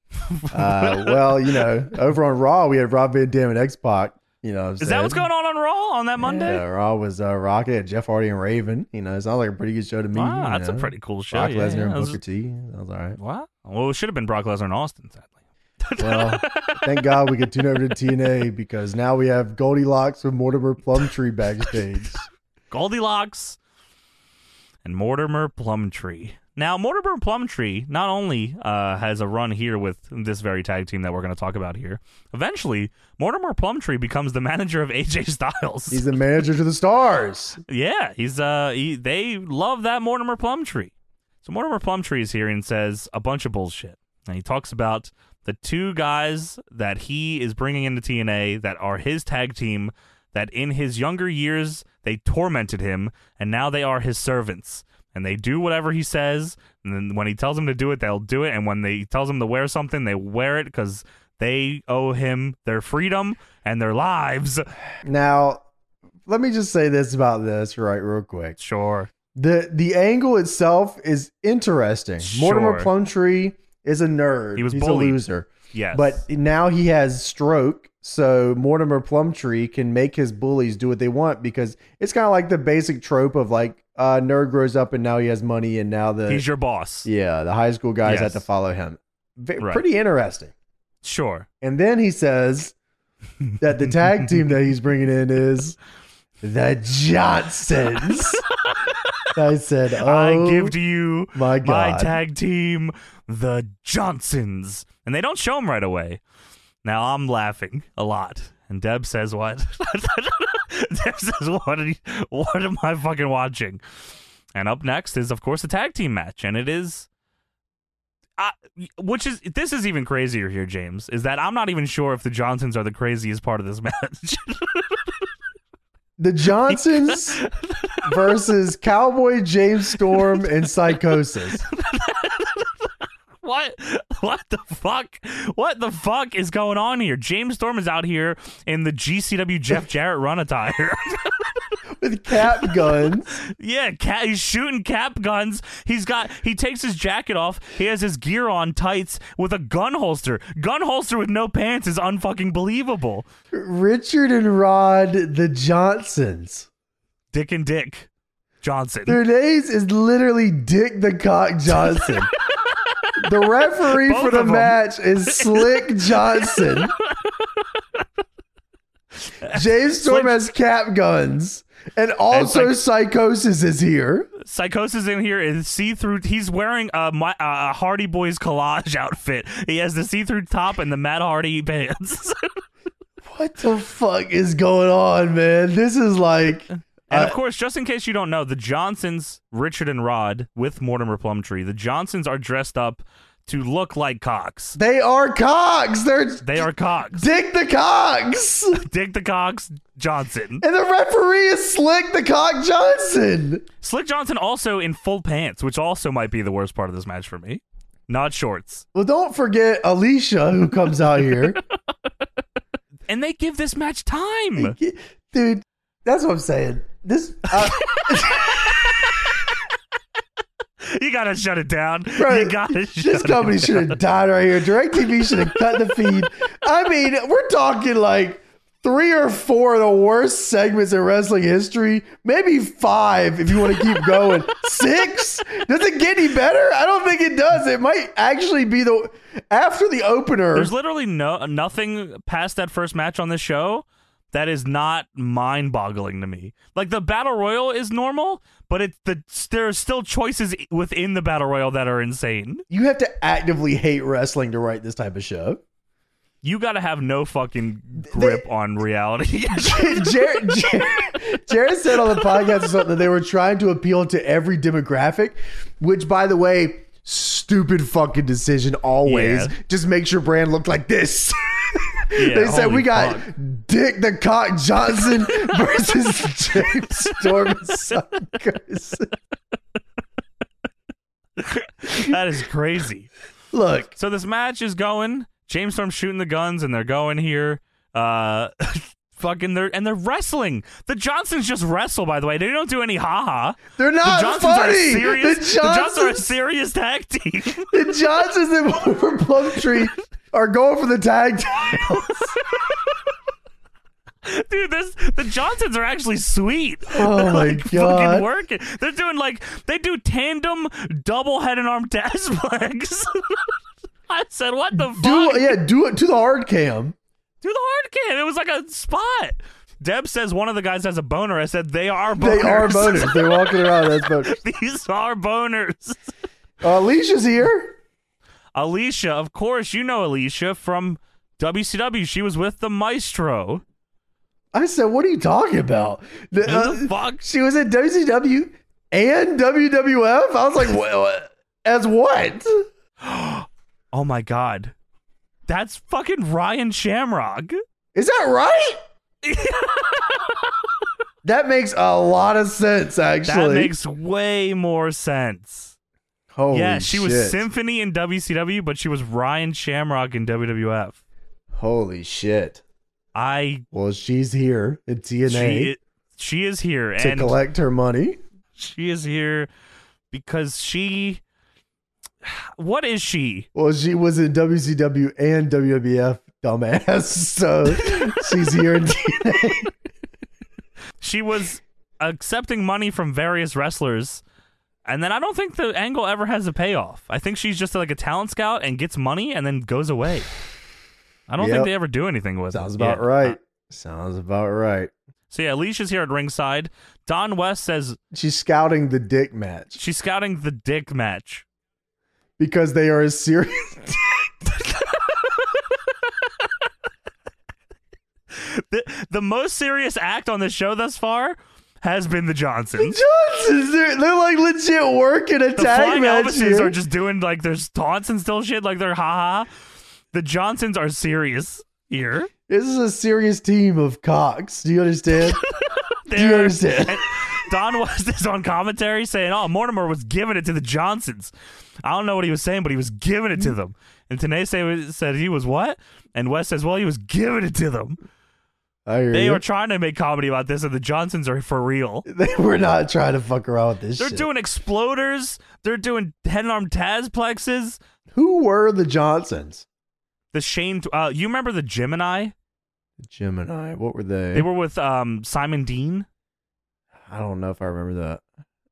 Speaker 1: Uh, well, you know, over on Raw we had Rob Van Dam and X Pac. You know, what I'm
Speaker 2: Is that what's going on on Raw on that Monday?
Speaker 1: Yeah, Raw was uh, Rocket, and Jeff Hardy, and Raven. You know, it sounds like a pretty good show to me.
Speaker 2: Wow,
Speaker 1: you
Speaker 2: that's a
Speaker 1: know.
Speaker 2: pretty cool show.
Speaker 1: Brock
Speaker 2: yeah,
Speaker 1: Lesnar
Speaker 2: yeah.
Speaker 1: and
Speaker 2: That was-
Speaker 1: Booker T. That was all
Speaker 2: [laughs]
Speaker 1: right.
Speaker 2: Wow. Well, it should have been Brock Lesnar and Austin, sadly.
Speaker 1: Well, thank God we could tune over to TNA because now we have Goldilocks with Mortimer Plumtree backstage.
Speaker 2: Goldilocks and Mortimer Plumtree. Now, Mortimer Plumtree not only uh, has a run here with this very tag team that we're going to talk about here, eventually, Mortimer Plumtree becomes the manager of AJ Styles.
Speaker 1: He's the manager to the stars.
Speaker 2: Yeah, he's uh he, they love that Mortimer Plumtree. So Mortimer Plumtree is here and says a bunch of bullshit. And he talks about the two guys that he is bringing into TNA that are his tag team that in his younger years they tormented him and now they are his servants. And they do whatever he says, and then when he tells them to do it, they'll do it. And when they he tells them to wear something, they wear it because They owe him their freedom and their lives. [laughs]
Speaker 1: Now, let me just say this about this right real quick.
Speaker 2: Sure.
Speaker 1: The the angle itself is interesting. Mortimer
Speaker 2: Sure.
Speaker 1: Plumtree is a nerd.
Speaker 2: He was
Speaker 1: He's
Speaker 2: bullied.
Speaker 1: a loser.
Speaker 2: Yes.
Speaker 1: But now he has stroke, so Mortimer Plumtree can make his bullies do what they want because it's kind of like the basic trope of like uh, nerd grows up and now he has money and now the
Speaker 2: he's your boss.
Speaker 1: yeah the high school guys have
Speaker 2: Yes.
Speaker 1: to follow him. Ve-
Speaker 2: Right.
Speaker 1: Pretty interesting.
Speaker 2: Sure.
Speaker 1: And then he says that the tag team that he's bringing in is the
Speaker 2: [laughs]
Speaker 1: Johnsons. I said, oh,
Speaker 2: I give to you
Speaker 1: my
Speaker 2: my
Speaker 1: God.
Speaker 2: tag team, the Johnsons. And they don't show him right away. Now I'm laughing a lot. And Deb says, What? [laughs] Deb says, What, are you, what am I fucking watching? And up next is, of course, a tag team match. And it is. I, which is this is even crazier here, James. Is that I'm not even sure if the Johnsons are the craziest part of this [laughs] match.
Speaker 1: the Johnsons
Speaker 2: [laughs]
Speaker 1: versus Cowboy James Storm and
Speaker 2: [laughs]
Speaker 1: Psychosis.
Speaker 2: What? [laughs] What the fuck? What the fuck is going on here? James Storm is out here in the GCW Jeff Jarrett run attire. [laughs]
Speaker 1: with cap guns.
Speaker 2: yeah, ca he's shooting cap guns. He's got. He takes his jacket off. He has his gear on, tights with a gun holster. Gun holster with no pants is unfucking believable.
Speaker 1: Richard and Rod the Johnsons.
Speaker 2: Dick and Dick Johnson.
Speaker 1: Their names is literally Dick the Cock
Speaker 2: [laughs]
Speaker 1: Johnson. the referee
Speaker 2: Both
Speaker 1: for the
Speaker 2: of 'em.
Speaker 1: match is Slick
Speaker 2: [laughs]
Speaker 1: Johnson. James Storm
Speaker 2: Slick-
Speaker 1: has cap guns. And also Psychosis is here.
Speaker 2: Psychosis in here is see through. He's wearing a, my, a Hardy Boys collage [laughs] outfit. He has the see through top and the Matt Hardy pants. [laughs]
Speaker 1: What the fuck is going on, man? This is like
Speaker 2: And
Speaker 1: Uh,
Speaker 2: of course, just in case you don't know, the Johnsons, Richard and Rod, with Mortimer Plumtree, the Johnsons are dressed up to look like cocks.
Speaker 1: they are cocks. They're
Speaker 2: They
Speaker 1: [laughs]
Speaker 2: are cocks.
Speaker 1: Dick the Cox.
Speaker 2: Dick the Cox Johnson.
Speaker 1: And the referee is Slick the Cock Johnson.
Speaker 2: Slick Johnson also in full pants, which also might be the worst part of this match for me. Not shorts.
Speaker 1: Well, don't forget Alicia, who comes out here.
Speaker 2: And they give this match time.
Speaker 1: [laughs] Dude, that's what I'm saying. This,
Speaker 2: [laughs]
Speaker 1: uh,
Speaker 2: You gotta shut it down.
Speaker 1: Right.
Speaker 2: You gotta shut
Speaker 1: this
Speaker 2: it
Speaker 1: company
Speaker 2: down.
Speaker 1: should have died right here. DirecTV should have cut the feed. I mean, we're talking like three or four of the worst segments in wrestling history. Maybe five if you want to keep
Speaker 2: [laughs]
Speaker 1: going. Six? Does it get any better? I don't think it does. It might actually be the after the opener.
Speaker 2: There's literally no nothing past that first match on this show that is not mind-boggling to me. Like the battle royal is normal, but it's the there are still choices i- within the battle royal that are insane.
Speaker 1: you have to actively hate wrestling to write this type of show.
Speaker 2: You got to have no fucking grip
Speaker 1: [laughs]
Speaker 2: on reality. [laughs]
Speaker 1: Jared, Jared, Jared said on the podcast or something that they were trying to appeal to every demographic, which, by the way, stupid fucking decision always.
Speaker 2: Yeah.
Speaker 1: Just makes your brand look like this.
Speaker 2: Yeah,
Speaker 1: they said
Speaker 2: holy
Speaker 1: we got [laughs]
Speaker 2: fuck.
Speaker 1: Dick the Cock
Speaker 2: [laughs]
Speaker 1: Johnson versus James Storm and Suckers.
Speaker 2: that is crazy.
Speaker 1: Look,
Speaker 2: So this match is going. James Storm shooting the guns, and they're going here. Uh, [laughs] fucking, they're and they're wrestling. The Johnsons just wrestle. By the way, they don't do any haha.
Speaker 1: they're
Speaker 2: The
Speaker 1: not
Speaker 2: Johnsons
Speaker 1: funny.
Speaker 2: are a serious.
Speaker 1: the
Speaker 2: The Johnsons are a
Speaker 1: Johnsons,
Speaker 2: serious tag team. [laughs]
Speaker 1: the Johnsons and Mortimer Plumtree are going for the
Speaker 2: [laughs]
Speaker 1: tag titles.
Speaker 2: Dude, this the Johnsons are actually sweet. [laughs]
Speaker 1: Oh my
Speaker 2: Fucking
Speaker 1: god.
Speaker 2: working. They're doing like they do tandem double head and arm [laughs] death flags. [laughs] I said, what the
Speaker 1: Do
Speaker 2: fuck?
Speaker 1: yeah, do it to the hard cam.
Speaker 2: Do the hard cam. It was like a spot. Deb says one of the guys has a boner. I said they are boners. [laughs]
Speaker 1: They are boners. They're walking around. That's boners.
Speaker 2: These are boners. [laughs]
Speaker 1: Uh, Alicia's here.
Speaker 2: Alicia, of course, you know Alicia from WCW. She was with the Maestro.
Speaker 1: I said, "What are you talking about?" The-
Speaker 2: Who
Speaker 1: uh,
Speaker 2: the fuck?
Speaker 1: She was at WCW and WWF. I was like, "What? what? As what?"
Speaker 2: Oh my god. That's fucking Ryan Shamrock.
Speaker 1: Is that
Speaker 2: [laughs]
Speaker 1: right? that makes a lot of sense. Actually,
Speaker 2: That makes way more sense.
Speaker 1: Holy
Speaker 2: yeah, she
Speaker 1: shit.
Speaker 2: was Symphony in WCW, but she was Ryan Shamrock in WWF.
Speaker 1: Holy shit.
Speaker 2: I
Speaker 1: Well, she's here at TNA
Speaker 2: she, she is here
Speaker 1: to
Speaker 2: and
Speaker 1: collect her money.
Speaker 2: she is here because she [sighs] what is she?
Speaker 1: Well, she was in WCW and WWF, dumbass. [laughs] So she's here in TNA.
Speaker 2: She was accepting money from various wrestlers. And then I don't think the angle ever has a payoff. I think she's just like a talent scout and gets money and then goes away. I don't
Speaker 1: Yep.
Speaker 2: think they ever do anything with
Speaker 1: Sounds
Speaker 2: it.
Speaker 1: about
Speaker 2: Yeah.
Speaker 1: right.
Speaker 2: Uh,
Speaker 1: Sounds about right.
Speaker 2: so yeah, Alicia's here at ringside. Don West says
Speaker 1: She's scouting the dick match
Speaker 2: she's scouting the dick match.
Speaker 1: because they are a serious. [laughs]
Speaker 2: The, the most serious act on the show thus far has been the Johnsons.
Speaker 1: [laughs] Johnsons, they're, they're like legit working a
Speaker 2: The
Speaker 1: tag
Speaker 2: flying
Speaker 1: match
Speaker 2: Elvises
Speaker 1: here.
Speaker 2: are just doing like there's taunts and still shit, like they're haha. The Johnsons are serious here.
Speaker 1: this is a serious team of cocks. Do you
Speaker 2: [laughs]
Speaker 1: understand? Do you
Speaker 2: They're-
Speaker 1: understand?
Speaker 2: [laughs] and Don West is on commentary saying, "Oh, Mortimer was giving it to the Johnsons." I don't know what he was saying, but he was giving it to them. And Tanese said he was what? And West says, "Well, he was giving it to them."
Speaker 1: I hear [laughs]
Speaker 2: They
Speaker 1: you.
Speaker 2: are trying to make comedy about this, and the Johnsons are for real.
Speaker 1: They were not trying to fuck around with this
Speaker 2: They're
Speaker 1: shit.
Speaker 2: doing exploders. They're doing head and arm tazplexes.
Speaker 1: Who were the Johnsons?
Speaker 2: The Shane, uh, you remember the Gemini?
Speaker 1: Gemini. What were they?
Speaker 2: They were with um, Simon Dean.
Speaker 1: I don't know if I remember that.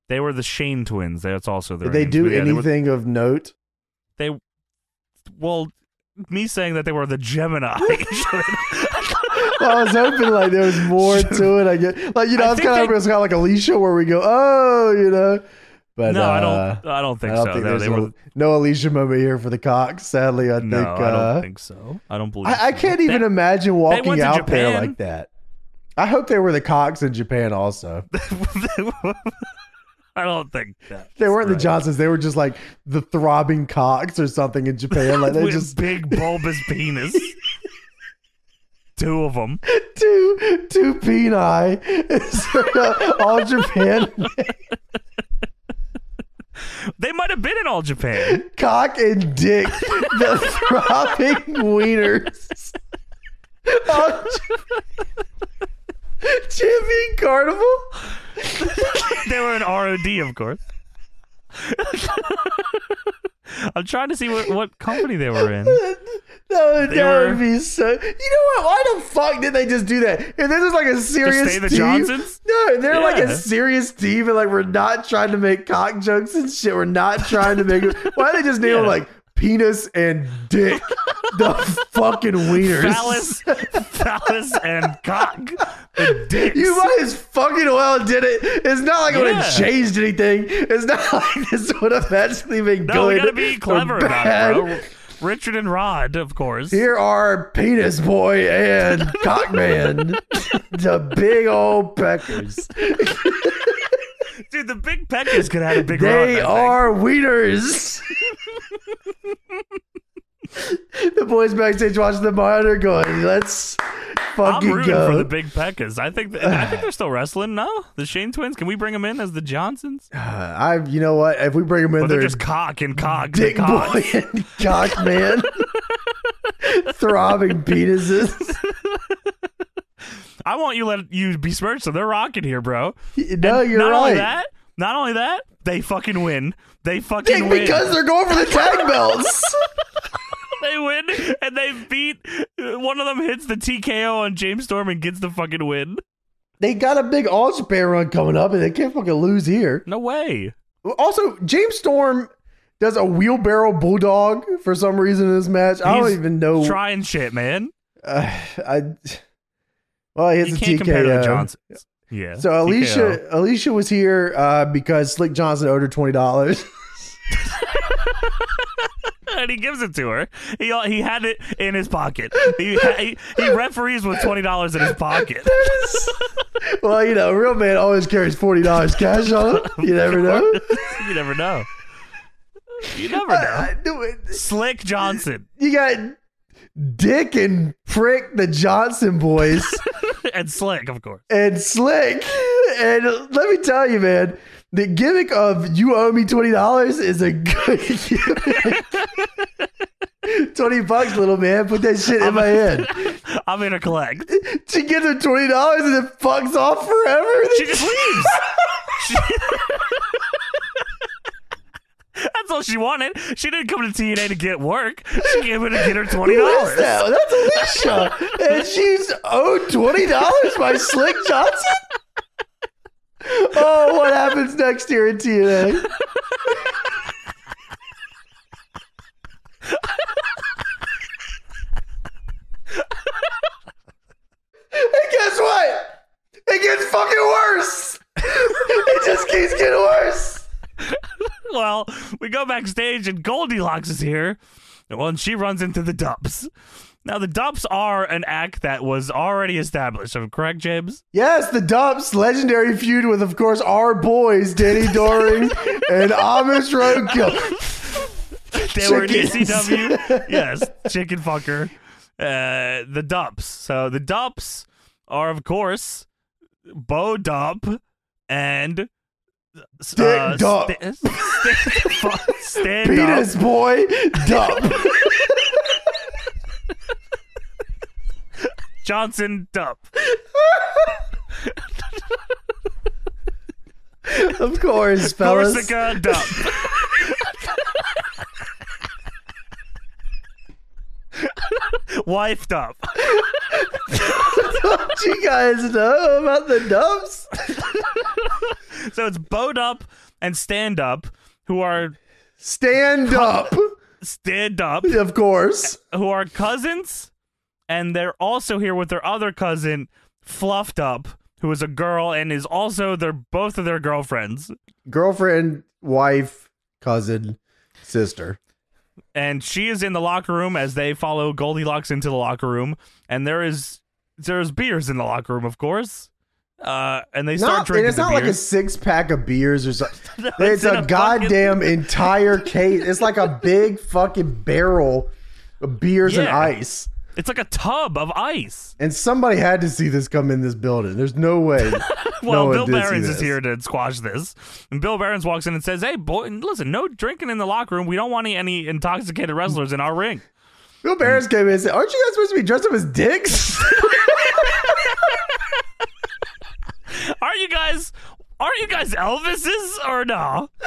Speaker 2: They were the Shane twins. That's also their
Speaker 1: Did they
Speaker 2: names.
Speaker 1: do
Speaker 2: But yeah, were-
Speaker 1: anything of note?
Speaker 2: they well me saying that they were
Speaker 1: [laughs]
Speaker 2: the gemini [laughs]
Speaker 1: Well, I was hoping like there was
Speaker 2: [laughs]
Speaker 1: more to it. I guess, like you know,
Speaker 2: I
Speaker 1: I was
Speaker 2: think
Speaker 1: kind of
Speaker 2: they-
Speaker 1: hoping it was kind of like Alicia, where we go, oh, you know. But
Speaker 2: no i
Speaker 1: uh,
Speaker 2: don't i don't think
Speaker 1: I don't
Speaker 2: so
Speaker 1: think
Speaker 2: no,
Speaker 1: there's
Speaker 2: they
Speaker 1: a-
Speaker 2: were
Speaker 1: no Alicia moment here for the Cox. Sadly, I
Speaker 2: no
Speaker 1: think.
Speaker 2: i
Speaker 1: uh,
Speaker 2: don't think so i don't believe
Speaker 1: I, I
Speaker 2: so.
Speaker 1: can't even imagine
Speaker 2: went
Speaker 1: walking
Speaker 2: to
Speaker 1: out there
Speaker 2: Japan.
Speaker 1: like that. I hope they were the Cox in Japan also. [laughs]
Speaker 2: [laughs] i don't think that
Speaker 1: They weren't the Johnsons. They were just like the throbbing cocks or something in Japan.
Speaker 2: [laughs]
Speaker 1: Like they
Speaker 2: with
Speaker 1: just [laughs]
Speaker 2: big bulbous penis two of them
Speaker 1: two two peni [laughs] It's not all Japan
Speaker 2: [laughs] they might have been in all japan
Speaker 1: cock and dick the
Speaker 2: [laughs]
Speaker 1: throbbing wieners. Oh, All J- Champion Carnival.
Speaker 2: they were in rod of course [laughs] i'm trying to see what, what company they were in
Speaker 1: No, that
Speaker 2: were-
Speaker 1: would be so. You know what? Why the fuck did they just do that? If this is like a serious
Speaker 2: stay the
Speaker 1: team-
Speaker 2: Johnsons?
Speaker 1: No, they're like
Speaker 2: Yeah.
Speaker 1: a serious team, and like we're not trying to make cock jokes and shit. We're not trying to make. Why don't they just name them
Speaker 2: Yeah.
Speaker 1: like penis and dick, the
Speaker 2: [laughs]
Speaker 1: fucking wieners?
Speaker 2: phallus, phallus, and cock. The dicks.
Speaker 1: You might as fucking well did it. It's not like it would
Speaker 2: Yeah.
Speaker 1: have changed anything. It's not [laughs] like this would have actually been
Speaker 2: no,
Speaker 1: going.
Speaker 2: we gotta be
Speaker 1: or
Speaker 2: clever
Speaker 1: bad.
Speaker 2: about it, bro. Richard and Rod, of course.
Speaker 1: Here are Penis Boy and
Speaker 2: [laughs]
Speaker 1: Cockman, [laughs] the big old peckers.
Speaker 2: Dude, the big peckers could have had a big run. I
Speaker 1: They
Speaker 2: think.
Speaker 1: are wieners. [laughs] the boys backstage watching the monitor going, let's
Speaker 2: I'm
Speaker 1: fucking
Speaker 2: rooting
Speaker 1: go.
Speaker 2: for the big peckers. I think th- I
Speaker 1: [sighs]
Speaker 2: think they're still wrestling. No, the Shane twins. Can we bring them in as the Johnsons?
Speaker 1: Uh, [sighs] I, you know what? If we bring them in,
Speaker 2: But
Speaker 1: they're,
Speaker 2: they're just cock and cock.
Speaker 1: dick
Speaker 2: and cock.
Speaker 1: boy and
Speaker 2: [laughs]
Speaker 1: Cockman, throbbing penises.
Speaker 2: I want you let you be smirched, so they're rocking here, bro.
Speaker 1: No, you're
Speaker 2: not
Speaker 1: right.
Speaker 2: only that, not only that, they fucking win. They fucking
Speaker 1: Dick,
Speaker 2: win.
Speaker 1: because they're going for the tag belts.
Speaker 2: [laughs] they win and they beat uh, one of them hits the TKO on James Storm and gets the fucking win.
Speaker 1: They got a big All Japan run coming up, and they can't fucking lose here.
Speaker 2: No way.
Speaker 1: Also, James Storm does a wheelbarrow bulldog for some reason in this match. I don't
Speaker 2: He's
Speaker 1: even know.
Speaker 2: Trying shit, man.
Speaker 1: uh, I well, he hits
Speaker 2: You
Speaker 1: a
Speaker 2: can't
Speaker 1: TKO.
Speaker 2: compare to the Johnsons. Yeah.
Speaker 1: So Alicia, Alicia was here uh, because Slick Johnson owed her twenty dollars.
Speaker 2: TKO. [laughs] and he gives it to her. He he had it in his pocket. He he, he referees with twenty dollars in his pocket. [laughs]
Speaker 1: [laughs] well, you know, a real man always carries forty dollars cash on him. You never know.
Speaker 2: you never know. You never know.
Speaker 1: I knew Uh, it.
Speaker 2: Slick
Speaker 1: [laughs]
Speaker 2: Johnson
Speaker 1: You got Dick and Prick, the Johnson boys.
Speaker 2: and Slick, of course.
Speaker 1: and slick. And let me tell you, man, the gimmick [laughs] of you owe me twenty dollars is a good gimmick. Twenty bucks, little man. Put that shit in my head.
Speaker 2: I'm
Speaker 1: [laughs]
Speaker 2: gonna collect.
Speaker 1: She gives her twenty dollars and then fucks off forever.
Speaker 2: She just leaves. She- [laughs] That's all she wanted. She didn't come to TNA to get work. She came in to get her twenty
Speaker 1: Who is
Speaker 2: dollars.
Speaker 1: that? Oh, That's Alicia, and she's owed twenty dollars by Slick Johnson. Oh, what happens next year in TNA? And guess what? It gets fucking worse. It just keeps getting worse.
Speaker 2: Well, we go backstage and Goldilocks is here. Well, and she runs into the Dumps. Now, the Dumps are an act that was already established. Am I correct, James?
Speaker 1: Yes, the Dumps, legendary feud with, of course, our boys, Danny [laughs] Doring and Amish Roadkill.
Speaker 2: They were in
Speaker 1: Chickens.
Speaker 2: ECW. yes, chicken fucker. Uh, the Dumps. So the Dumps are, of course, Bo Dump and Stick
Speaker 1: Dump.
Speaker 2: stand
Speaker 1: Penis boy, Dump.
Speaker 2: Up Johnson Dump.
Speaker 1: [laughs] of course, fellas.
Speaker 2: Corsica Dump. Wife Dump.
Speaker 1: Don't you guys know about the Dumps?
Speaker 2: So it's Bowed Up and Stand Up, who are
Speaker 1: Stand up,
Speaker 2: Stand Up,
Speaker 1: of course.
Speaker 2: who are cousins, and they're also here with their other cousin, Fluffed Up, who is a girl and is also their both of their girlfriends.
Speaker 1: Girlfriend, wife, cousin, sister.
Speaker 2: and she is in the locker room as they follow Goldilocks into the locker room, and there is there's beers in the locker room, of course. Uh, and they start
Speaker 1: Not, and
Speaker 2: drinking
Speaker 1: it's
Speaker 2: the
Speaker 1: not like a
Speaker 2: beers.
Speaker 1: six pack of beers or something. [laughs] it's,
Speaker 2: in
Speaker 1: a,
Speaker 2: a
Speaker 1: goddamn entire case. It's like a big fucking barrel of beers and
Speaker 2: Yeah.
Speaker 1: ice.
Speaker 2: It's like a tub of ice. [laughs]
Speaker 1: And somebody had to see this come in this building. There's no [laughs] way.
Speaker 2: Well,
Speaker 1: one
Speaker 2: Bill
Speaker 1: did see
Speaker 2: Barons is
Speaker 1: this.
Speaker 2: here to squash this, and Bill Barons walks in and says, "Hey, boy, listen, no drinking in the locker room. We don't want any, any intoxicated wrestlers in our ring."
Speaker 1: Bill Barons came in and said, Aren't you guys supposed to be dressed up as dicks? [laughs]
Speaker 2: Are you guys? Are you guys Elvises or no? [laughs]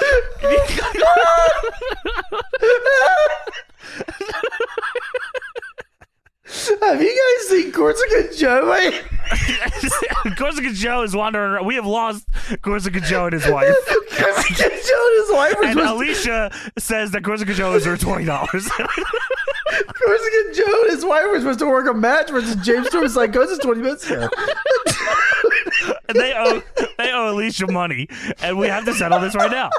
Speaker 1: Have you guys seen Corsica Joey? [laughs]
Speaker 2: Corsica Joe is wandering. around. We have lost Corsica Joe and his wife.
Speaker 1: Corsica Joe and his wife are
Speaker 2: [laughs] And
Speaker 1: supposed
Speaker 2: Alicia says that Corsica Joe is her twenty dollars. [laughs]
Speaker 1: Corsica Joe and his wife were supposed to work a match versus James Storm Psychosis 20 minutes [laughs] ago.
Speaker 2: they owe they owe Alicia money, and we have to settle this right now.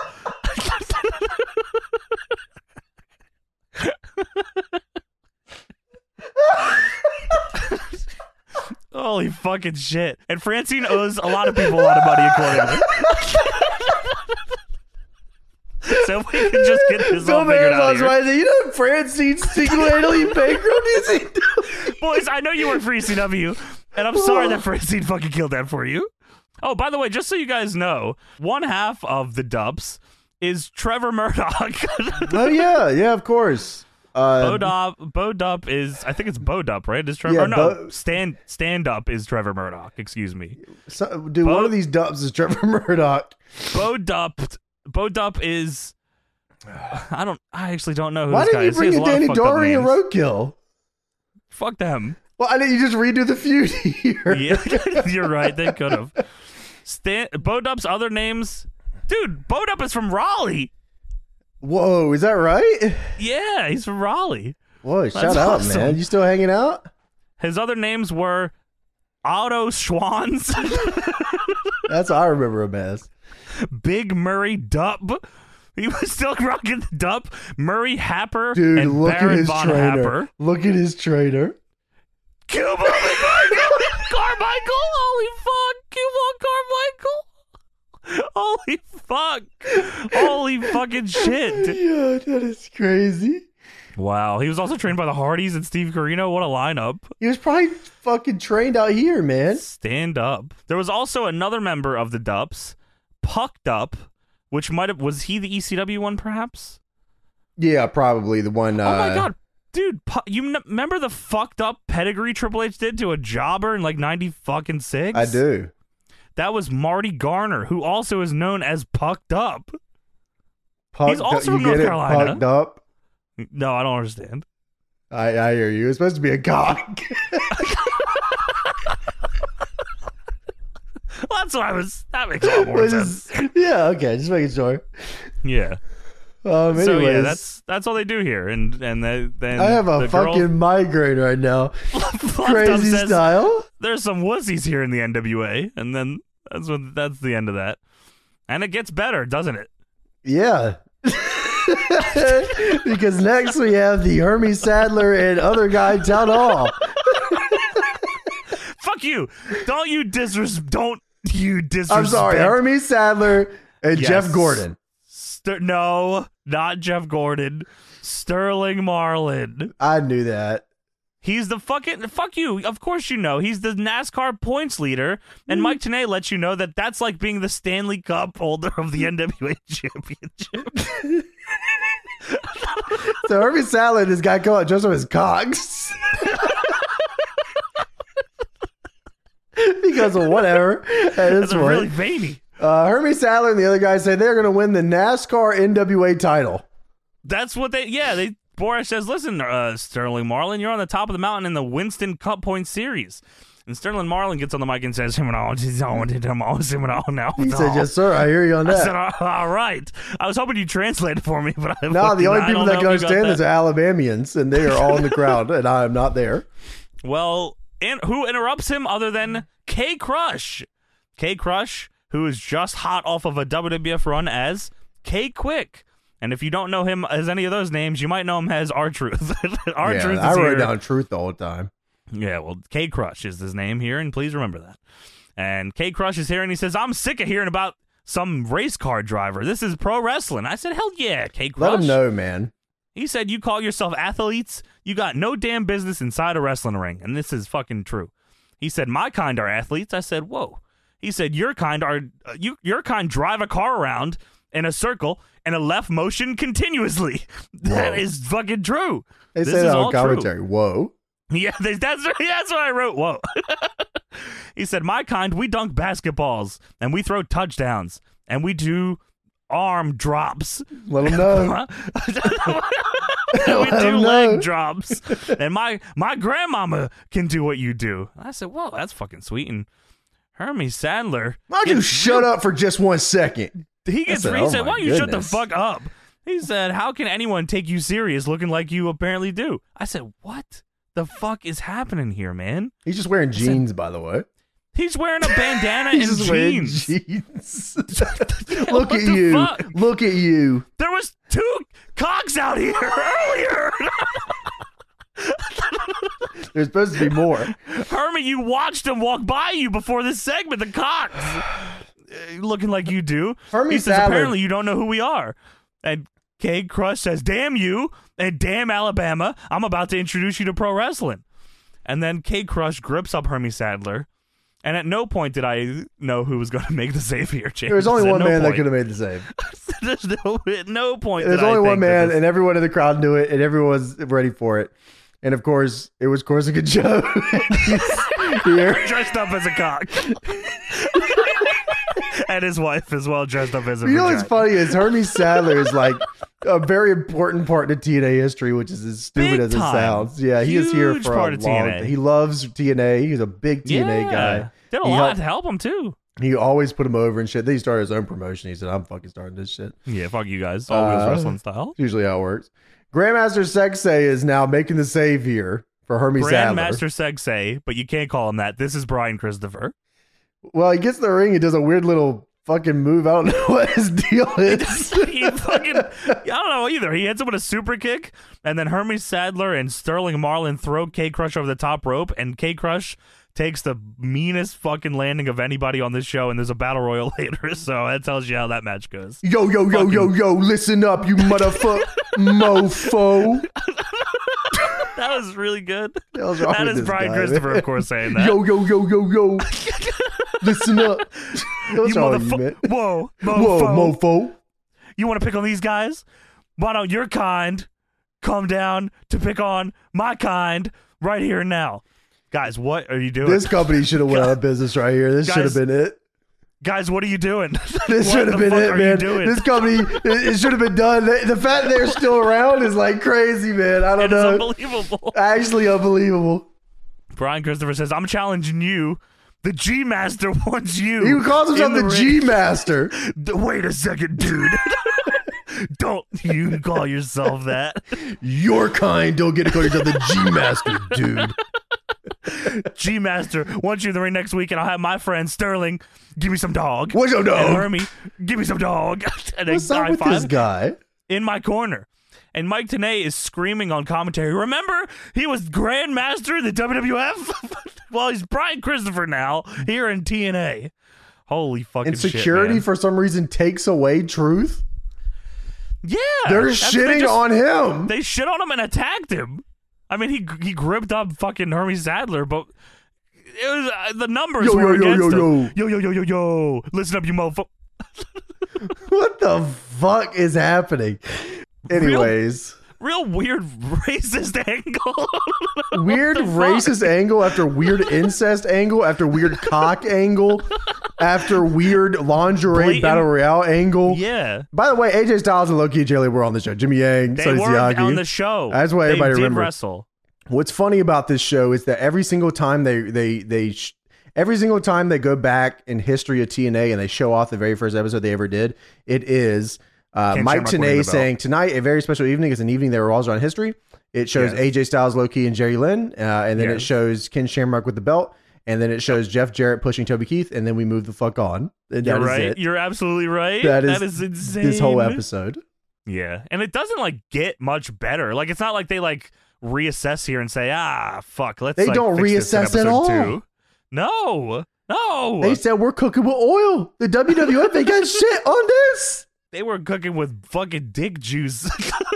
Speaker 2: Holy fucking shit! And Francine owes a lot of people a lot of money, accordingly. [laughs] so if we can just get this all
Speaker 1: Bill
Speaker 2: figured
Speaker 1: Barons
Speaker 2: out
Speaker 1: was
Speaker 2: here.
Speaker 1: right there. You know Francine [laughs] single-handedly bankrupt ECW.
Speaker 2: Boys, I know you work for ECW, and I'm sorry that Francine fucking killed that for you. Oh, by the way, just so you guys know, one half of the dubs is Trevor Murdoch. [laughs]
Speaker 1: Oh, yeah. Yeah, of course. Uh,
Speaker 2: Bodup, Bodup is I think it's Bodup, right? Is Trevor
Speaker 1: Yeah,
Speaker 2: or no
Speaker 1: Bo-
Speaker 2: stand stand up is Trevor Murdoch, excuse me.
Speaker 1: so, dude, one of these dubs is Trevor [laughs] Murdoch.
Speaker 2: Bodup Bodup is [sighs] I don't I actually don't know who
Speaker 1: Why
Speaker 2: this
Speaker 1: didn't
Speaker 2: guy
Speaker 1: you
Speaker 2: is. He
Speaker 1: bring
Speaker 2: has
Speaker 1: in
Speaker 2: a lot of
Speaker 1: Danny
Speaker 2: fucked up
Speaker 1: Dory and
Speaker 2: names.
Speaker 1: Roadkill?
Speaker 2: Fuck them.
Speaker 1: Well, I didn't you just redo the feud [laughs] here?
Speaker 2: Yeah, [laughs] you're right. They could have. Stan Bodup's other names, dude. Bodup is from Raleigh.
Speaker 1: Whoa, is that right?
Speaker 2: Yeah, he's from Raleigh.
Speaker 1: Whoa, shout out,
Speaker 2: awesome.
Speaker 1: man. You still hanging out?
Speaker 2: His other names were Otto Schwanz, [laughs]
Speaker 1: That's what I remember him as.
Speaker 2: Big Murray Dup. He was still rocking the Dup. Murray Happer
Speaker 1: Dude,
Speaker 2: and
Speaker 1: look
Speaker 2: Baron
Speaker 1: at his
Speaker 2: von
Speaker 1: trainer.
Speaker 2: Happer.
Speaker 1: Look at his trainer.
Speaker 2: [laughs] Cuba Carmichael. Carmichael. Holy fuck. Cuba Carmichael. Holy fuck. Holy fucking shit.
Speaker 1: Yeah, that is crazy.
Speaker 2: Wow, he was also trained by the Hardys and Steve Carino. What a lineup!
Speaker 1: He was probably fucking trained out here, man.
Speaker 2: Stand up. There was also another member of the Dups, Pucked Up, which might have was he the ECW E one perhaps?
Speaker 1: Yeah, probably the one. Uh,
Speaker 2: oh my God, Dude, pu- you n- remember the fucked up pedigree Triple H did to a jobber in like ninety fucking six?
Speaker 1: I do.
Speaker 2: That was Marty Garner, who also is known as Pucked Up.
Speaker 1: Pucked
Speaker 2: also
Speaker 1: up.
Speaker 2: from
Speaker 1: you
Speaker 2: North
Speaker 1: get
Speaker 2: Carolina.
Speaker 1: It pucked up.
Speaker 2: No, I don't understand.
Speaker 1: I, I hear you. It's supposed to be a cock. [laughs]
Speaker 2: Well, that's what I was. That makes a lot
Speaker 1: [laughs]
Speaker 2: more
Speaker 1: Which
Speaker 2: sense.
Speaker 1: is- yeah, okay. Just making sure.
Speaker 2: Yeah.
Speaker 1: Um, anyways,
Speaker 2: So yeah, that's that's all they do here, and and the, then
Speaker 1: I have a
Speaker 2: the girl-
Speaker 1: fucking migraine right now.
Speaker 2: Fluff Dove
Speaker 1: Crazy
Speaker 2: says,
Speaker 1: style.
Speaker 2: There's some wussies here in the NWA, and then that's what that's the end of that. And it gets better, doesn't it? [laughs]
Speaker 1: Yeah. because next we have the Hermie Sadler and other guy town
Speaker 2: [laughs]
Speaker 1: hall.
Speaker 2: Fuck you! Don't you disres? Don't you disrespect?
Speaker 1: I'm sorry, Hermie Sadler and
Speaker 2: Yes.
Speaker 1: Jeff Gordon.
Speaker 2: Ster- no, not Jeff Gordon. Sterling Marlin.
Speaker 1: I knew that.
Speaker 2: He's the fucking fuck you. Of course you know. He's the NASCAR points leader, and Mike Tenay lets you know that that's like being the Stanley Cup holder of the NWA [laughs] championship.
Speaker 1: So Hermie Sadler and this guy come out dressed up as Cox. [laughs] because of whatever. At this
Speaker 2: That's
Speaker 1: point.
Speaker 2: really veiny.
Speaker 1: uh, Hermie Sadler and the other guy say they're going to win the NASCAR NWA title.
Speaker 2: That's what they. Yeah, they. Boris says, "Listen, uh, Sterling Marlin, you're on the top of the mountain in the Winston Cup Point Series." And Sterling Marlin gets on the mic and says, "Him and all, just all, did him all, him and all now."
Speaker 1: He said,
Speaker 2: all."
Speaker 1: Yes, sir. I hear you on
Speaker 2: I said,
Speaker 1: that.
Speaker 2: "All- all right. I was hoping you translated for me, but I
Speaker 1: No, the
Speaker 2: fucking-
Speaker 1: only
Speaker 2: I
Speaker 1: people
Speaker 2: don't
Speaker 1: that
Speaker 2: know
Speaker 1: can
Speaker 2: if you got
Speaker 1: understand
Speaker 2: that.
Speaker 1: this are Alabamians, and they are all
Speaker 2: [laughs]
Speaker 1: in the crowd, and I am not there.
Speaker 2: Well, and who interrupts him other than K Crush? K Crush, who is just hot off of a WWF run as K Quick. And if you don't know him as any of those names, you might know him as R [laughs] Truth. R Truth.
Speaker 1: I
Speaker 2: is
Speaker 1: wrote
Speaker 2: here.
Speaker 1: down truth the whole time.
Speaker 2: Yeah, well, K Crush is his name here, and please remember that. And K Crush is here, and he says, "I'm sick of hearing about some race car driver. This is pro wrestling." I said, "Hell yeah, K Crush."
Speaker 1: Let him know, man.
Speaker 2: He said, "You call yourself athletes? You got no damn business inside a wrestling ring." And this is fucking true. He said, "My kind are athletes." I said, "Whoa." He said, "Your kind are uh, you. Your kind drive a car around in a circle in a left motion continuously. [laughs] That is fucking true."
Speaker 1: They
Speaker 2: This
Speaker 1: say
Speaker 2: is
Speaker 1: that
Speaker 2: all
Speaker 1: on
Speaker 2: true.
Speaker 1: commentary. Whoa.
Speaker 2: Yeah, [laughs] th- that's that's what I wrote. Whoa. [laughs] he said, "My kind, we dunk basketballs and we throw touchdowns and we do arm drops.
Speaker 1: Let him
Speaker 2: [laughs]
Speaker 1: know.
Speaker 2: Huh?
Speaker 1: [laughs]
Speaker 2: we
Speaker 1: Let
Speaker 2: do
Speaker 1: 'em Oh. know.
Speaker 2: leg drops. And my my grandmama can do what you do." And I said, "Whoa, that's fucking sweet." And Hermie Sandler,
Speaker 1: Why don't you shut up for just one second? [laughs]
Speaker 2: he gets
Speaker 1: said,
Speaker 2: re- he
Speaker 1: "Oh
Speaker 2: said,
Speaker 1: my
Speaker 2: "Why don't you shut the
Speaker 1: goodness."
Speaker 2: fuck up?" He said, "How can anyone take you serious looking like you apparently do?" I said, "What the fuck is happening here, man?"
Speaker 1: He's just wearing jeans, by the way.
Speaker 2: He's [laughs] wearing a bandana and
Speaker 1: He's just wearing
Speaker 2: jeans.
Speaker 1: [laughs]
Speaker 2: [laughs]
Speaker 1: jeans. Look
Speaker 2: What
Speaker 1: at
Speaker 2: the
Speaker 1: you.
Speaker 2: fuck?
Speaker 1: Look at you.
Speaker 2: There was two cogs out here [laughs] earlier.
Speaker 1: There's supposed to be more.
Speaker 2: Herman, you watched him walk by you before this segment. The cogs, Uh, [sighs] looking like you do.
Speaker 1: Hermie
Speaker 2: he says,
Speaker 1: Sadler.
Speaker 2: apparently you don't know who we are. And K Crush says, "Damn you and damn Alabama! I'm about to introduce you to pro wrestling." And then K Crush grips up Hermie Sadler. And at no point did I know who was going to [laughs] make the save here. James.
Speaker 1: There's only
Speaker 2: At
Speaker 1: one
Speaker 2: no
Speaker 1: man that
Speaker 2: point.
Speaker 1: could have made the save.
Speaker 2: [laughs] There's no at no point.
Speaker 1: There's
Speaker 2: did I
Speaker 1: only one
Speaker 2: think that
Speaker 1: man,
Speaker 2: this-
Speaker 1: and everyone in the crowd knew it, and everyone was ready for it. And of course, it was Corsica [laughs] Joe. He's here.
Speaker 2: dressed up as a cock. [laughs] and his wife as well, dressed up as a
Speaker 1: You know what's
Speaker 2: vagina.
Speaker 1: funny is Hermie Sadler is like a very important part to TNA history, which is as stupid
Speaker 2: Big
Speaker 1: as it
Speaker 2: time.
Speaker 1: sounds. Yeah, he is here
Speaker 2: Huge
Speaker 1: for
Speaker 2: part
Speaker 1: a
Speaker 2: of
Speaker 1: long.
Speaker 2: TNA.
Speaker 1: He loves TNA. He's a big TNA
Speaker 2: yeah.
Speaker 1: guy.
Speaker 2: Did a
Speaker 1: He
Speaker 2: lot
Speaker 1: helped-
Speaker 2: to help him too.
Speaker 1: He always put him over and shit. Then he started his own promotion. He said, "I'm fucking starting this shit."
Speaker 2: Yeah, fuck you guys. Always
Speaker 1: Uh,
Speaker 2: wrestling style.
Speaker 1: It's usually how it works. Grandmaster Sexay is now making the save here for Hermie Sadler.
Speaker 2: Grandmaster Segse, but you can't call him that. This is Brian Christopher.
Speaker 1: Well, he gets in the ring. He does a weird little fucking move. I don't [laughs] know what his deal is.
Speaker 2: [laughs] he fucking I don't know either. He hits him with a super kick, and then Hermes Sadler and Sterling Marlin throw K Crush over the top rope, and K Crush takes the meanest fucking landing of anybody on this show, and there's a battle royal [laughs] later, so that tells you how that match goes.
Speaker 1: Yo, yo, yo, yo, yo! Listen up, you motherfucker, mofo!
Speaker 2: That was really good.
Speaker 1: That was wrong
Speaker 2: That
Speaker 1: with
Speaker 2: is
Speaker 1: Oh, this
Speaker 2: Brian
Speaker 1: guy,
Speaker 2: Christopher,
Speaker 1: man.
Speaker 2: of
Speaker 1: [laughs]
Speaker 2: course, saying that.
Speaker 1: Yo, yo, yo, yo,
Speaker 2: [laughs]
Speaker 1: yo! Listen up! What's wrong with you, man?
Speaker 2: motherfucker! Whoa,
Speaker 1: [laughs]
Speaker 2: mofo.
Speaker 1: Whoa, mofo!
Speaker 2: You want to pick on these guys? Why don't your kind come down to pick on my kind right here and now. Guys, what are you doing?
Speaker 1: This company should have went out of business right here. This should
Speaker 2: Guys,
Speaker 1: have been it.
Speaker 2: Guys, what are you doing? [laughs]
Speaker 1: [laughs] This
Speaker 2: What
Speaker 1: should have
Speaker 2: the
Speaker 1: been
Speaker 2: fuck
Speaker 1: it,
Speaker 2: are you
Speaker 1: man.
Speaker 2: doing?
Speaker 1: This company, it, it should have been done. The, the fact they're still around is like crazy, man. I don't
Speaker 2: It is
Speaker 1: know.
Speaker 2: unbelievable. [laughs]
Speaker 1: Actually, unbelievable.
Speaker 2: Brian Christopher says, I'm challenging you. The G Master [laughs] wants you.
Speaker 1: He calls
Speaker 2: in
Speaker 1: himself the,
Speaker 2: ring."
Speaker 1: G Master.
Speaker 2: D- Wait a
Speaker 1: [laughs]
Speaker 2: second, dude. [laughs] Don't you call yourself that.
Speaker 1: Your kind don't get to call yourself
Speaker 2: [laughs]
Speaker 1: the G Master, dude.
Speaker 2: G Master wants you in the ring next week, and I'll have my friend Sterling give me some dog.
Speaker 1: What's your
Speaker 2: And
Speaker 1: dog?
Speaker 2: Hermie, give me some dog. [laughs] and a
Speaker 1: What's up
Speaker 2: high
Speaker 1: with
Speaker 2: five
Speaker 1: this guy?
Speaker 2: in my corner. And Mike Tanay is screaming on commentary. Remember, he was Grandmaster in the WWF? [laughs] well, he's Brian Christopher now here in TNA. Holy fucking
Speaker 1: And security
Speaker 2: shit, man.
Speaker 1: for some reason takes away truth.
Speaker 2: yeah,
Speaker 1: They're
Speaker 2: that's-
Speaker 1: shitting
Speaker 2: they just-
Speaker 1: on him. [laughs]
Speaker 2: They shit on him and attacked him. I mean, he he gripped up fucking Hermie Sadler, but it was uh, the numbers
Speaker 1: Yo,
Speaker 2: were
Speaker 1: yo, yo,
Speaker 2: against
Speaker 1: yo,
Speaker 2: him. Yo yo yo yo yo! Listen up, you motherfucker.
Speaker 1: What the fuck is happening?
Speaker 2: [laughs]
Speaker 1: Anyways,
Speaker 2: Real weird racist angle.
Speaker 1: weird
Speaker 2: the fuck?
Speaker 1: racist angle after weird incest angle after weird cock angle after weird lingerie
Speaker 2: Blatant-
Speaker 1: battle royale angle.
Speaker 2: yeah.
Speaker 1: By the way, AJ Styles and Loki Jelly were on the show. Jimmy Yang,
Speaker 2: They
Speaker 1: Sonny
Speaker 2: were
Speaker 1: Siaki.
Speaker 2: on the show.
Speaker 1: That's why
Speaker 2: They
Speaker 1: everybody
Speaker 2: did
Speaker 1: remembers.
Speaker 2: wrestle.
Speaker 1: What's funny about this show is that every single time they they they sh- every single time they go back in history of TNA and they show off the very first episode they ever did, it is uh,
Speaker 2: Can't
Speaker 1: Mike
Speaker 2: share my
Speaker 1: Tanay
Speaker 2: Queen
Speaker 1: saying tonight a very special evening is an evening that revolves around history. It shows
Speaker 2: Yes.
Speaker 1: AJ Styles, Low Key, and Jerry Lynn, uh, and then it
Speaker 2: Yes.
Speaker 1: shows Ken Shamrock with the belt, and then it shows Jeff Jarrett pushing Toby Keith, and then we move the fuck on. And that
Speaker 2: You're
Speaker 1: is
Speaker 2: right.
Speaker 1: it.
Speaker 2: You're absolutely right.
Speaker 1: That is
Speaker 2: that is insane.
Speaker 1: This whole episode.
Speaker 2: Yeah, and it doesn't like get much better. Like it's not like they like reassess here and say, ah, fuck, let's.
Speaker 1: They
Speaker 2: like,
Speaker 1: don't
Speaker 2: fix this in
Speaker 1: reassess at
Speaker 2: episode
Speaker 1: all.
Speaker 2: two." No, no,
Speaker 1: They
Speaker 2: they,
Speaker 1: said we're cooking with oil. The WWF ain't got shit on this.
Speaker 2: were cooking with fucking dick juice.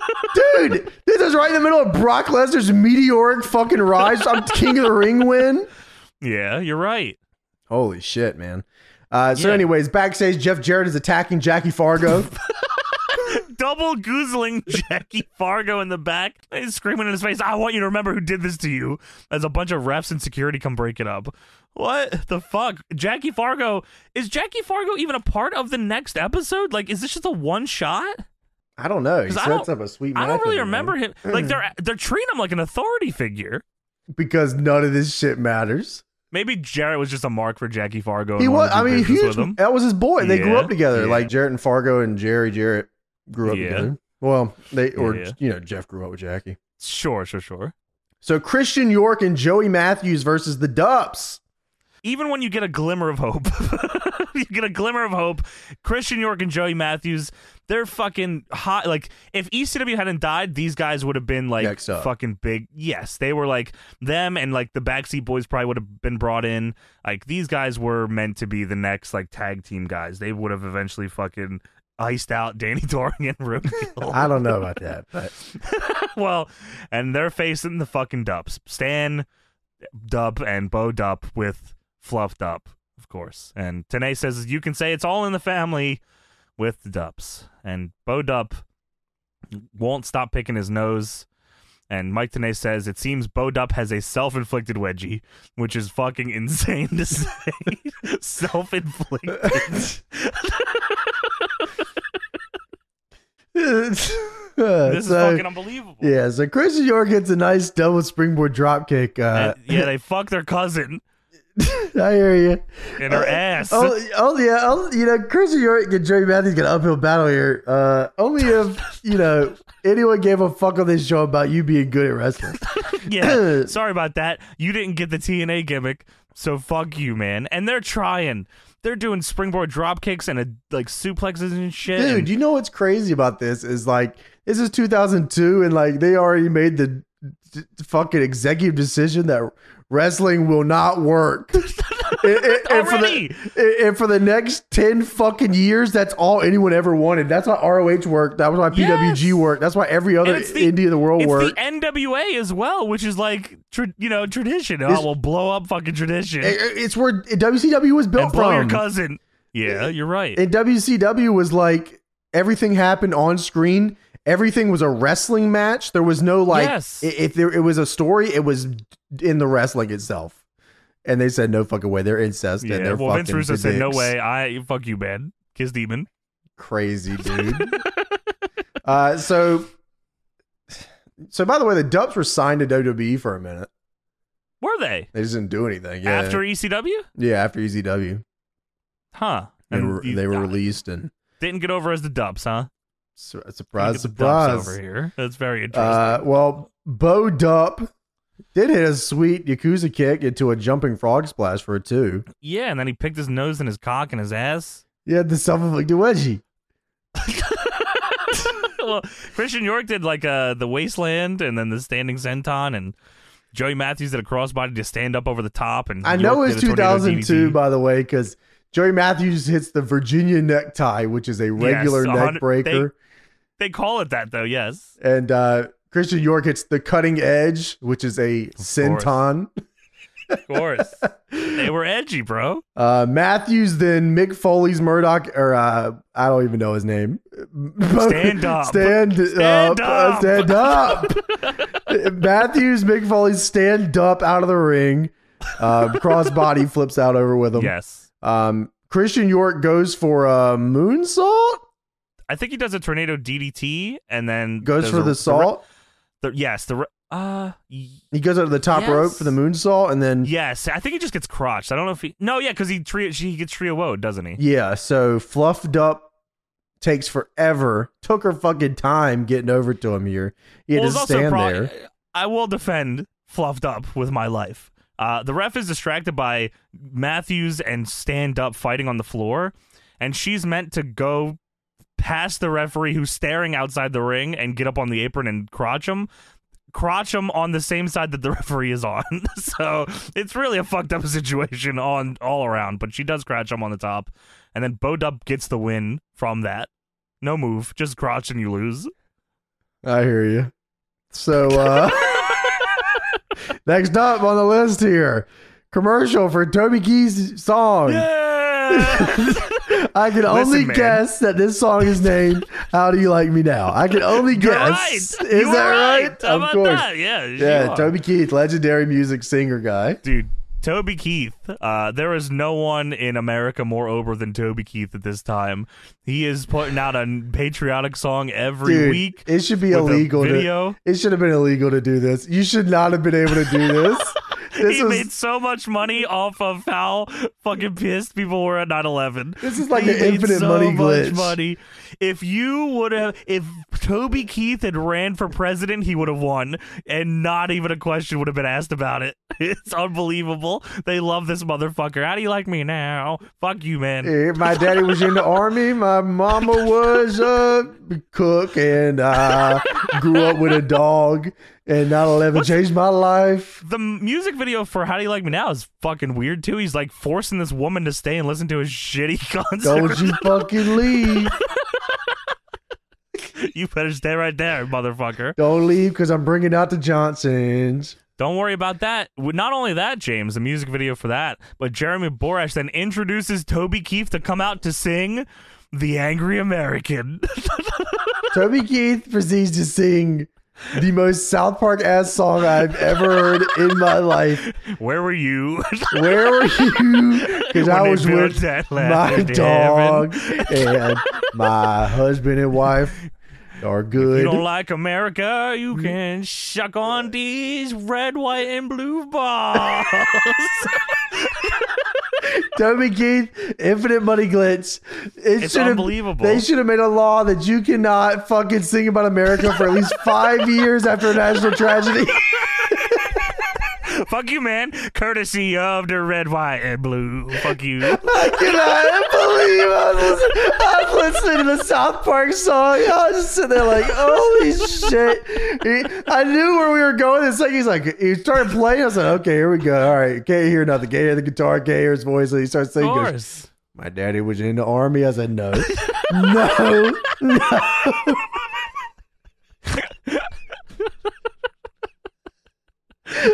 Speaker 2: [laughs]
Speaker 1: Dude, this is right in the middle of Brock Lesnar's meteoric fucking rise. I'm King of the Ring win.
Speaker 2: yeah, you're right.
Speaker 1: Holy shit, man. Uh, so,
Speaker 2: Yeah.
Speaker 1: anyways, backstage, Jeff Jarrett is attacking Jackie Fargo.
Speaker 2: [laughs] Double goozling [laughs] Jackie Fargo in the back, He's screaming in his face. I want you to remember who did this to you. As a bunch of reps and security come break it up. What the fuck, Jackie Fargo? Is Jackie Fargo even a part of the next episode? Like, is this just a one shot?
Speaker 1: I don't know. He
Speaker 2: 'Cause I
Speaker 1: sets
Speaker 2: don't-
Speaker 1: up a sweet.
Speaker 2: I don't
Speaker 1: match
Speaker 2: really
Speaker 1: with him,
Speaker 2: remember
Speaker 1: man. Mm.
Speaker 2: him. Like they're they're treating him like an authority figure.
Speaker 1: because none of this shit matters.
Speaker 2: Maybe Jarrett was just a mark for Jackie Fargo.
Speaker 1: He
Speaker 2: and
Speaker 1: was.
Speaker 2: wanted to
Speaker 1: I
Speaker 2: do
Speaker 1: mean,
Speaker 2: business
Speaker 1: huge.
Speaker 2: with him.
Speaker 1: That was his boy. They grew
Speaker 2: Yeah,
Speaker 1: up together.
Speaker 2: yeah.
Speaker 1: Like Jarrett and Fargo and Jerry Jarrett grew up
Speaker 2: Yeah.
Speaker 1: together. Well, they or
Speaker 2: Yeah.
Speaker 1: you know Jeff grew up with Jackie.
Speaker 2: Sure, sure, sure.
Speaker 1: So Christian York and Joey Matthews versus the Dubs.
Speaker 2: Even when you get a glimmer of hope, [laughs] you get a glimmer of hope. Christian York and Joey Matthews, they're fucking hot. Like if ECW hadn't died, these guys would have been like
Speaker 1: Next up.
Speaker 2: fucking big. Yes, they were like them, and like the Backseat Boys probably would have been brought in. Like these guys were meant to be the next like tag team guys. They would have eventually fucking iced out Danny [laughs] Doring and
Speaker 1: [laughs]
Speaker 2: Reveal.
Speaker 1: I don't know about that, but
Speaker 2: well, and they're facing the fucking Dubs. Stan Dub and Bo Dup with Fluffed Up, of course. And Tanae says, You can say it's all in the family with the Dubs. And Bo Dup won't stop picking his nose. And Mike Tanay says, It seems Bo Dup has a self inflicted wedgie, which is fucking insane to [laughs] say. self inflicted.
Speaker 1: Uh, this
Speaker 2: This is fucking unbelievable.
Speaker 1: Yeah, so Christian York gets a nice double springboard dropkick. Uh,
Speaker 2: And- yeah, they fuck their cousin
Speaker 1: [laughs] I hear you.
Speaker 2: in her
Speaker 1: [laughs]
Speaker 2: ass. [laughs]
Speaker 1: Oh, oh yeah, oh, you know, Christian York and Joey Matthews got an uphill battle here. Uh, only if, you know, anyone gave a fuck on this show about you being good at wrestling. [clears throat]
Speaker 2: yeah, sorry about that. You didn't get the TNA gimmick, so fuck you, man. And they're trying. They're doing springboard drop kicks and uh like suplexes and shit.
Speaker 1: Dude,
Speaker 2: and
Speaker 1: you know what's crazy about this is like, this is 2002, and like, they already made the d- d- fucking executive decision that wrestling will not
Speaker 2: [laughs]
Speaker 1: work. And- and- and for the-
Speaker 2: already,
Speaker 1: And and for the next 10 fucking years, that's all anyone ever wanted. That's why ROH worked. That was why PWG
Speaker 2: Yes.
Speaker 1: worked. That's why every other
Speaker 2: And it's the-
Speaker 1: indie in the world
Speaker 2: it's
Speaker 1: worked.
Speaker 2: the NWA as well, which is like tra- you know tradition.
Speaker 1: This-
Speaker 2: oh, we'll blow up fucking tradition
Speaker 1: It- it- it's where WCW was built
Speaker 2: and blow your
Speaker 1: from.
Speaker 2: cousin. Yeah, you're right.
Speaker 1: and WCW was like everything happened on screen everything was a wrestling match. There was no like
Speaker 2: Yes.
Speaker 1: i- if there it was a story, it was in the wrestling itself. And they said no fucking way. They're incest
Speaker 2: Yeah,
Speaker 1: and they're
Speaker 2: well,
Speaker 1: fucking
Speaker 2: Vince Russo
Speaker 1: to
Speaker 2: said, "No
Speaker 1: dicks."
Speaker 2: way, I fuck you, man, kiss demon." [laughs]
Speaker 1: Crazy dude. uh, so so by the way, the Dubs were signed to WWE for a minute.
Speaker 2: Were they
Speaker 1: They just didn't do anything. Yeah.
Speaker 2: after ECW?
Speaker 1: yeah, after EZW.
Speaker 2: Huh?
Speaker 1: They
Speaker 2: And
Speaker 1: were,
Speaker 2: you-
Speaker 1: they were
Speaker 2: uh,
Speaker 1: released and
Speaker 2: didn't get over as the Dubs, huh?
Speaker 1: sur-
Speaker 2: Didn't
Speaker 1: surprise
Speaker 2: get the Dubs
Speaker 1: surprise.
Speaker 2: over here. That's very interesting.
Speaker 1: Uh, well, Bo Dup did hit a sweet Yakuza kick into a jumping frog splash for a two.
Speaker 2: yeah, and then he picked his nose and his cock and his ass. [laughs]
Speaker 1: He had the self inflicted wedgie.
Speaker 2: well, Christian York did like uh, the Wasteland and then the Standing Senton, and Joey Matthews did a crossbody to stand up over the top. And
Speaker 1: I
Speaker 2: York
Speaker 1: know
Speaker 2: did
Speaker 1: it's
Speaker 2: a tornado
Speaker 1: 2002,
Speaker 2: DDT.
Speaker 1: by the way, because Joey Matthews hits the Virginia necktie, which is a regular
Speaker 2: a
Speaker 1: neck
Speaker 2: hundred-
Speaker 1: breaker.
Speaker 2: they call it that though. Yes,
Speaker 1: And uh, Christian York hits the cutting edge, which is a senton. [laughs]
Speaker 2: of course. they were edgy, bro.
Speaker 1: Uh, Matthews then Mick Foley's Murdoch, or uh, I don't even know his name. [laughs]
Speaker 2: Stand up.
Speaker 1: stand,
Speaker 2: Stand
Speaker 1: up,
Speaker 2: up.
Speaker 1: stand up. [laughs] Matthews Mick Foley's stand up out of the ring. Uh, [laughs] crossbody flips out over with him.
Speaker 2: Yes,
Speaker 1: Um, Christian York goes for a moonsault.
Speaker 2: I think he does a tornado DDT and then
Speaker 1: Goes
Speaker 2: does
Speaker 1: for
Speaker 2: a-
Speaker 1: the salt.
Speaker 2: The, yes, the re- uh. y-
Speaker 1: He goes over the top
Speaker 2: Yes.
Speaker 1: rope for the moonsault, and then
Speaker 2: Yes, I think he just gets crotched. I don't know if he. No, yeah, because he trio, he gets trio woed, doesn't he?
Speaker 1: Yeah, so fluffed up takes forever. Took her fucking time getting over to him here. You had to
Speaker 2: Well, it's also
Speaker 1: stand
Speaker 2: pro-
Speaker 1: there.
Speaker 2: I will defend fluffed up with my life. Uh, the ref is distracted by Matthews and stand up fighting on the floor, and she's meant to go past the referee who's staring outside the ring and get up on the apron and crotch him. Crotch him on the same side that the [laughs] referee is on. so it's really a fucked up [laughs] situation on all around, but she does crotch him on the top. And then Bo Dub gets the win from that. No move, just crotch and
Speaker 1: [laughs]
Speaker 2: you lose.
Speaker 1: I hear you. So
Speaker 2: [laughs]
Speaker 1: uh next up on the list here, commercial for Toby Keith's song.
Speaker 2: Yeah!
Speaker 1: I can only
Speaker 2: man.
Speaker 1: guess that this song is named "How Do You Like Me Now." I can only
Speaker 2: You're
Speaker 1: guess.
Speaker 2: right.
Speaker 1: Is
Speaker 2: You were
Speaker 1: that right?
Speaker 2: How
Speaker 1: of
Speaker 2: about
Speaker 1: course.
Speaker 2: that? Yeah. you
Speaker 1: Yeah,
Speaker 2: are.
Speaker 1: Toby Keith, legendary music singer guy.
Speaker 2: Dude, Toby Keith. Uh, there is no one in America more over than Toby Keith at this time. He is putting out a patriotic song every
Speaker 1: Dude,
Speaker 2: week.
Speaker 1: it should be
Speaker 2: with a
Speaker 1: illegal. To,
Speaker 2: video.
Speaker 1: it should have been illegal to do this. You should not have been able to do
Speaker 2: [laughs]
Speaker 1: this. this
Speaker 2: he
Speaker 1: was
Speaker 2: made so much money off of how fucking pissed people were at 9-11.
Speaker 1: This is like
Speaker 2: he
Speaker 1: an
Speaker 2: made
Speaker 1: infinite
Speaker 2: so
Speaker 1: money
Speaker 2: much
Speaker 1: glitch.
Speaker 2: money. If you would have, if Toby Keith had ran for president, he would have won, and not even a question would have been asked about it. [laughs] It's unbelievable. They love this motherfucker. How do you like me now? Fuck you, man.
Speaker 1: If my daddy was in the army, my mama was a cook, and I grew up with a dog. And 9 11 changed my life.
Speaker 2: the music video for "How Do You Like Me Now" is fucking weird too. He's like forcing this woman to stay and listen to his shitty [laughs] concert.
Speaker 1: Don't you fucking leave.
Speaker 2: you better stay right there, motherfucker.
Speaker 1: Don't leave because I'm bringing out the Johnsons.
Speaker 2: Don't worry about that. W- Not only that, James, the music video for that, but Jeremy Borash then introduces Toby Keith to come out to sing The Angry American. [laughs]
Speaker 1: Toby Keith proceeds to sing the most South Park ass song I've ever heard in my life.
Speaker 2: Where were you? [laughs]
Speaker 1: Where were you? Because
Speaker 2: When
Speaker 1: I
Speaker 2: they
Speaker 1: was
Speaker 2: built
Speaker 1: with
Speaker 2: that
Speaker 1: my
Speaker 2: land to
Speaker 1: dog and my husband and wife are
Speaker 2: you
Speaker 1: good.
Speaker 2: don't like America? You
Speaker 1: Mm-hmm.
Speaker 2: can shuck on these red, white, and blue balls.
Speaker 1: [laughs] Toby Keith, infinite money glitz. It
Speaker 2: It's
Speaker 1: should've-
Speaker 2: unbelievable.
Speaker 1: They should have made a law that you cannot fucking sing about America for at least five years after a national
Speaker 2: [laughs]
Speaker 1: tragedy.
Speaker 2: [laughs] Fuck you, man. Courtesy of the red, white, and blue.
Speaker 1: [laughs]
Speaker 2: Fuck you.
Speaker 1: I cannot believe I was, I was listening to the South Park song. I was just sitting there like, holy shit. He- I knew where we were going. It's like he's like, he started playing. I was like, okay, here we go. All right. Can't hear nothing. Can't hear the guitar. Can't hear his voice. And he starts
Speaker 2: Of
Speaker 1: singing. He goes,
Speaker 2: course.
Speaker 1: My daddy was in the army. I said,
Speaker 2: [laughs]
Speaker 1: no, no, no.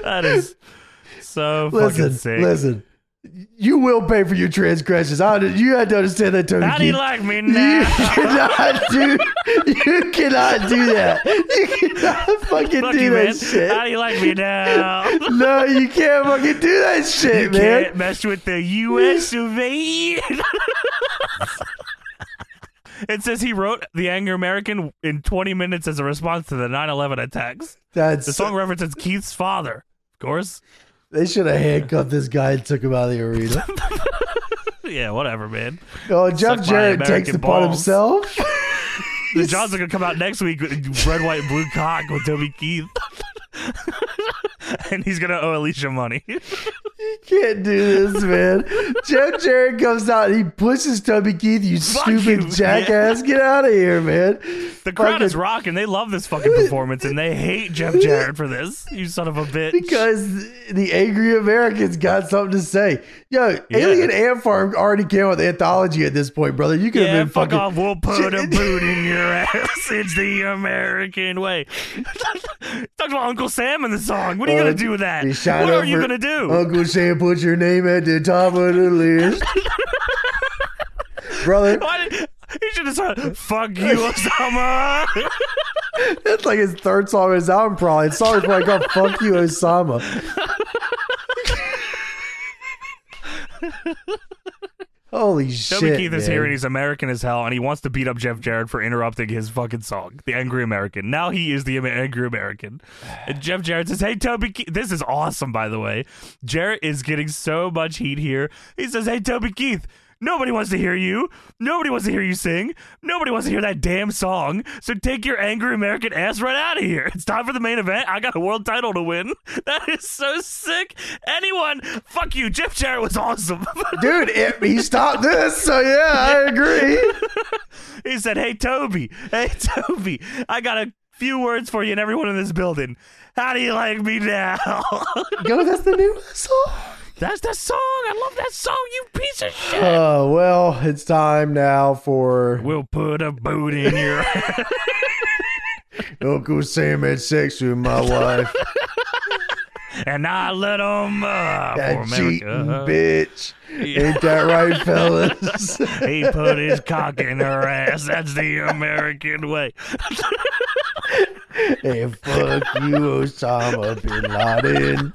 Speaker 2: That is so fucking
Speaker 1: Listen,
Speaker 2: sick.
Speaker 1: listen. You will pay for your transgressions. I, you had to understand that, Tony.
Speaker 2: How do you
Speaker 1: Keith. [laughs]
Speaker 2: like me
Speaker 1: You
Speaker 2: now?
Speaker 1: cannot do. You cannot do that. You
Speaker 2: [laughs]
Speaker 1: cannot fucking
Speaker 2: Fuck
Speaker 1: do
Speaker 2: you,
Speaker 1: that
Speaker 2: man.
Speaker 1: shit.
Speaker 2: How do you like
Speaker 1: [laughs]
Speaker 2: me now? [laughs]
Speaker 1: no, you can't fucking do that shit, man.
Speaker 2: Can't mess with the U.S. of A.
Speaker 1: [laughs]
Speaker 2: It says he wrote The Angry American in 20 minutes as a response to the 9 11 attacks.
Speaker 1: That's
Speaker 2: The song references Keith's father, of course.
Speaker 1: they should
Speaker 2: [laughs]
Speaker 1: have handcuffed this guy and took him out of the arena.
Speaker 2: Yeah, whatever, man.
Speaker 1: Oh,
Speaker 2: Suck
Speaker 1: Jeff
Speaker 2: my
Speaker 1: Jarrett takes
Speaker 2: American
Speaker 1: it upon
Speaker 2: balls.
Speaker 1: himself.
Speaker 2: [laughs] The Johns are gonna come out next week with red, white, and blue cock with Toby Keith, [laughs] and he's gonna owe Alicia money.
Speaker 1: You can't do this, man. Jeff Jarrett comes out and he pushes Toby Keith, you
Speaker 2: Fuck
Speaker 1: stupid
Speaker 2: you,
Speaker 1: jackass. Get out of here, man.
Speaker 2: The crowd
Speaker 1: Fucking-
Speaker 2: is rocking; they love this fucking performance, and they
Speaker 1: [laughs]
Speaker 2: hate Jeff Jarrett for this. You son of a bitch!
Speaker 1: Because the angry Americans got something to say. Yo, Alien Ant Farm already came out with anthology at this point, brother. You could have
Speaker 2: yeah,
Speaker 1: been
Speaker 2: fuck
Speaker 1: fucking
Speaker 2: off. We'll put a boot in your ass. [laughs] It's the American way. [laughs] Talks about Uncle Sam in the song. What are you
Speaker 1: Uh,
Speaker 2: gonna do with that?
Speaker 1: we shot
Speaker 2: What are you
Speaker 1: over-
Speaker 2: gonna do?
Speaker 1: Uncle Sam put your name at the top of the
Speaker 2: [laughs]
Speaker 1: list. Brother,
Speaker 2: Why did, he should have started.
Speaker 1: [laughs]
Speaker 2: Fuck you, Osama.
Speaker 1: that's like his third song on his album, probably. It's always like, oh, fuck you, Osama. Holy shit.
Speaker 2: Toby Keith is
Speaker 1: man.
Speaker 2: here and he's American as hell, and he wants to beat up Jeff Jarrett for interrupting his fucking song, "The Angry American." Now he is the Am- Angry American. And Jeff Jarrett says, "Hey Toby, Keith, this is awesome." By the way, Jarrett is getting so much heat here. He says, "Hey Toby Keith." Nobody wants to hear you. Nobody wants to hear you sing. Nobody wants to hear that damn song. So take your angry American ass right out of here. It's time for the main event. I got a world title to win. [laughs] That is so sick. Anyone, fuck you. Jeff Jarrett was awesome. [laughs]
Speaker 1: Dude, it, he stopped this, so yeah, I agree.
Speaker 2: He said, Hey, Toby. Hey, [laughs] Toby. I got a few words for you and everyone in this building. How do you like me now? [laughs]
Speaker 1: Yo, that's the name of the song.
Speaker 2: That's the song. I love that song, you piece of shit.
Speaker 1: Oh, well, it's time now for
Speaker 2: [laughs] We'll put a boot in your [laughs] ass.
Speaker 1: Uncle Sam had sex with my
Speaker 2: [laughs]
Speaker 1: wife.
Speaker 2: and I let them up for
Speaker 1: That cheating
Speaker 2: America.
Speaker 1: bitch. Ain't that right, fellas?
Speaker 2: [laughs] He put his cock in her ass. That's the American way.
Speaker 1: and fuck you, Osama bin Laden.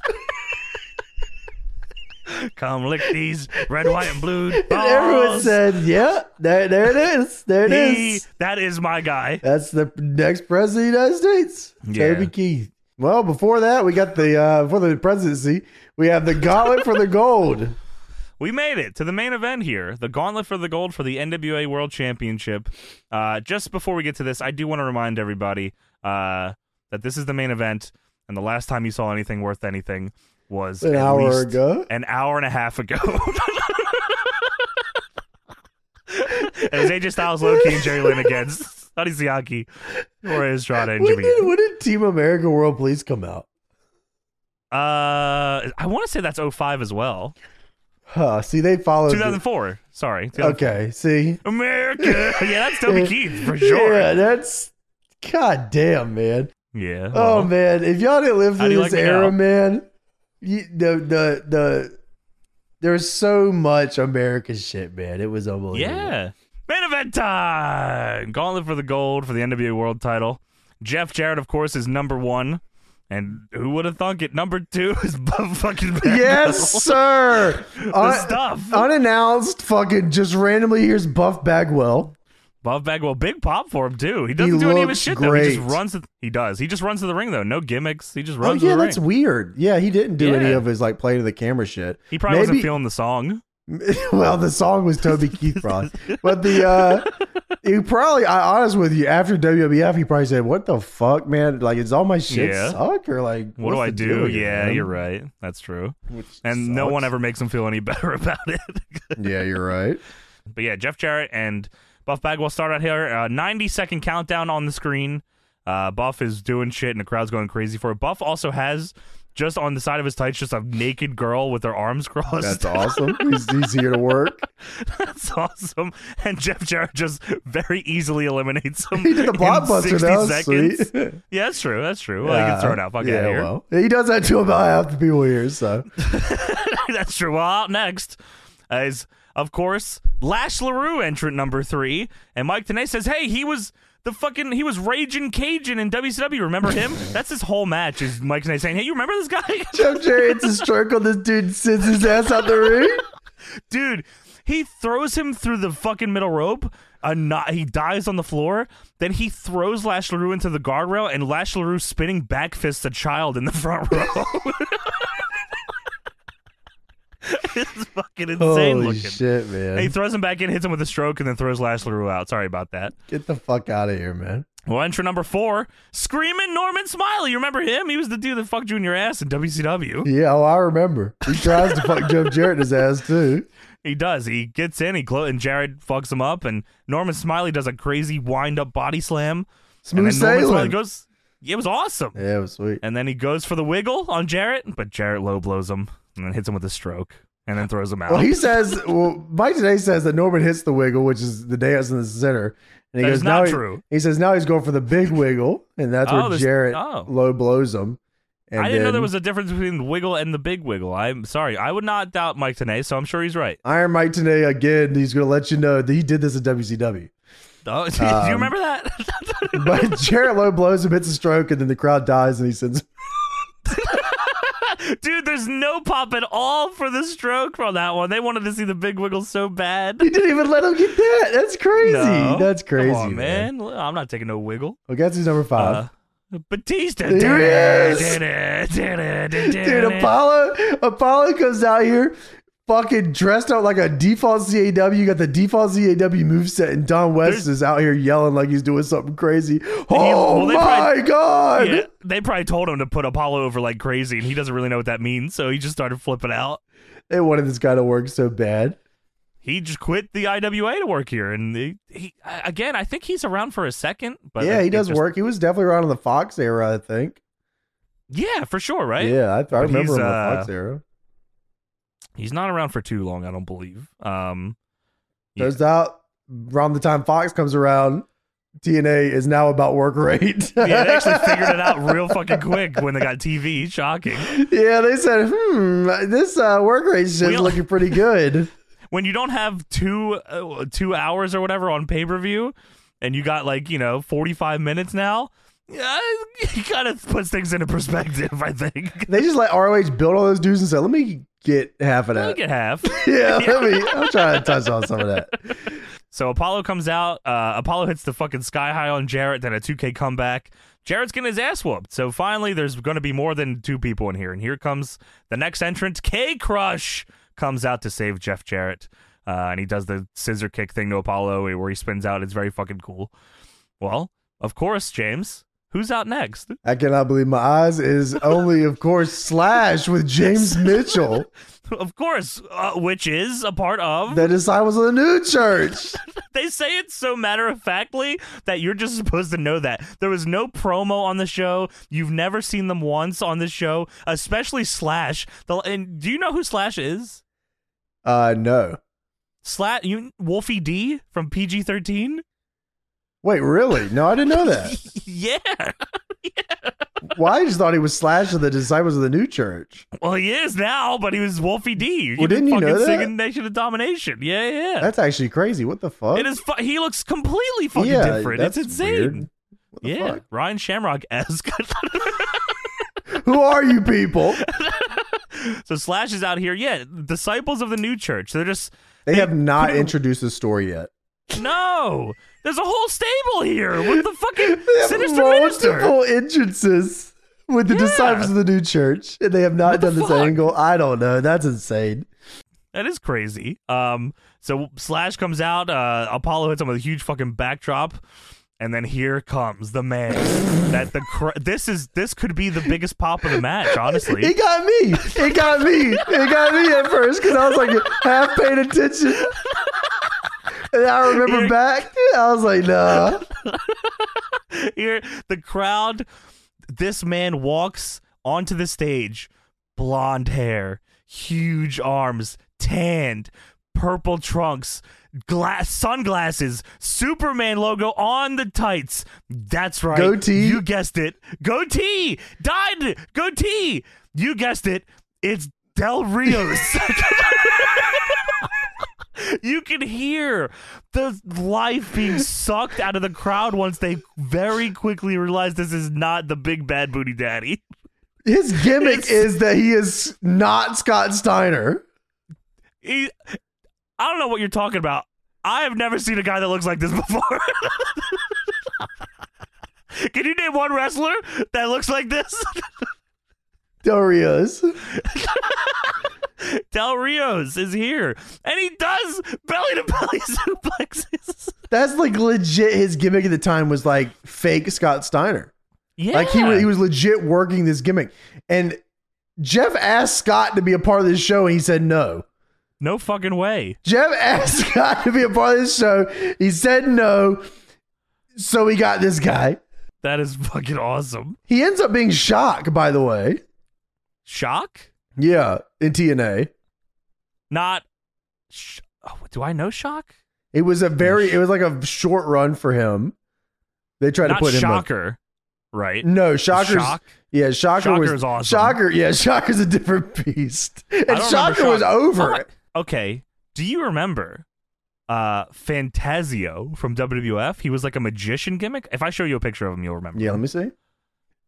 Speaker 2: Come lick these red, white, and [laughs] blue balls.
Speaker 1: And everyone said, yeah, there, there it is. There it is.
Speaker 2: He- that is my guy.
Speaker 1: That's the next president of the United States,
Speaker 2: Yeah.
Speaker 1: Toby Keith. Well, before that, we got the uh, before the presidency, we have the gauntlet for
Speaker 2: [laughs]
Speaker 1: the gold.
Speaker 2: We made it to the main event here, the gauntlet for the gold for the NWA World Championship. Uh, just before we get to this, I do want to remind everybody uh, that this is the main event, and the last time you saw anything worth anything was
Speaker 1: An
Speaker 2: at
Speaker 1: hour
Speaker 2: least
Speaker 1: ago.
Speaker 2: an hour and a half ago. [laughs] it was AJ Styles, Low Key, and Jerry Lynn against Sonny Siaki, Jorge Estrada, and
Speaker 1: When
Speaker 2: Jimmy.
Speaker 1: did,
Speaker 2: Hart.
Speaker 1: when did Team America World Police come out?
Speaker 2: Uh, I want to say that's 05 as well.
Speaker 1: Huh, see, they followed. Oh, the- Oh,
Speaker 2: 2004. Sorry. 2004.
Speaker 1: Okay, see, [laughs]
Speaker 2: America. yeah, that's Toby Keith for sure.
Speaker 1: Yeah, that's god damn, man.
Speaker 2: Yeah.
Speaker 1: Oh
Speaker 2: well,
Speaker 1: man, if y'all didn't live
Speaker 2: How
Speaker 1: through
Speaker 2: do you
Speaker 1: this
Speaker 2: like me
Speaker 1: era,
Speaker 2: now?
Speaker 1: man, you, the the the there's so much American shit, man. It was unbelievable.
Speaker 2: Yeah. Main event time. Gauntlet for the gold for the NWA World Title. Jeff Jarrett, of course, is number one, and who would have thunk it? Number two is [laughs] Bob fucking Backlund.
Speaker 1: Yes,
Speaker 2: [laughs]
Speaker 1: sir.
Speaker 2: The
Speaker 1: Un-
Speaker 2: stuff.
Speaker 1: Unannounced, fucking just randomly here's Buff Bagwell.
Speaker 2: Bob Bagwell, big pop for him too. He doesn't
Speaker 1: He
Speaker 2: do any of his
Speaker 1: looks
Speaker 2: shit though. He just
Speaker 1: great.
Speaker 2: runs. To he does. He just runs to the ring though. No gimmicks. He just runs.
Speaker 1: oh yeah,
Speaker 2: to the
Speaker 1: that's
Speaker 2: ring.
Speaker 1: weird. Yeah, he didn't do any
Speaker 2: Yeah.
Speaker 1: of his like play to the camera shit.
Speaker 2: He probably wasn't
Speaker 1: Maybe-
Speaker 2: feeling the song.
Speaker 1: [laughs] well, the song was Toby Keith Ross, but the uh, he probably. I honest with you, after WWF, he probably said, "What the fuck, man? Like, is all my shit
Speaker 2: Yeah.
Speaker 1: suck or like
Speaker 2: What do I do? yeah,
Speaker 1: you're
Speaker 2: you're
Speaker 1: right.
Speaker 2: right. That's true. And no
Speaker 1: sucks.
Speaker 2: one ever makes him feel any [laughs] better about it.
Speaker 3: Yeah, you're
Speaker 2: [laughs]
Speaker 3: right.
Speaker 2: But yeah, Jeff Jarrett and Buff Bagwell start out here. Uh, 90 second countdown on the screen. Uh, Buff is doing shit and the crowd's going crazy for it. Buff also has just on the side of his tights just a naked girl with her arms [laughs] crossed.
Speaker 3: That's awesome. He's, he's here to work.
Speaker 2: That's awesome. And Jeff Jarrett just very easily eliminates
Speaker 1: [laughs]
Speaker 2: him.
Speaker 1: He did the
Speaker 2: in
Speaker 1: blockbuster.
Speaker 2: 60
Speaker 1: That was
Speaker 2: seconds.
Speaker 1: sweet.
Speaker 2: Yeah, that's true. That's true. Well, he gets thrown out. Fuck
Speaker 1: yeah,
Speaker 2: out here.
Speaker 1: well, he does that to about half the people here. So
Speaker 2: [laughs] That's true. Well, out next uh, is, of course, Lash LaRue entrant number three. And Mike Tanay says, hey, he was The fucking he was raging Cajun in WCW. Remember him? That's his whole match. Is Mike Knight saying, "Hey, you remember this guy, [laughs]
Speaker 1: Jeff Jarrett's a stroke on this dude sends his ass out the ring.
Speaker 2: dude?" He throws him through the fucking middle rope. A knot, he dies on the floor. Then he throws Lash LaRue into the guardrail, and Lash LaRue spinning back fists a child in the front row. [laughs] it's fucking insane
Speaker 1: Holy
Speaker 2: looking.
Speaker 1: shit, man.
Speaker 2: And he throws him back in, hits him with a stroke, and then throws Lash LaRue out. Sorry about that.
Speaker 1: Get the fuck out of here, man.
Speaker 2: Well, entry number four, screaming Norman Smiley. You remember him? He was the dude that fucked Junior ass in WCW.
Speaker 1: Yeah, oh, I remember. He tries to fuck Jeff Jarrett in his ass
Speaker 2: [laughs]
Speaker 1: too.
Speaker 2: He does. He gets in, he clo- and Jared fucks him up, and Norman Smiley does a crazy wind up body slam.
Speaker 1: Smooth
Speaker 2: and then Norman Smiley
Speaker 1: sailing.
Speaker 2: goes. It was awesome.
Speaker 1: Yeah, it was sweet.
Speaker 2: And then he goes for the wiggle on Jarrett, but Jarrett low blows him and then hits him with a stroke and then throws him out.
Speaker 1: Well, he says, well, Mike today says that Norman hits the wiggle, which is the dance in the center. And he
Speaker 2: That
Speaker 1: goes,
Speaker 2: is not
Speaker 1: now he-
Speaker 2: true.
Speaker 1: He, says now he's going for the big wiggle, and that's
Speaker 2: Oh,
Speaker 1: where
Speaker 2: there's-
Speaker 1: Jarrett
Speaker 2: oh.
Speaker 1: low blows him. And
Speaker 2: I didn't
Speaker 1: then
Speaker 2: know there was a difference between the wiggle and the big wiggle. I'm sorry. I would not doubt Mike Tanay, so I'm sure he's right.
Speaker 1: Iron Mike today again. He's going to let you know that he did this at
Speaker 2: [laughs]
Speaker 1: WCW.
Speaker 2: Oh, do
Speaker 1: Um,
Speaker 2: you remember that? [laughs]
Speaker 1: But Jarrett low blows him, hits a stroke, and then the crowd dies, and he sends.
Speaker 2: Dude, there's no pop at all for the stroke from that one. They wanted to see the big wiggle so bad.
Speaker 1: He didn't even let him get that. That's crazy.
Speaker 2: No.
Speaker 1: That's crazy,
Speaker 2: Come on, man. I'm not taking no wiggle.
Speaker 1: Well, that's who's number five.
Speaker 2: Uh, Batista.
Speaker 1: There he is. Dude,
Speaker 2: Dude,
Speaker 1: Apollo Apollo comes out here fucking dressed up like a default CAW, got the default CAW moveset, and Don West
Speaker 2: There's-
Speaker 1: is out here yelling like he's doing something crazy. Oh
Speaker 2: well, they
Speaker 1: my
Speaker 2: probably-
Speaker 1: god!
Speaker 2: Yeah, they probably told him to put Apollo over like crazy, and he doesn't really know what that means, so he just started flipping out.
Speaker 1: They wanted this guy to work so bad.
Speaker 2: He just quit the IWA to work here, and he, he again, I think he's around for a second. But
Speaker 1: yeah, he
Speaker 2: it
Speaker 1: does
Speaker 2: just-
Speaker 1: work. He was definitely around in the Fox era, I think.
Speaker 2: Yeah, for sure, right?
Speaker 1: Yeah, I, I
Speaker 2: But
Speaker 1: remember
Speaker 2: he's,
Speaker 1: him in
Speaker 2: uh,
Speaker 1: the Fox era.
Speaker 2: He's not around for too long, I don't believe. Um, yeah.
Speaker 1: Turns out around the time Fox comes around, TNA is now about work rate.
Speaker 2: yeah, they actually figured it out real fucking quick when they got TV. Shocking.
Speaker 1: [laughs] Yeah, they said, hmm, this uh, work rate shit's
Speaker 2: We-
Speaker 1: looking pretty
Speaker 2: [laughs]
Speaker 1: good.
Speaker 2: When you don't have two uh, two hours or whatever on pay per view, and you got like you know forty five minutes now, yeah, it kind of puts things into perspective. I think.
Speaker 1: They just let ROH build all those dudes and said, let me get half of
Speaker 2: I
Speaker 1: that.
Speaker 2: get half.
Speaker 1: [laughs] yeah, let me. I'm trying to touch on some of that.
Speaker 2: So Apollo comes out. Uh, Apollo hits the fucking sky high on Jarrett, then a 2K comeback. Jarrett's getting his ass whooped. So finally, there's going to be more than two people in here. And here comes the next entrant. K Crush comes out to save Jeff Jarrett. Uh, and he does the scissor kick thing to Apollo where he spins out. It's very fucking cool. Well, of course, James, who's out next? [laughs]
Speaker 1: I cannot believe my eyes It is only, of course, Slash with James Mitchell,
Speaker 2: of course, uh, which is a part of.
Speaker 1: the disciples of the new church.
Speaker 2: They say it so matter of factly that you're just [laughs] supposed to know that. There was no promo on the show. You've never seen them once on the show, especially Slash. The, and do you know who Slash is?
Speaker 1: Uh, no.
Speaker 2: Slash, you Wolfie D from
Speaker 1: [laughs]
Speaker 2: PG thirteen.
Speaker 1: Wait, really? No, I didn't know that.
Speaker 2: Yeah.
Speaker 1: Well, I just thought he was Slash of the disciples of the new church.
Speaker 2: Well, he is now, but he was Wolfie D. He
Speaker 1: Well,
Speaker 2: was
Speaker 1: didn't you
Speaker 2: fucking
Speaker 1: know that?
Speaker 2: singing Nation of Domination. Yeah, yeah.
Speaker 1: That's actually crazy. What the fuck?
Speaker 2: it is. Fu- he looks completely fucking
Speaker 1: Yeah,
Speaker 2: different.
Speaker 1: that's
Speaker 2: It's insane.
Speaker 1: weird. What the
Speaker 2: Yeah,
Speaker 1: fuck?
Speaker 2: Ryan Shamrock esque.
Speaker 1: Who are you people?
Speaker 2: [laughs] so Slash is out here. Yeah, disciples of the new church. They're just
Speaker 1: They have not introduced the story yet.
Speaker 2: No, there's a whole stable here with the
Speaker 1: [laughs]
Speaker 2: fucking
Speaker 1: They have
Speaker 2: sinister
Speaker 1: multiple [laughs]
Speaker 2: minister.
Speaker 1: entrances with the
Speaker 2: Yeah.
Speaker 1: disciples of the new church, and they have not
Speaker 2: the
Speaker 1: done this
Speaker 2: fuck?
Speaker 1: angle. I don't know. That's insane.
Speaker 2: That is crazy. Um, so Slash comes out. Uh, Apollo hits him with a huge fucking backdrop, and then here comes the man. that the cr- this is this could be the biggest pop of the match. Honestly,
Speaker 1: [laughs] It got me. It got me. It got me at first because I was like half paying attention. And I remember
Speaker 2: You're-
Speaker 1: back, I was like, nah.
Speaker 2: [laughs] here the crowd. This man walks onto the stage, blonde hair, huge arms, tanned, purple trunks, glass sunglasses, Superman logo on the tights. That's right.
Speaker 1: Goatee.
Speaker 2: You guessed it. Goatee. Died. Goatee. You guessed it. It's Del Rios. You can hear the
Speaker 1: [laughs]
Speaker 2: life being sucked out of the crowd once they very quickly realize this is not the big bad booty daddy.
Speaker 1: His gimmick
Speaker 2: It's-
Speaker 1: is that he is not Scott Steiner.
Speaker 2: He, I don't know what you're talking about. I have never seen a guy that looks like this [laughs] before. Can you name one wrestler that looks like this? [laughs]
Speaker 1: Darius.
Speaker 2: Del Rios is here, and he does belly to belly [laughs] suplexes.
Speaker 1: That's like legit. His gimmick at the time was like fake Scott Steiner.
Speaker 2: Yeah,
Speaker 1: Like he was, he was legit working this gimmick. And Jeff asked Scott to be a part of this show, and he said no.
Speaker 2: no fucking way.
Speaker 1: Jeff [laughs] asked Scott to be a part of this show. He said no. So we got this guy.
Speaker 2: That is fucking awesome.
Speaker 1: He ends up being shocked, by the way.
Speaker 2: Shock?
Speaker 1: Yeah, in TNA.
Speaker 2: Not. Sh- oh, do I know Shock?
Speaker 1: It was a very, it was like a short run for him. They tried
Speaker 2: Not
Speaker 1: to put him. in-
Speaker 2: Shocker, right?
Speaker 1: No, Shockers.
Speaker 2: Shock.
Speaker 1: Yeah, Shocker
Speaker 2: Shocker
Speaker 1: was
Speaker 2: is awesome.
Speaker 1: Shocker, yeah, [laughs] Shocker's a different beast. And
Speaker 2: remember
Speaker 1: Shocker was
Speaker 2: Shock-
Speaker 1: over.
Speaker 2: Oh, Okay. Do you remember uh Fantasio from WWF? He was like a magician gimmick. If I show you a picture of him, you'll remember.
Speaker 1: Yeah, let me see.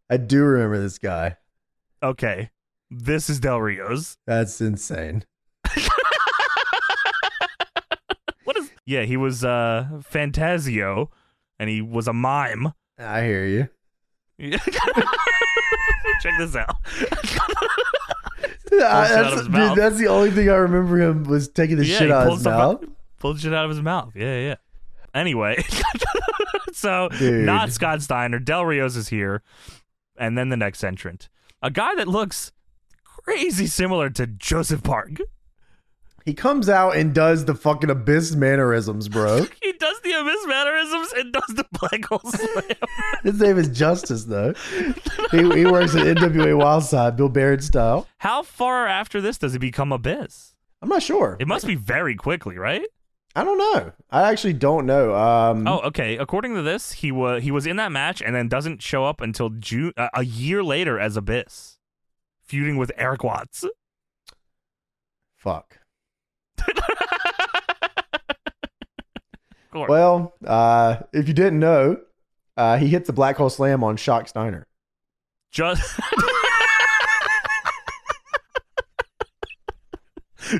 Speaker 1: I do remember this guy.
Speaker 2: Okay. This is Del Rio's.
Speaker 1: That's insane.
Speaker 2: What is Yeah, he was uh Fantasio and he was a mime. [laughs]
Speaker 1: I hear you. [laughs]
Speaker 2: Check this out.
Speaker 1: I-
Speaker 2: out of
Speaker 1: that's,
Speaker 2: his
Speaker 1: dude,
Speaker 2: mouth.
Speaker 1: that's the only thing I remember him was taking the
Speaker 2: Yeah,
Speaker 1: shit
Speaker 2: he
Speaker 1: out of
Speaker 2: pulls
Speaker 1: his
Speaker 2: the fu-
Speaker 1: mouth.
Speaker 2: Pulled shit out of his mouth. Yeah, yeah. Anyway, [laughs] so
Speaker 1: Dude.
Speaker 2: not Scott Steiner. Del Rios is here, and then the next entrant, a guy that looks crazy similar to Joseph Park.
Speaker 1: He comes out and does the fucking abyss mannerisms,
Speaker 2: [laughs]
Speaker 1: bro.
Speaker 2: He does the Abyss mannerisms and does the black hole slam. [laughs]
Speaker 1: his name is Justice, though. He, he works at NWA Wildside, Bill Barrett style.
Speaker 2: How far after this does it become Abyss?
Speaker 1: I'm not sure.
Speaker 2: It must be very quickly, right?
Speaker 1: I don't know. I actually don't know. Um,
Speaker 2: Oh, okay. According to this, he was he was in that match and then doesn't show up until June uh, a year later as Abyss, feuding with Eric Watts.
Speaker 1: Fuck.
Speaker 2: course.
Speaker 1: Well, uh, if you didn't know, uh, he hits the black hole slam on Shock Steiner.
Speaker 2: Just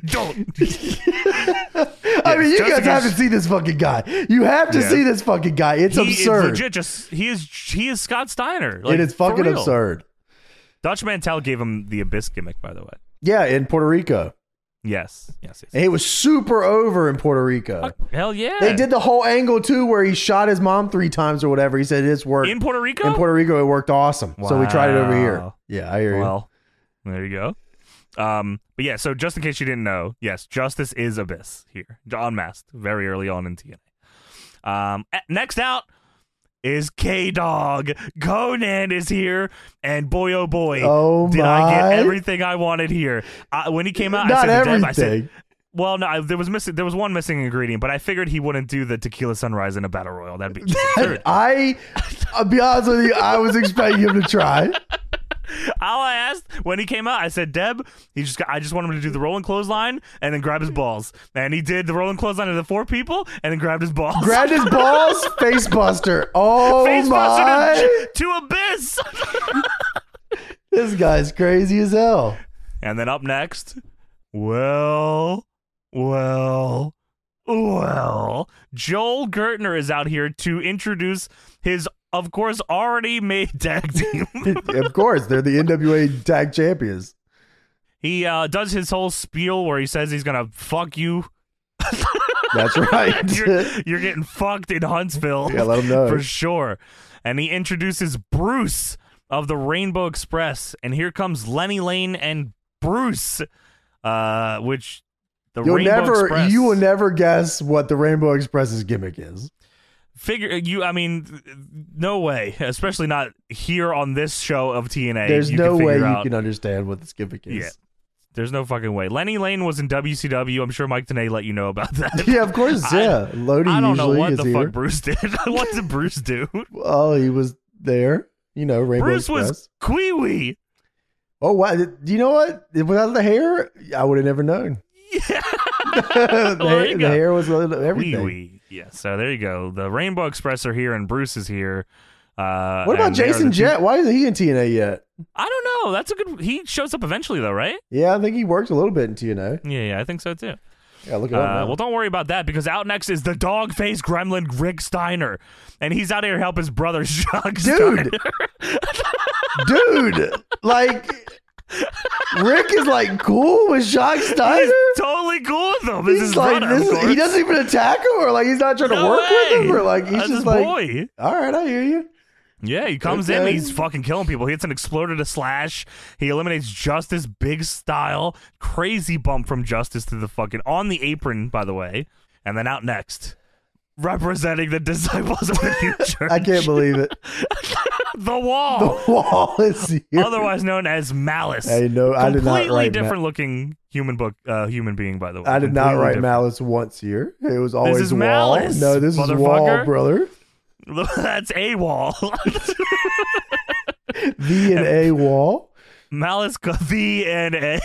Speaker 2: don't.
Speaker 1: I mean, you
Speaker 2: just
Speaker 1: guys have
Speaker 2: because-
Speaker 1: to see this fucking guy. You have to
Speaker 2: Yeah.
Speaker 1: see this fucking guy. [laughs] It's
Speaker 2: he
Speaker 1: absurd.
Speaker 2: Is legit. Just he is he is Scott Steiner. Like,
Speaker 1: it is
Speaker 2: for
Speaker 1: fucking
Speaker 2: real.
Speaker 1: absurd.
Speaker 2: Dutch Mantel gave him the abyss gimmick, by the way.
Speaker 1: Yeah, in Puerto Rico.
Speaker 2: Yes, yes, yes.
Speaker 1: And he was super over in Puerto Rico.
Speaker 2: Fuck, hell yeah!
Speaker 1: They did the whole angle too where he shot his mom three times or whatever. He said it's worked.
Speaker 2: in Puerto Rico.
Speaker 1: In Puerto Rico, it worked awesome. So we tried it over here.
Speaker 2: Wow.
Speaker 1: Yeah, I hear you.
Speaker 2: well, there you go. Um, but yeah. So just in case you didn't know, yes, Justice is Abyss here, John Mast, very early on in TNA. Um, a- next out is K Dog. Conan is here, and boy, oh boy,
Speaker 1: Oh
Speaker 2: did
Speaker 1: my.
Speaker 2: I get everything I wanted here? I, when he came out, I
Speaker 1: Not
Speaker 2: said to Deb, I said,
Speaker 1: everything.
Speaker 2: well, no, I, there was missing. There was one missing ingredient, but I figured he wouldn't do the tequila sunrise in a battle royal. That'd
Speaker 1: [laughs]
Speaker 2: be absurd.
Speaker 1: I, I'll be honest with you, I was expecting him to try.
Speaker 2: All I asked when he came out, I said, "Deb, he just. Got, I just want him to do the rolling clothesline and then grab his balls." And he did the rolling clothesline to the four people and then grabbed his balls.
Speaker 1: Grabbed his balls, face buster. Oh
Speaker 2: [laughs] Face
Speaker 1: my!
Speaker 2: busted to, to abyss. [laughs]
Speaker 1: This guy's crazy as hell.
Speaker 2: and then up next, well, well, well, Joel Gertner is out here to introduce his, of course, already made [laughs] tag team.
Speaker 1: of course, they're the NWA tag champions.
Speaker 2: He uh, does his whole spiel where he says he's gonna fuck you. [laughs]
Speaker 1: That's right.
Speaker 2: You're, you're getting fucked in Huntsville.
Speaker 1: [laughs] Yeah, let 'em know.
Speaker 2: for sure. And he introduces Bruce of the Rainbow Express, and here comes Lenny Lane and Bruce, uh, which the
Speaker 1: You'll
Speaker 2: Rainbow
Speaker 1: never,
Speaker 2: Express
Speaker 1: you will never guess what the Rainbow Express's gimmick is.
Speaker 2: figure you. I mean, no way, especially not here on this show of TNA.
Speaker 1: There's
Speaker 2: you
Speaker 1: no
Speaker 2: can
Speaker 1: way
Speaker 2: figure
Speaker 1: you
Speaker 2: out.
Speaker 1: can understand what this gimmick is.
Speaker 2: There's no fucking way. Lenny Lane was in WCW. I'm sure Mike Tanay let you know about that.
Speaker 1: [laughs] Yeah, of course.
Speaker 2: I-
Speaker 1: Yeah, Lodi
Speaker 2: I don't know
Speaker 1: usually
Speaker 2: what
Speaker 1: is
Speaker 2: the
Speaker 1: here.
Speaker 2: fuck Bruce did. [laughs] what did Bruce do?
Speaker 1: Oh, he was there. You know, Rainbow
Speaker 2: Bruce
Speaker 1: Express.
Speaker 2: was Queewee.
Speaker 1: Oh wow! You know what? Without the hair, I would have never known.
Speaker 2: [laughs] Yeah.
Speaker 1: [laughs] the,
Speaker 2: There you
Speaker 1: hair- the
Speaker 2: go.
Speaker 1: hair was
Speaker 2: Wee
Speaker 1: everything.
Speaker 2: wee. Yeah. So there you go. The Rainbow Express are here, and Bruce is here. Uh,
Speaker 1: What about
Speaker 2: and they are
Speaker 1: Jason
Speaker 2: the two-
Speaker 1: Jet? Why isn't he in TNA yet?
Speaker 2: I don't know. That's a good. He shows up eventually, though, right?
Speaker 1: Yeah, I think he worked a little bit in TNA.
Speaker 2: Yeah, yeah, I think so too.
Speaker 1: Yeah, look it up.
Speaker 2: Uh,
Speaker 1: now.
Speaker 2: well, don't worry about that because out next is the dog faced gremlin Rick Steiner, and he's out here to help his brother [laughs] Chuck. Steiner.
Speaker 1: dude,
Speaker 2: [laughs]
Speaker 1: dude, like Rick is like cool with Shock Steiner.
Speaker 2: he's totally cool with him. This
Speaker 1: He's
Speaker 2: is
Speaker 1: like,
Speaker 2: brother,
Speaker 1: this
Speaker 2: of
Speaker 1: is-
Speaker 2: course.
Speaker 1: he doesn't even attack him, or like he's not trying to
Speaker 2: No
Speaker 1: work with
Speaker 2: way.
Speaker 1: him, or like he's
Speaker 2: That's his
Speaker 1: just like,
Speaker 2: boy.
Speaker 1: all right, I hear you.
Speaker 2: Yeah, he comes in
Speaker 1: Okay.
Speaker 2: and he's fucking killing people. He hits an exploder to Slash. He eliminates Justice big style. Crazy bump from Justice to the fucking on the apron, by the way. And then out next, representing the [laughs] disciples of the future,
Speaker 1: I can't believe
Speaker 2: [laughs]
Speaker 1: it.
Speaker 2: the wall,
Speaker 1: Wall is here.
Speaker 2: Oh. otherwise known as Malice.
Speaker 1: I know. I did not
Speaker 2: Completely
Speaker 1: write. ma-
Speaker 2: different looking human book, uh, human being, by the way.
Speaker 1: I did not
Speaker 2: Completely
Speaker 1: write
Speaker 2: different.
Speaker 1: malice once here. It was always
Speaker 2: is
Speaker 1: wall.
Speaker 2: malice,
Speaker 1: no, this is
Speaker 2: motherfucker.
Speaker 1: wall, brother.
Speaker 2: [laughs] That's a wall. [laughs]
Speaker 1: V and A wall.
Speaker 2: Malice [laughs] co- the and a.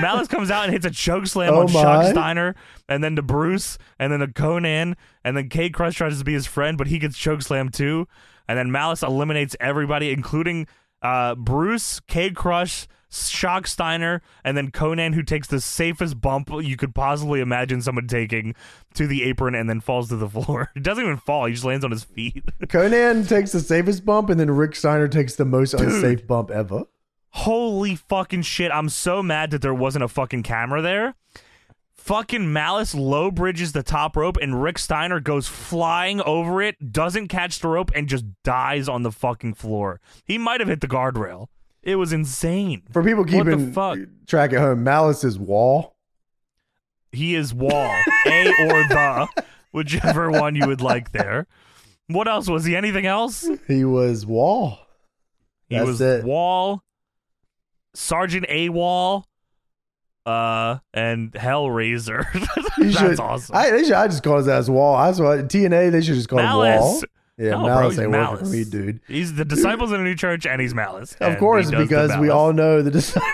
Speaker 2: Malice comes out and hits a choke slam
Speaker 1: Oh
Speaker 2: on Chuck
Speaker 1: my.
Speaker 2: Steiner, and then to Bruce, and then to Conan, and then K Crush tries to be his friend, but he gets choke slammed too, and then Malice eliminates everybody, including uh, Bruce, K Crush, Shock Steiner, and then Conan, who takes the safest bump you could possibly imagine someone taking to the apron, and then falls to the [laughs] floor. It doesn't even fall; he just lands on his feet.
Speaker 1: Conan takes the safest bump, and then Rick Steiner takes the most unsafe bump ever.
Speaker 2: Holy fucking shit. I'm so mad that there wasn't a fucking camera there. Fucking Malice low bridges the top rope and Rick Steiner goes flying over it, doesn't catch the rope, and just dies on the fucking floor. He might have hit the guardrail. It was insane.
Speaker 1: For people
Speaker 2: What the
Speaker 1: keeping
Speaker 2: fuck?
Speaker 1: track at home, malice is wall.
Speaker 2: He is wall, A or the, whichever one you would like there. What else? Was he anything else?
Speaker 1: He was wall.
Speaker 2: He
Speaker 1: That's
Speaker 2: was
Speaker 1: it.
Speaker 2: Wall, Sergeant A Wall, uh, and Hellraiser. [laughs]
Speaker 1: You
Speaker 2: That's
Speaker 1: should-
Speaker 2: awesome.
Speaker 1: I, they should, I just call his ass wall. I swear, at TNA, they should just call him wall.
Speaker 2: Malice.
Speaker 1: Yeah,
Speaker 2: No, bro,
Speaker 1: malice
Speaker 2: he's
Speaker 1: ain't working
Speaker 2: Malice.
Speaker 1: for me, dude.
Speaker 2: He's the disciples in a new church, and he's malice. And
Speaker 1: Of
Speaker 2: he
Speaker 1: course,
Speaker 2: does the
Speaker 1: because we
Speaker 2: malice.
Speaker 1: all know the disciples.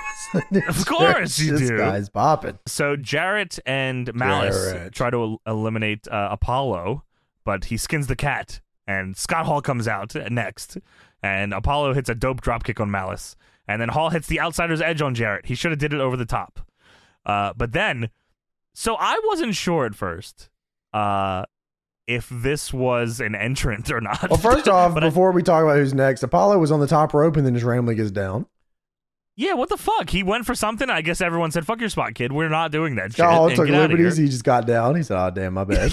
Speaker 2: Of course you
Speaker 1: this
Speaker 2: do.
Speaker 1: guy's popping.
Speaker 2: So Jarrett and Malice
Speaker 1: Jarrett.
Speaker 2: try to el- eliminate uh, Apollo, but he skins the cat, and Scott Hall comes out next, and Apollo hits a dope dropkick on Malice, and then Hall hits the outsider's edge on Jarrett. He should have did it over the top, uh, but then, so I wasn't sure at first. Uh, if this was an entrant or not. [laughs]
Speaker 1: Well, first off,
Speaker 2: But I-
Speaker 1: before we talk about who's next, Apollo was on the top rope and then just randomly gets down.
Speaker 2: Yeah, what the fuck? He went for something. I guess everyone said, "Fuck your spot, kid. We're not doing that shit."
Speaker 1: Scott Hall
Speaker 2: and
Speaker 1: took
Speaker 2: get outta here."
Speaker 1: liberties. He just got down. He said, "Oh damn, my
Speaker 2: [laughs]
Speaker 1: bad."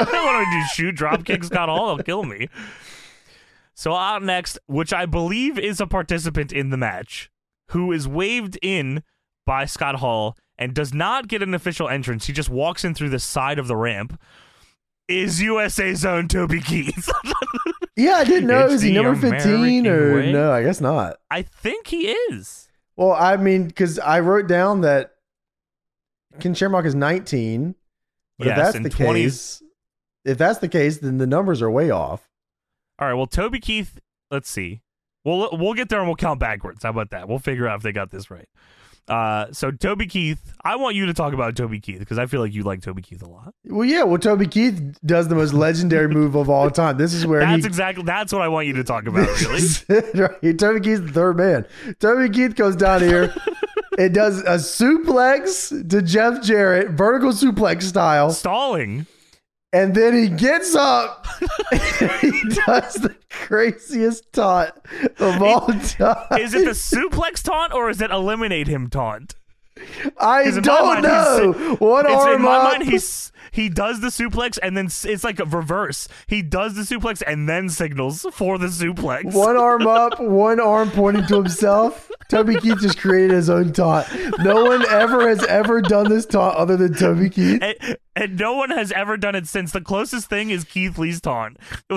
Speaker 2: I don't want to do shoot drop kicks, Scott Hall. They'll kill me. So out next, which I believe is a participant in the match, who is waved in by Scott Hall and does not get an official entrance. He just walks in through the side of the ramp. Is USA Zone Toby Keith? [laughs]
Speaker 1: yeah, I didn't know.
Speaker 2: It's
Speaker 1: Is he
Speaker 2: the
Speaker 1: number fifteen or
Speaker 2: American way.
Speaker 1: no? I guess not.
Speaker 2: I think he is.
Speaker 1: Well, I mean, because I wrote down that Ken Shamrock is 19. But
Speaker 2: Yes,
Speaker 1: if that's
Speaker 2: and
Speaker 1: the
Speaker 2: 20
Speaker 1: case, if that's the case, then the numbers are way off.
Speaker 2: All right. Well, Toby Keith. Let's see. We'll we'll get there and we'll count backwards. How about that? We'll figure out if they got this right. Uh, so Toby Keith. I want you to talk about Toby Keith because I feel like you like Toby Keith a lot.
Speaker 1: Well, yeah. Well, Toby Keith does the most legendary
Speaker 2: [laughs]
Speaker 1: move of all time. This is where [laughs]
Speaker 2: That's
Speaker 1: he.
Speaker 2: exactly. That's what I want you to talk about. Really.
Speaker 1: [laughs] right. here. Toby Keith's the third man. Toby Keith goes down
Speaker 2: [laughs]
Speaker 1: here. it does a suplex to Jeff Jarrett, vertical suplex style.
Speaker 2: Stalling.
Speaker 1: And then he gets up. [laughs] and he does the craziest taunt of all time.
Speaker 2: Is it the suplex taunt or is it eliminate him taunt?
Speaker 1: I
Speaker 2: 'Cause in my
Speaker 1: don't
Speaker 2: mind, he's-
Speaker 1: know. What
Speaker 2: It's
Speaker 1: arm
Speaker 2: in my
Speaker 1: up?
Speaker 2: mind. He's he does the suplex and then s- it's like a reverse. He does the suplex and then signals for the suplex.
Speaker 1: one arm up, one arm pointing to himself. Toby Keith just created his own taunt. No one ever has ever done this taunt other than Toby Keith.
Speaker 2: and, and no one has ever done it since. The closest thing is Keith Lee's taunt. [laughs]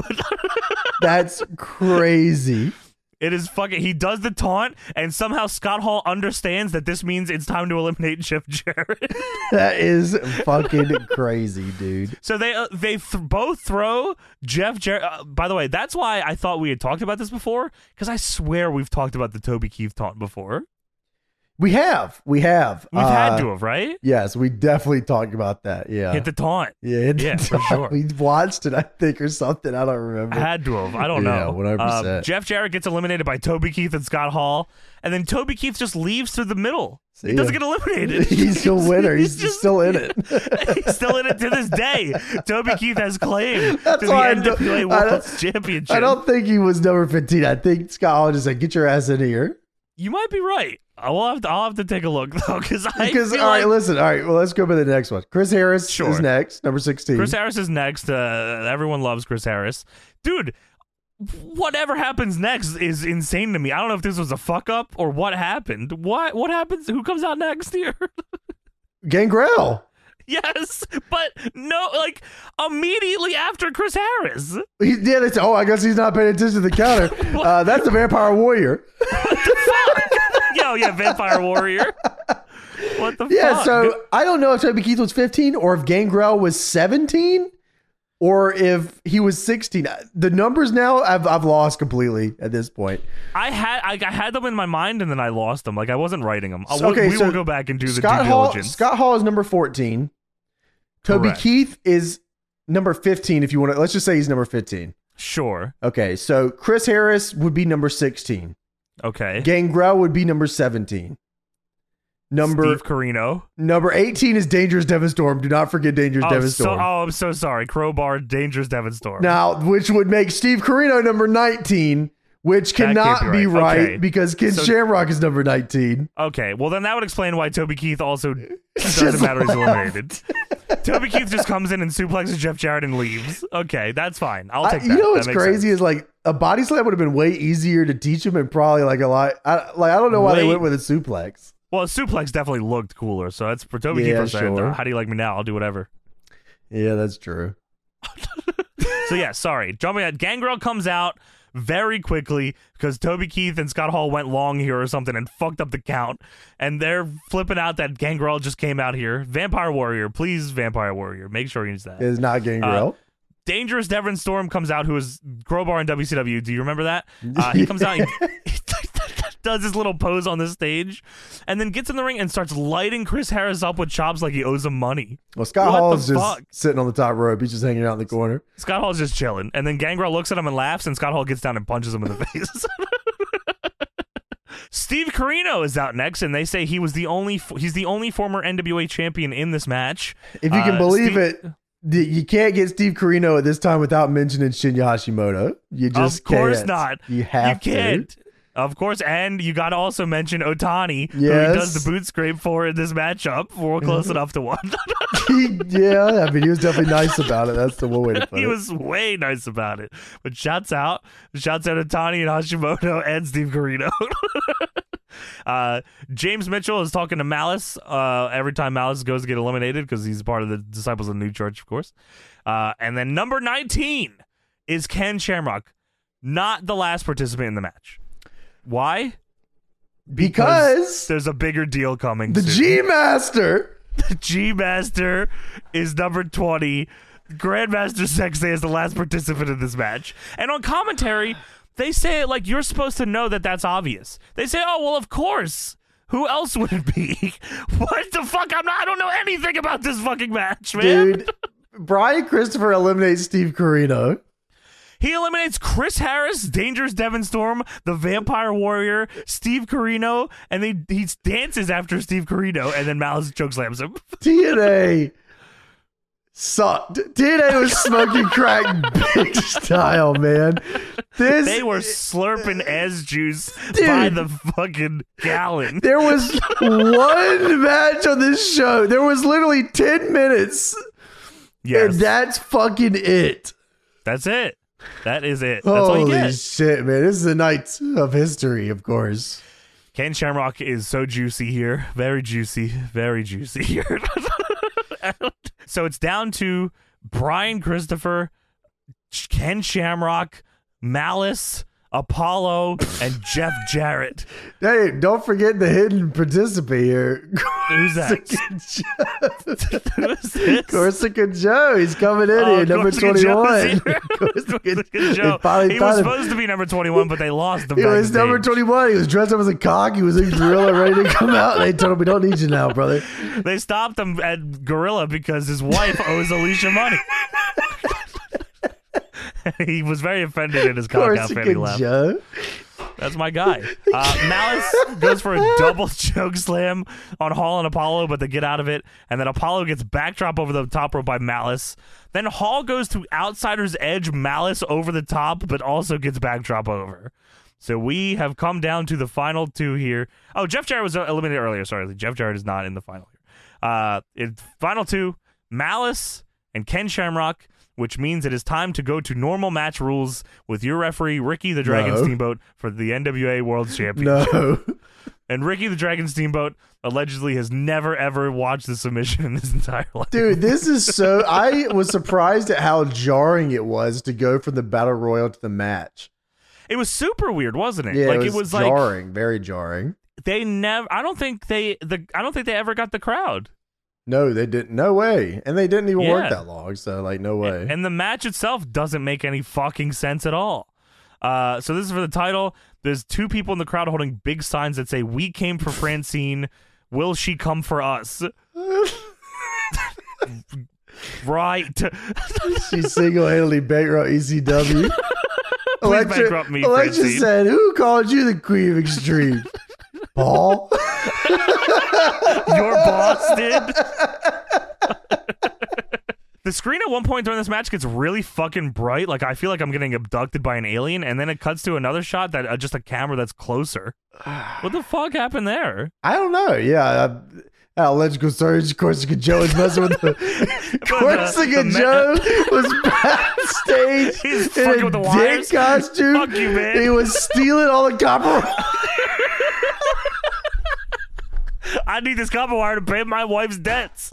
Speaker 1: That's crazy.
Speaker 2: it is fucking. He does the taunt, and somehow Scott Hall understands that this means it's time to eliminate Jeff Jarrett. [laughs]
Speaker 1: That is fucking crazy, dude.
Speaker 2: so they uh, they th- both throw Jeff Jarrett. Uh, by the way, that's why I thought we had talked about this before, because I swear we've talked about the Toby Keith taunt before.
Speaker 1: We have. We have.
Speaker 2: We've
Speaker 1: Uh,
Speaker 2: had to have, right?
Speaker 1: Yes, we definitely talked about that. Yeah.
Speaker 2: Hit the taunt.
Speaker 1: yeah, hit the
Speaker 2: Yeah, for
Speaker 1: dot.
Speaker 2: sure.
Speaker 1: We watched it, I think, or something. I don't remember. [laughs]
Speaker 2: Had to have. I don't
Speaker 4: Yeah,
Speaker 2: know.
Speaker 4: 100%.
Speaker 2: Uh, Jeff Jarrett gets eliminated by Toby Keith and Scott Hall, and then Toby Keith just leaves through the middle. he
Speaker 1: See
Speaker 2: doesn't
Speaker 1: ya.
Speaker 2: get eliminated.
Speaker 1: [laughs]
Speaker 2: [laughs]
Speaker 1: He's a winner. He's,
Speaker 2: just-
Speaker 1: still in it.
Speaker 2: [laughs] He's still in it to this day. Toby Keith has claim
Speaker 1: [laughs] That's
Speaker 2: to the
Speaker 1: why I
Speaker 2: NWA
Speaker 1: don't- I
Speaker 2: World
Speaker 1: don't-
Speaker 2: Championship.
Speaker 1: I don't think he was number 15. I think Scott Hall just said, get your ass in here.
Speaker 2: you might be right. I'll have to, I'll have to take a look though, because I
Speaker 1: Because, all
Speaker 2: feel
Speaker 1: right,
Speaker 2: like
Speaker 1: listen. All right, well, let's go to the next one. Chris Harris
Speaker 2: Sure.
Speaker 1: is next, number 16.
Speaker 2: Chris Harris is next. Uh, everyone loves Chris Harris, dude. Whatever happens next is insane to me. I don't know if this was a fuck up or what happened. What what happens? Who comes out next here? [laughs]
Speaker 1: Gangrel.
Speaker 2: yes, but no, like immediately after Chris Harris.
Speaker 1: He did it. Oh, I guess he's not paying attention to the
Speaker 2: [laughs]
Speaker 1: counter. uh, that's the Vampire Warrior.
Speaker 2: Yo, yeah, Vampire Warrior. What the
Speaker 1: Yeah,
Speaker 2: fuck?
Speaker 1: so I don't know if Toby Keith was 15 or if Gangrel was 17 or if he was 16. The numbers now I've, I've lost completely at this point.
Speaker 2: I had I, I had them in my mind and then I lost them. Like I wasn't writing them.
Speaker 1: So- okay,
Speaker 2: we
Speaker 1: so
Speaker 2: will go back and do the
Speaker 1: Scott
Speaker 2: due
Speaker 1: Hall
Speaker 2: diligence.
Speaker 1: Scott Hall is number 14. Toby
Speaker 2: Correct.
Speaker 1: Keith is number 15 if you want to let's just say he's number 15.
Speaker 2: sure.
Speaker 1: Okay, so Chris Harris would be number 16.
Speaker 2: Okay.
Speaker 1: Gangrel would be number 17. Number
Speaker 2: Steve Carino.
Speaker 1: number 18 is Dangerous Devin Storm. Do not forget Dangerous
Speaker 2: Oh,
Speaker 1: Devin
Speaker 2: so,
Speaker 1: Storm.
Speaker 2: oh, I'm so sorry. Crowbar, Dangerous Devin Storm.
Speaker 1: Now, which would make Steve Carino number 19, which
Speaker 2: can't
Speaker 1: cannot
Speaker 2: be
Speaker 1: be
Speaker 2: right.
Speaker 1: right,
Speaker 2: Okay.
Speaker 1: because Ken
Speaker 2: So-
Speaker 1: Shamrock is number 19.
Speaker 2: Okay, well then that would explain why Toby Keith
Speaker 1: [laughs]
Speaker 2: also doesn't
Speaker 1: Just
Speaker 2: matter. He's eliminated. Toby Keith just comes in and suplexes Jeff Jarrett and leaves. Okay, that's fine. I'll
Speaker 1: I,
Speaker 2: take that.
Speaker 1: you know
Speaker 2: That
Speaker 1: what's
Speaker 2: makes
Speaker 1: crazy is like a body slam would have been way easier to teach him and probably like a lot. I, like I don't know why they
Speaker 2: Way-
Speaker 1: went with a suplex.
Speaker 2: Well, suplex definitely looked cooler, so that's for Toby
Speaker 1: Yeah,
Speaker 2: Keith. was saying,
Speaker 1: sure.
Speaker 2: How do you like me now? I'll do whatever.
Speaker 1: Yeah, that's true.
Speaker 2: So yeah, sorry. Jumping out, Gangrel comes out very quickly because Toby Keith and Scott Hall went long here or something and fucked up the count, and they're flipping out that Gangrel just came out here. Vampire Warrior, please, Vampire Warrior, make sure you use that.
Speaker 1: It's not
Speaker 2: Uh,
Speaker 1: Gangrel.
Speaker 2: Dangerous Devon Storm comes out, who is Crowbar in WCW. Do you remember that? Uh, he comes out, he, he [laughs] does his little pose on the stage, and then gets in the ring and starts lighting Chris Harris up with chops like he owes him money.
Speaker 1: well, Scott
Speaker 2: what
Speaker 1: Hall
Speaker 2: the
Speaker 1: is just
Speaker 2: fuck?
Speaker 1: sitting on the top rope. He's just hanging out in the corner.
Speaker 2: Scott Hall's just chilling, and then Gangrel looks at him and laughs, and Scott Hall gets down and punches him in the [laughs] face. Steve Carino is out next, and they say he was the only f- he's the only former NWA champion in this match.
Speaker 1: If you can
Speaker 2: Uh,
Speaker 1: believe
Speaker 2: Steve-
Speaker 1: it, th- you can't get Steve Carino at this time without mentioning Shinya Hashimoto. You just
Speaker 2: of course
Speaker 1: can't.
Speaker 2: not.
Speaker 1: You have
Speaker 2: You
Speaker 1: to.
Speaker 2: can't. Of course, and you got to also mention Otani, who he
Speaker 1: Yes.
Speaker 2: does the boot scrape for in this matchup.
Speaker 1: [laughs]
Speaker 2: We're close enough to one.
Speaker 1: he, [laughs] yeah, I mean, he was definitely nice about it. That's the one way to put
Speaker 2: [laughs] he
Speaker 1: it.
Speaker 2: was way nice about it. But shouts out, shouts out Otani and Hashimoto [laughs] and Steve Garrido. uh, James Mitchell is talking to Malice uh, every time Malice goes to get eliminated because he's part of the Disciples of the New Church, of course. Uh, and then number 19 is Ken Shamrock, not the last participant in the match. Why?
Speaker 1: because
Speaker 2: There's a bigger deal coming.
Speaker 1: the
Speaker 2: soon.
Speaker 1: G Master,
Speaker 2: G Master is number 20. Grandmaster Sexay is the last participant in this match. And on commentary, they say it like you're supposed to know that that's obvious. They say, oh, well, of course. Who else would it be? [laughs] what the fuck? I'm not, I don't know anything about this fucking match, [laughs] man.
Speaker 1: dude. Brian Christopher eliminates Steve Carino.
Speaker 2: He eliminates Chris Harris, Dangerous Devon Storm, the Vampire Warrior, Steve Carino, and they, he dances after Steve Carino, and then Malice chokeslams him. [laughs]
Speaker 1: TNA sucked. TNA
Speaker 2: [laughs]
Speaker 1: was smoking crack big style, man. This [laughs]
Speaker 2: They were slurping as juice by
Speaker 1: Dude.
Speaker 2: the fucking
Speaker 1: [laughs]
Speaker 2: gallon.
Speaker 1: there was one match on this show. There was literally ten minutes,
Speaker 2: Yes,
Speaker 1: and that's fucking it.
Speaker 2: that's it. That is it. That's all you
Speaker 1: Holy
Speaker 2: get.
Speaker 1: shit, man! This is a night of history, of course.
Speaker 2: Ken Shamrock is so juicy here. Very juicy. Very juicy [laughs] here. so it's down to Brian Christopher, Ken Shamrock, Malice, Apollo, and Jeff Jarrett. [laughs]
Speaker 1: Hey, don't forget the hidden participant here.
Speaker 2: Who's that? Who's this?
Speaker 1: [laughs] Corsica Joe. He's coming in
Speaker 2: Oh,
Speaker 1: here, number
Speaker 2: Corsica
Speaker 1: 21.
Speaker 2: Joe's here.
Speaker 1: [laughs]
Speaker 2: Corsica Joe.
Speaker 1: they finally
Speaker 2: He was
Speaker 1: found him.
Speaker 2: supposed to be number 21, but they lost
Speaker 1: [laughs]
Speaker 2: the
Speaker 1: He was number
Speaker 2: 20.
Speaker 1: 21. He was dressed up as a cock. He was in gorilla ready to come out. They told him, we don't need you now, brother.
Speaker 2: They stopped him at Gorilla because his wife owes Alicia money. [laughs] he was very offended at his [laughs] cock outfit. He
Speaker 1: Corsica
Speaker 2: left.
Speaker 1: Joe.
Speaker 2: That's my guy. Uh, Malice goes for a double [laughs] choke slam on Hall and Apollo, but they get out of it. And then Apollo gets backdrop over the top rope by Malice. Then Hall goes to Outsider's Edge, Malice over the top, but also gets backdrop over. So we have come down to the final two here. Oh, Jeff Jarrett was eliminated earlier. Sorry, Jeff Jarrett is not in the final here. Uh, in final two, Malice and Ken Shamrock, which means it is time to go to normal match rules with your referee, Ricky the Dragon
Speaker 5: No.
Speaker 2: Steamboat, for the NWA
Speaker 1: [laughs]
Speaker 2: World Championship.
Speaker 5: No.
Speaker 2: And Ricky the Dragon Steamboat allegedly has never ever watched the submission [laughs] in his entire life.
Speaker 1: Dude, this is so. I was surprised at how jarring it was to go from the battle royal to the match.
Speaker 2: It was super weird, wasn't it?
Speaker 1: Yeah,
Speaker 2: like
Speaker 1: it was,
Speaker 2: like
Speaker 1: jarring, very jarring.
Speaker 2: they never. I don't think they the. I don't think they ever got the crowd.
Speaker 1: No, they didn't. No way. And they didn't even
Speaker 2: Yeah.
Speaker 1: work that long. So, like, no way.
Speaker 2: [laughs] And the match itself doesn't make any fucking sense at all. Uh, so this is for the title. There's two people in the crowd holding big signs that say "We came for Francine. Will she come for
Speaker 1: [laughs]
Speaker 2: us?" right.
Speaker 1: she single handedly bankrupt ECW. [laughs]
Speaker 2: bankrupt me,
Speaker 1: Electra
Speaker 2: Francine.
Speaker 1: said, Who called you the Queen of
Speaker 2: [laughs]
Speaker 1: Extreme? Paul?
Speaker 2: Your boss did. [laughs] the screen at one point during this match gets really fucking bright. Like I feel like I'm getting abducted by an alien, and then it cuts to another shot that uh, just a camera that's [sighs] closer. What the fuck happened there?
Speaker 1: I don't know. Yeah. I, that electrical surge, Corsica Joe was messing with
Speaker 2: [laughs]
Speaker 1: the. Corsica
Speaker 2: the ma- [laughs]
Speaker 1: Joe was backstage
Speaker 2: He's fucking
Speaker 1: in a
Speaker 2: with the
Speaker 1: dick
Speaker 2: wires.
Speaker 1: costume.
Speaker 2: Fuck you, man.
Speaker 1: He was stealing all the [laughs] copper.
Speaker 2: I need this copper wire to pay my wife's debts.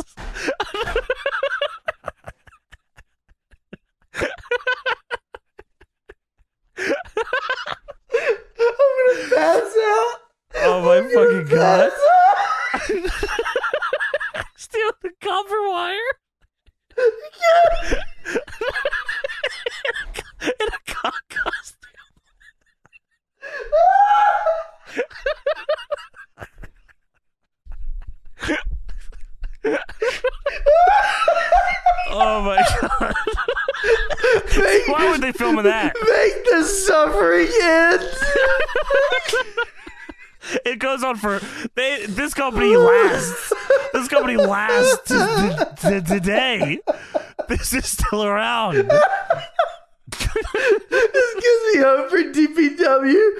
Speaker 1: That's out.
Speaker 2: [laughs] Oh my fucking god!
Speaker 1: That's out.
Speaker 2: Steal the copper [laughs] wire. in a cock costume. oh my god!
Speaker 1: Make,
Speaker 2: Why were they filming that?
Speaker 1: make the suffering end.
Speaker 2: It goes on for they. This company lasts. This company lasts to, to, to today. This is still around.
Speaker 1: [laughs] This gives me hope for DPW.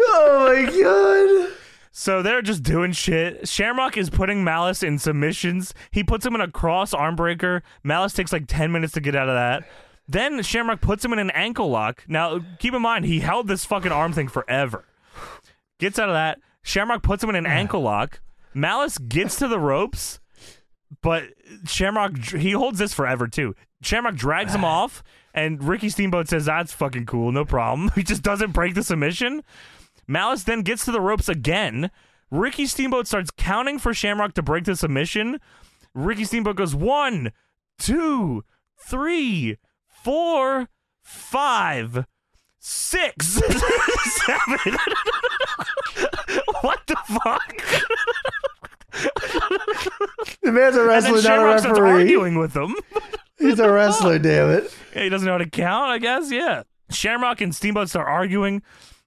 Speaker 1: oh my god.
Speaker 2: So they're just doing shit. Shamrock is putting Malice in submissions. He puts him in a cross arm breaker. Malice takes like 10 minutes to get out of that. Then Shamrock puts him in an ankle lock. Now, keep in mind, he held this fucking arm thing forever. Gets out of that. Shamrock puts him in an ankle lock. Malice gets to the ropes, but Shamrock, he holds this forever too. Shamrock drags him off, and Ricky Steamboat says, That's fucking cool, no problem. [laughs] He just doesn't break the submission. Malice then gets to the ropes again. Ricky Steamboat starts counting for Shamrock to break the submission. Ricky Steamboat goes one, two, three, four, five, six, [laughs] seven. [laughs] what the fuck?
Speaker 1: The man's a
Speaker 2: And then
Speaker 1: wrestler, not a
Speaker 2: Shamrock starts
Speaker 1: referee.
Speaker 2: arguing with him.
Speaker 1: He's a wrestler, damn it.
Speaker 2: Yeah, he doesn't know how to count, I guess. Yeah. Shamrock and Steamboat start arguing.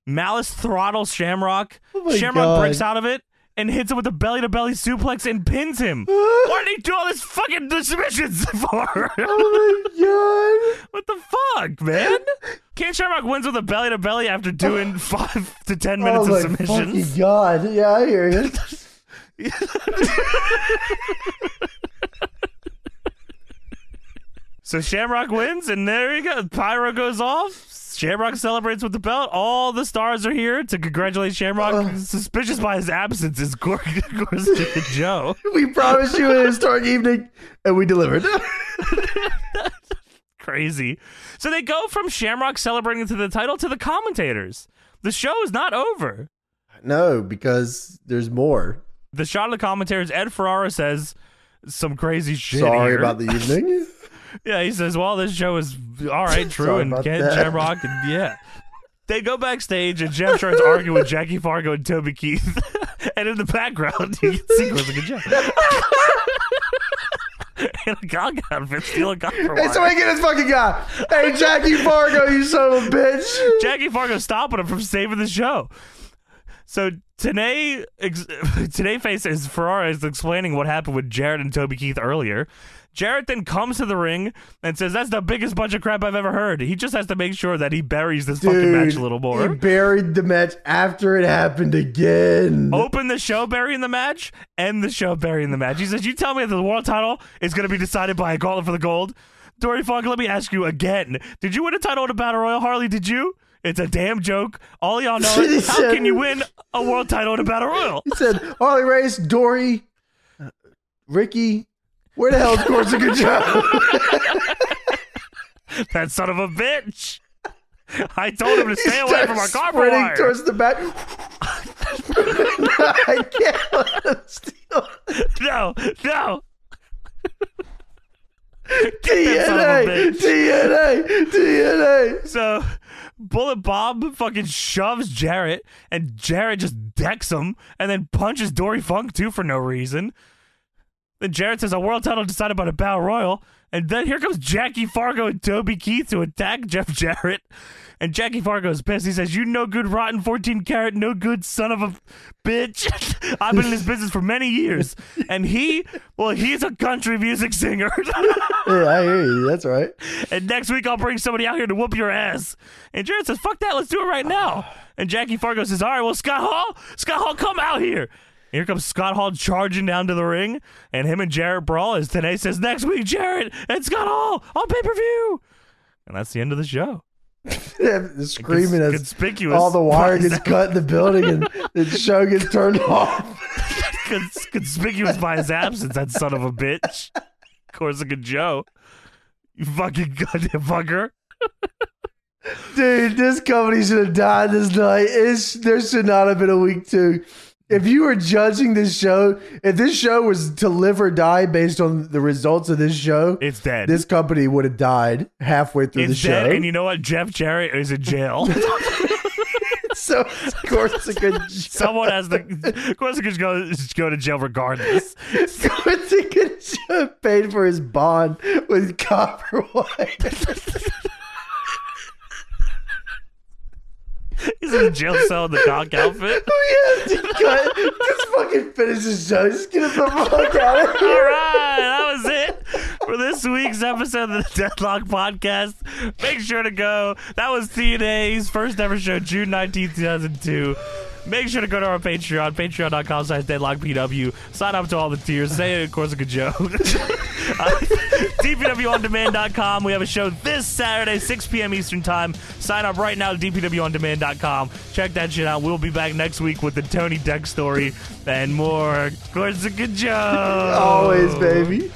Speaker 2: Malice throttles Shamrock.
Speaker 1: Oh my
Speaker 2: Shamrock
Speaker 1: God.
Speaker 2: breaks out of it and hits him with a belly to belly suplex and
Speaker 1: [laughs]
Speaker 2: pins him. what did he do all this fucking submissions [laughs] for?
Speaker 1: Oh my god.
Speaker 2: what the fuck, man? Ken Shamrock wins with a belly to belly after doing [laughs] five to ten
Speaker 1: Oh
Speaker 2: [laughs] minutes
Speaker 1: my
Speaker 2: of submissions.
Speaker 1: fucking god. Yeah, I hear you. [laughs]
Speaker 2: So Shamrock wins, and there you go. Pyro goes off. Shamrock celebrates with the belt. All the stars are here to congratulate Shamrock. Suspicious by his absence is Gor- [laughs] Gorski and Joe.
Speaker 1: We promised you a historic evening, and we delivered.
Speaker 2: crazy. So they go from Shamrock celebrating to the title to the commentators. The show is not over.
Speaker 1: [laughs] No, because there's more.
Speaker 2: The shot of the commentators, Ed Ferrara says some crazy shit.
Speaker 1: Sorry
Speaker 2: here.
Speaker 1: about the evening.
Speaker 2: [laughs] Yeah, he says, "Well, this show is
Speaker 1: [laughs]
Speaker 2: all right, true,
Speaker 1: Sorry
Speaker 2: and
Speaker 1: about
Speaker 2: Ken
Speaker 1: that.
Speaker 2: Shamrock, and yeah." They go backstage, and Jeff tries to argue with Jackie Fargo and Toby Keith, [laughs] and in the background, you can see Elizabeth and [laughs] Jeff. In a gong outfit, stealing gong for a
Speaker 1: hey,
Speaker 2: while.
Speaker 1: somebody get this fucking guy. Hey, Jackie Fargo, you son of a bitch.
Speaker 2: [laughs] Jackie Fargo stopping him from saving the show. So today, ex- [laughs] today faces Ferrara is explaining what happened with Jarrett and Toby Keith earlier. Jarrett then comes to the ring and says, "That's the biggest bunch of crap I've ever heard." He just has to make sure that he buries this fucking match a little
Speaker 1: He
Speaker 2: more.
Speaker 1: buried the match after it happened again.
Speaker 2: Open the show burying the match, end the show burying the match. He says, "You tell me that the world title is going to be decided by a gauntlet for the gold." Dory Funk, let me ask you again: Did you win a title at a battle royal, Harley? Did you? It's a damn joke. All y'all know.
Speaker 1: [laughs]
Speaker 2: It. How can you win a world title at a battle royal?
Speaker 1: He said, Harley Race, Dory, uh, Ricky, where the hell is Corsica Joe?
Speaker 2: That son of a bitch. I told him to [laughs] stay away
Speaker 1: Starts
Speaker 2: from our copper
Speaker 1: sprinting
Speaker 2: wire.
Speaker 1: towards the back. [laughs] I can't let him steal
Speaker 2: no, no. son of a
Speaker 1: DNA,
Speaker 2: bitch.
Speaker 1: DNA, DNA.
Speaker 2: [laughs] So Bullet Bob fucking shoves Jarrett, and Jarrett just decks him, and then punches Dory Funk too for no reason. Then Jarrett says a world title decided by the Battle Royal, and then here comes Jackie Fargo and Toby Keith to attack Jeff Jarrett. And Jackie Fargo's pissed. He says, "You no good, rotten fourteen carat, no good son of a bitch. [laughs] I've been in this business for many years, and he, well, he's a country music singer." [laughs]
Speaker 1: Yeah, I hear you. That's right.
Speaker 2: and next week I'll bring somebody out here to whoop your ass. And Jared says, fuck that, let's do it right now. And Jackie Fargo says, all right, well, Scott Hall, Scott Hall, come out here. Here comes Scott Hall charging down to the ring, and him and Jarrett brawl as today says, next week, Jarrett and Scott Hall on pay per view. And that's the end of the show. [laughs]
Speaker 1: Yeah, the screaming
Speaker 2: Cons-
Speaker 1: as
Speaker 2: conspicuous.
Speaker 1: all the wire
Speaker 2: by-
Speaker 1: gets cut in the building and the show gets
Speaker 2: [laughs]
Speaker 1: turned off.
Speaker 2: cons- conspicuous by his absence, that son of a bitch. Corsica Joe. You fucking goddamn fucker.
Speaker 1: Dude, this company should have died this night. It's, there should not have been a week two. If you were judging this show, if this show was to live or die based on the results of this show,
Speaker 2: It's dead.
Speaker 1: this company would have died halfway through
Speaker 2: it's
Speaker 1: the show.
Speaker 2: dead, and you know what? Jeff Jarrett is in jail. [laughs]
Speaker 1: so of course, it could
Speaker 2: Someone has the Corsica just go just go to jail regardless.
Speaker 1: Quincy could have paid for his bond with copper wire.
Speaker 2: He's in a jail cell in the dog outfit.
Speaker 1: [laughs] Oh yeah, to cut. Just fucking finish the show. Just get us the fuck out of
Speaker 2: All
Speaker 1: here.
Speaker 2: right, that was it for this week's episode of the [laughs] Deadlock Podcast. Make sure to go. That was TNA's first ever show, June nineteenth, two 2002. Make sure to go to our Patreon, patreon.com slash deadlockpw. Sign up to all the tiers. Say it, Corsica Joe. [laughs] uh, dpwondemand.com. We have a show this Saturday, 6 p.m. Eastern Time. Sign up right now at dpwondemand.com. Check that shit out. We'll be back next week with the Tony Duck story and more Corsica Joe.
Speaker 1: Always, baby.